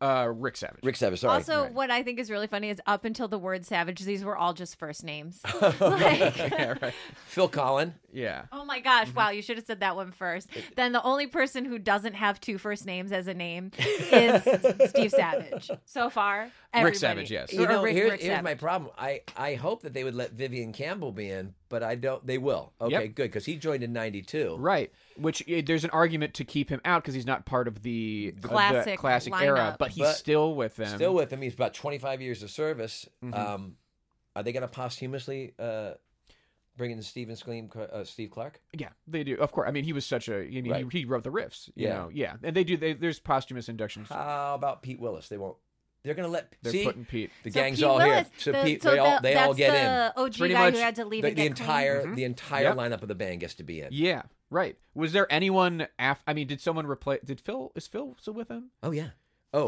A: uh, Rick Savage.
C: Rick Savage. Sorry,
B: also, what I think is really funny is up until the word savage, these were all just first names. like,
A: yeah, right.
C: Phil Collin.
A: yeah.
B: oh my gosh,
C: Mm-hmm.
B: wow, you should have said that one first. Then the only person who doesn't have two first names as a name is Steve Savage. So far, everybody.
A: Rick Savage, yes.
C: You
B: Or
C: know,
B: Rick-
C: here-
B: Rick
C: here's my
B: Savage.
C: problem. I, I hope that they would let Vivian Campbell be in, but I don't. They will. Okay,
A: Yep.
C: good because he joined in '92.
A: Right, which eh, there's an argument to keep him out because he's not part of the of the
B: Classic
A: classic era,
B: lineup.
A: but he's
C: But
A: still with them.
C: Still with him. He's about 25 years of service.
A: Mm-hmm.
C: Um, are they going to posthumously uh, bring in Steven Scream, uh, Steve Clark?
A: Yeah, they do. Of course. I mean, he was such a. I mean,
C: Right.
A: he, he wrote the riffs. You
C: Yeah.
A: know. Yeah, and they do. They, there's posthumous inductions.
C: How about Pete Willis? They won't. They're going to let.
A: They're
C: see,
A: putting Pete.
C: the
B: So
C: gang's
B: Pete
C: all
B: Willis,
C: here. So
B: the-
C: Pete, they all
B: the-
C: they all
B: that's
C: get
B: the
C: in.
B: OG
A: Pretty
B: guy who
A: much
B: had to leave
C: The,
B: and
C: the
B: get
C: entire
B: clean.
C: the entire
A: Mm-hmm. Yep.
C: lineup of the band gets to be in.
A: Yeah. Right. Was there anyone? Af- I mean, did someone replace? Did Phil? Is Phil still with him?
C: Oh yeah. Oh,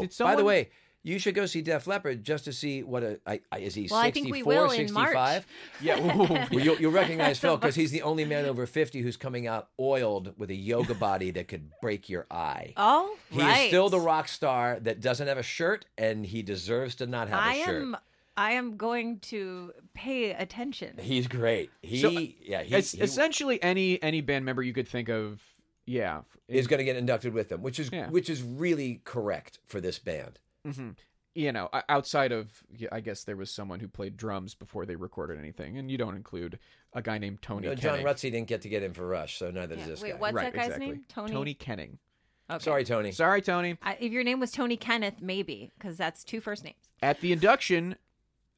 A: Did
C: by the
A: someone-
C: way, you should go see Def Leppard just to see what a I, I, is he
B: Well, I
C: 64,
B: think we will in
C: 65?
B: March.
A: Yeah.
C: Well, you'll, you'll recognize Phil because he's the only man over 50 who's coming out oiled with a yoga body that could break your eye.
B: Oh,
C: He
B: right.
C: is still the rock star that doesn't have a shirt, and he deserves to not have
B: I
C: a shirt.
B: am. I am going to pay attention.
C: He's great. He,
A: So,
C: yeah, he,
A: Es-
C: he
A: essentially, any any band member you could think of. Yeah.
C: is going to get inducted with them, which is
A: Yeah.
C: which is really correct for this band.
A: hmm You know, o- outside of, yeah, I guess there was someone who played drums before they recorded anything, and you don't include a guy named Tony.
C: You know, Uh, John
A: Kenning.
C: Rutsey didn't get to get in for Rush, so neither does this
B: Wait,
C: guy.
B: what's
A: right,
B: that guy's
A: exactly.
B: name? Tony.
A: Tony Kenning.
B: Okay.
C: Sorry, Tony.
A: Sorry, Tony.
B: I, if your name was Tony Kenneth, maybe because that's two first names.
A: At the induction,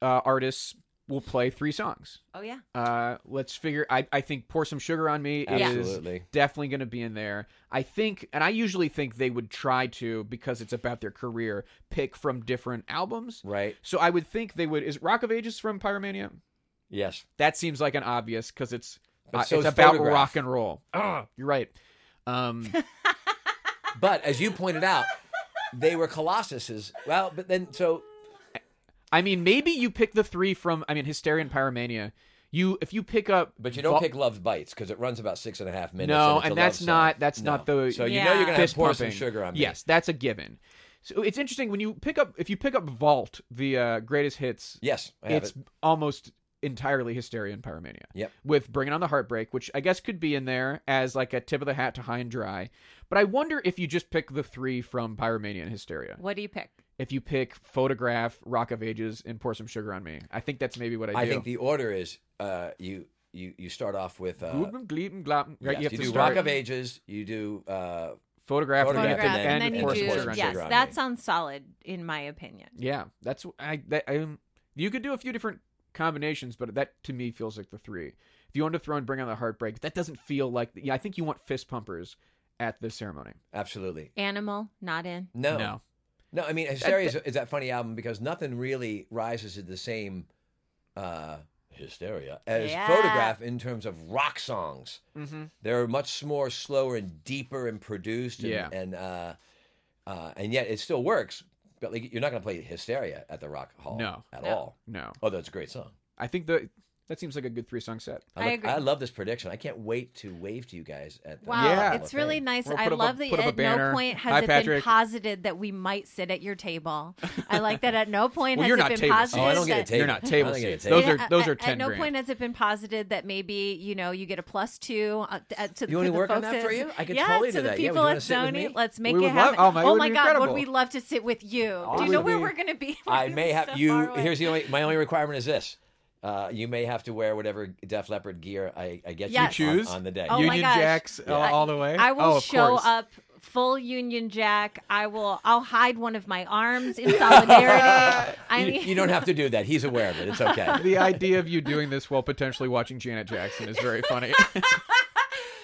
A: uh, artists will play three songs.
B: Oh yeah.
A: Uh, let's figure. I, I think "Pour Some Sugar on Me" is
C: Absolutely.
A: definitely going to be in there. I think, and I usually think they would try to because it's about their career, pick from different albums.
C: Right?
A: So I would think they would. Is Rock of Ages from Pyromania?
C: Yes.
A: That seems like an obvious because it's
C: But
A: uh,
C: so
A: it's
C: is
A: about
C: Photograph.
A: rock and roll. Ah, you're right. Um,
C: But as you pointed out, they were Colossuses. Well, but then so
A: I mean, maybe you pick the three from. I mean, Hysteria and Pyromania. You if you pick up,
C: But you don't
A: Vol-
C: pick Love Bites because it runs about six and a half minutes.
A: No,
C: it's a
A: and
C: love
A: that's
C: song.
A: not- that's
C: No.
A: not the-
C: So you know you're gonna have
A: fist
C: pour some
A: pumping.
C: sugar on me.
A: Yes, that's a given. So it's interesting when you pick up if you pick up Vault, the uh, greatest hits.
C: Yes, I have
A: it's
C: it.
A: almost entirely Hysteria and Pyromania.
C: Yep.
A: With Bringing on the Heartbreak, which I guess could be in there as like a tip of the hat to High and Dry. But I wonder if you just pick the three from Pyromania and Hysteria.
B: What do you pick?
A: If you pick Photograph, Rock of Ages, and Pour Some Sugar on Me, I think that's maybe what I do.
C: I think the order is uh, you you you start off with uh,
A: Gloop and gleep and glop. Right,
C: yes,
A: you have to
C: do
A: start
C: Rock of Ages. You do uh,
A: photograph, and you
C: Photograph,
A: have to
C: and then-
A: end with
C: and then
A: Pour
C: you
A: Some
C: do-
A: Sugar on Me.
B: Yes,
C: Sugar on
B: that
C: Me.
B: sounds solid in my opinion.
A: Yeah, that's I. That, um, you could do a few different combinations, but that to me feels like the three. If you want to throw in Bring On the Heartbreak, that doesn't feel like. Yeah, I think you want fist pumpers at the ceremony.
C: absolutely
B: Animal not in.
C: no
A: No.
C: No, I mean Hysteria is is that funny album because nothing really rises to the same uh, hysteria as
B: Yeah.
C: Photograph in terms of rock songs. They're much more slower and deeper and produced, and
A: Yeah.
C: and, uh, uh, and yet it still works. But like, you're not going to play Hysteria at the Rock Hall,
A: No.
C: at
B: No.
C: all.
A: No,
C: Although it's a great song.
A: I think the That seems like a good three song set.
C: I,
B: I
C: look-
B: agree.
C: I love this prediction. I can't wait to wave to you guys at the
B: Wow,
A: Yeah.
B: it's really nice.
A: We'll
B: I
A: put up a-
B: love that
A: put up a
B: at
A: banner.
B: no point has
A: Hi,
B: it been
A: Patrick.
B: posited that we might sit at your table. I like that at no point
A: Well,
B: has
A: you're
B: it
A: not
B: been
A: table seats.
B: posited.
C: Oh, I don't get a
B: that-
C: table.
A: You're not
C: I don't
A: table
C: get a
A: seats.
C: table
A: Those are
B: Yeah,
A: those
B: I-
A: are
B: At
A: ten
B: no
A: grand.
B: point has it been posited that maybe you know you get a plus two uh, t- uh, to,
C: You wanna
B: to the
C: work on
B: folks
C: that
B: at-
C: for you? I could
B: yeah,
C: totally
B: to
C: do
B: the
C: that. Yeah, would
B: people
C: you
B: at
C: wanna sit with me?
B: Sony. Let's make
A: We
B: it
A: would love-
B: happen.
A: oh my, it would
B: my
A: be
B: god,
A: incredible.
B: would we love to sit with you? Do
A: it
B: you know
A: would
B: where
A: be-
B: we're gonna be? We're
C: I
B: gonna
C: may
B: be
C: have
B: so
C: you.
B: far away.
C: Here's the only my only requirement is this: uh, you may have to wear whatever Def Leppard gear I, I get
B: Yes.
C: you
B: You
C: on-
A: choose
C: on, the day.
B: Oh my
A: Union
B: gosh.
A: Jacks uh,
B: I-
A: all the way.
B: I will
A: oh, of
B: show
A: course.
B: up full Union Jack. I will. I'll hide one of my arms in solidarity. I
C: you,
B: mean,
C: you don't have to do that. He's aware of it. It's okay.
A: The idea of you doing this while potentially watching Janet Jackson is very funny.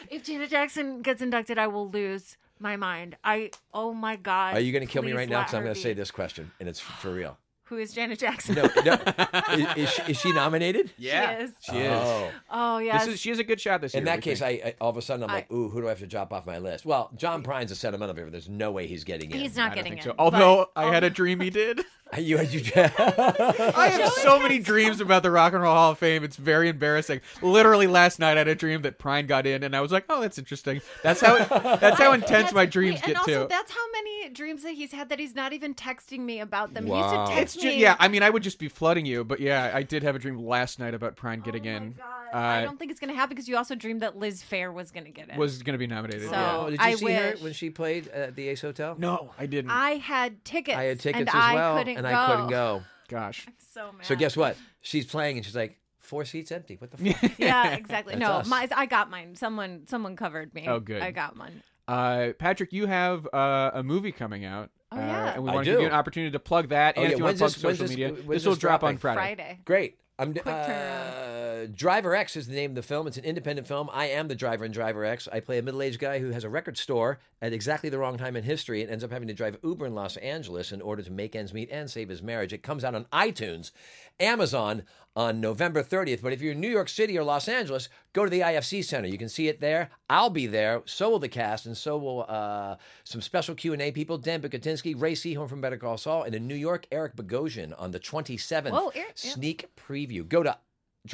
B: if Janet Jackson gets inducted, I will lose my mind. I. Oh my God.
C: Are you going to kill me
B: please
C: right now?
B: let
C: Because I'm
B: her
C: going to
B: be.
C: say this question, and it's for real.
B: Who is Janet Jackson?
C: No, no. is, is she, is she nominated?
B: Yeah. is.
A: She is.
C: Oh.
B: Oh yes.
A: This is she has a good shot this year.
C: In
A: we
C: that case, I,
A: think.
C: I all of a sudden I'm like, ooh, who do I have to drop off my list? Well, John Prine's a sentimental favorite. There's no way he's getting in.
B: He's not
A: I don't
B: getting
A: think
B: it.
A: so.
B: but-
A: Although I had a dream he did.
C: You, you,
A: um, I have so many dreams about the Rock and Roll Hall of Fame. It's very embarrassing. Literally last night, I had a dream that Prine got in, and I was like, "Oh, that's interesting." That's how that's how intense
B: That's-
A: my dreams
B: wait,
A: get
B: and
A: too.
B: also, that's how many dreams that he's had that he's not even texting me about them. He
C: Wow.
B: used to
A: it's
B: text
A: just,
B: me.
A: yeah. I mean, I would just be flooding you, but yeah, I did have a dream last night about Prine getting
B: Oh my
A: in.
B: God.
A: Uh,
B: I don't think it's gonna happen because you also dreamed that Liz Fair was gonna get it.
A: was going to be nominated.
B: So-
A: yeah.
C: Oh, did you
B: I
C: see her
B: wish.
C: when she played at the Ace Hotel?
A: No, I didn't.
B: I had tickets.
C: I had tickets
B: and
C: as
B: I
C: well,
B: couldn't
C: and
B: go.
C: I couldn't go.
A: Gosh,
B: So mad.
C: So guess what? She's playing, and she's like, four seats empty. What the fuck?
B: Yeah, exactly.
C: That's
B: no,
C: us.
B: my, I got mine. Someone, someone covered me.
A: Oh, good.
B: I got mine.
A: uh, Patrick, you have uh, a movie coming out.
B: Oh,
A: uh,
B: yeah.
A: and we
C: I
A: want to give
C: do.
A: you an opportunity to plug that.
C: Oh,
A: and
C: yeah,
A: if you want
C: when's
A: to plug
C: this-
A: social
C: when's this-
A: media,
C: when's
A: this will
C: this
A: drop on
C: dropping?
A: Friday.
B: Friday.
C: Great. I'm Quick uh,
B: turnaround.
C: Driver X is the name of the film. It's an independent film. I am the driver in Driver X. I play a middle-aged guy who has a record store at exactly the wrong time in history and ends up having to drive Uber in Los Angeles in order to make ends meet and save his marriage. It comes out on iTunes, Amazon on November 30th. But if you're in New York City or Los Angeles, go to the IFC Center. You can see it there. I'll be there. So will the cast, and so will uh, some special Q and A people: Dan Bukatinsky, Ray Seahorn from Better Call Saul, and in New York, Eric Bogosian on the 27th.
B: Whoa, Eric- yeah.
C: sneak preview. Go to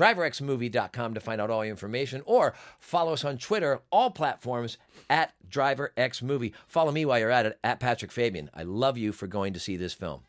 C: driverxmovie.com to find out all your information or follow us on Twitter, all platforms at driverxmovie. Follow me while you're at it at Patrick Fabian. I love you for going to see this film.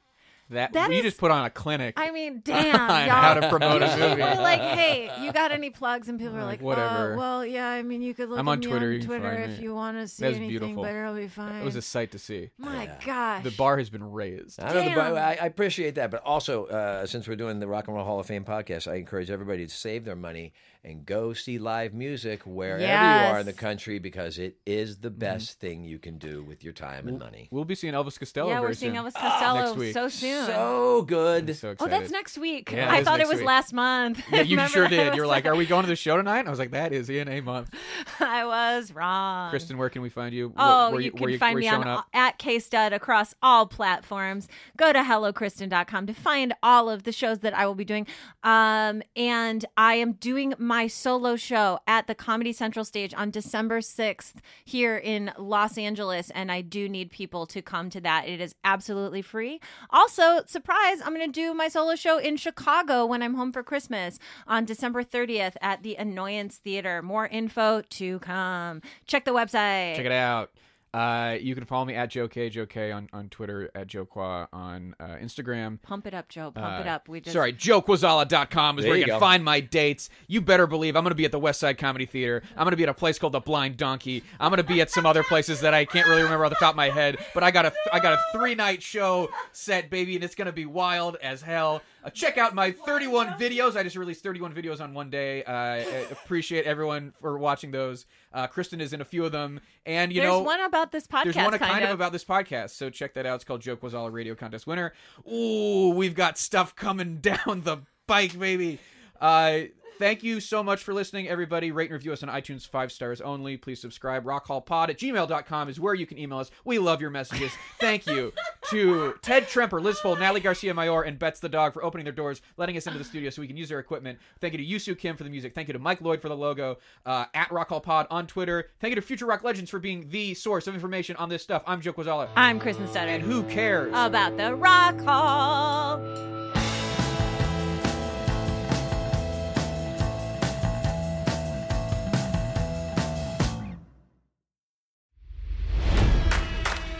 A: That,
B: That
A: we
B: is-
A: just put on a clinic.
B: I mean, damn,
A: on
B: y'all.
A: how to promote a
B: Usually
A: movie.
B: we're like, hey, you got any plugs? And people are like,
A: whatever.
B: Oh, well, yeah. I mean, you could look
A: I'm
B: at
A: on
B: me
A: Twitter, you
B: on
A: can
B: Twitter
A: find
B: if
A: me.
B: you want to see
A: That's
B: anything,
A: beautiful.
B: but it'll be fine.
A: It was a sight to see.
B: My gosh.
A: The bar has been raised.
C: I don't know,
B: Damn.
C: but I, I appreciate that. But also, uh, since we're doing the Rock and Roll Hall of Fame podcast, I encourage everybody to save their money and go see live music wherever you are in the
B: Yes. Mm-hmm.
C: country because it is the best thing you can do with your time and money.
A: We'll be seeing Elvis Costello.
B: yeah,
A: very
B: we're seeing
A: soon.
B: Elvis Costello
A: Next week.
B: so soon.
C: So good.
A: So
B: oh,
A: excited.
B: that's next week.
A: Yeah, it
B: I
A: is
B: thought it
A: next
B: was
A: week.
B: last month.
A: Yeah, you
B: Remember,
A: sure
B: I
A: did. You're
B: was
A: like, are we going to the show tonight? And I was like, that is in a month.
B: Um, I was wrong.
A: Kristen, where can we find you? Wh-
B: Oh,
A: where
B: you
A: where
B: can find
A: where
B: me
A: showing
B: on
A: up?
B: at KStud across all platforms. Go to hellokristen.com to find all of the shows that I will be doing. Um, and I am doing my solo show at the Comedy Central stage on December 6th here in Los Angeles. And I do need people to come to that. It is absolutely free. Also, surprise, I'm going to do my solo show in Chicago when I'm home for Christmas on December 30th at the Annoyance Theater. More info to come. Check the website.
A: Check it out. Uh, you can follow me at Joe K, Joe K on, on Twitter, at Joe Qua on uh, Instagram.
B: Pump it up, Joe. Pump it
A: Uh,
B: up. We just
A: Sorry, joequazala.com is
C: There
A: where you,
C: you
A: can
C: go.
A: find my dates. You better believe I'm going to be at the West Side Comedy Theater. I'm going to be at a place called the Blind Donkey. I'm going to be at some other places that I can't really remember off the top of my head. But I got a I got a three night show set, baby, and it's going to be wild as hell. Uh, check out my 31 videos. I just released 31 videos on one day. Uh, I appreciate everyone for watching those. Uh, Kristen is in a few of them, and you
B: There's
A: know
B: one about this podcast.
A: there's one
B: kind,
A: of about this podcast, so check that out. It's called Joe Quazala Radio Contest Winner. Ooh, we've got stuff coming down the bike, baby. Uh, thank you so much for listening, everybody. Rate and review us on iTunes, five stars only. Please subscribe. Rockhallpod at gmail.com is where you can email us. We love your messages. Thank you to Ted Tremper, Liz Fold, Natalie Garcia Mayor, and Betts the Dog for opening their doors, letting us into the studio so we can use their equipment. Thank you to Yusu Kim for the music. Thank you to Mike Lloyd for the logo, uh, at Rock Hall Pod on Twitter. Thank you to Future Rock Legends for being the source of information on this stuff. I'm Joe Quazala.
B: I'm Kristen Stutter.
A: And who cares?
B: about the Rock Hall.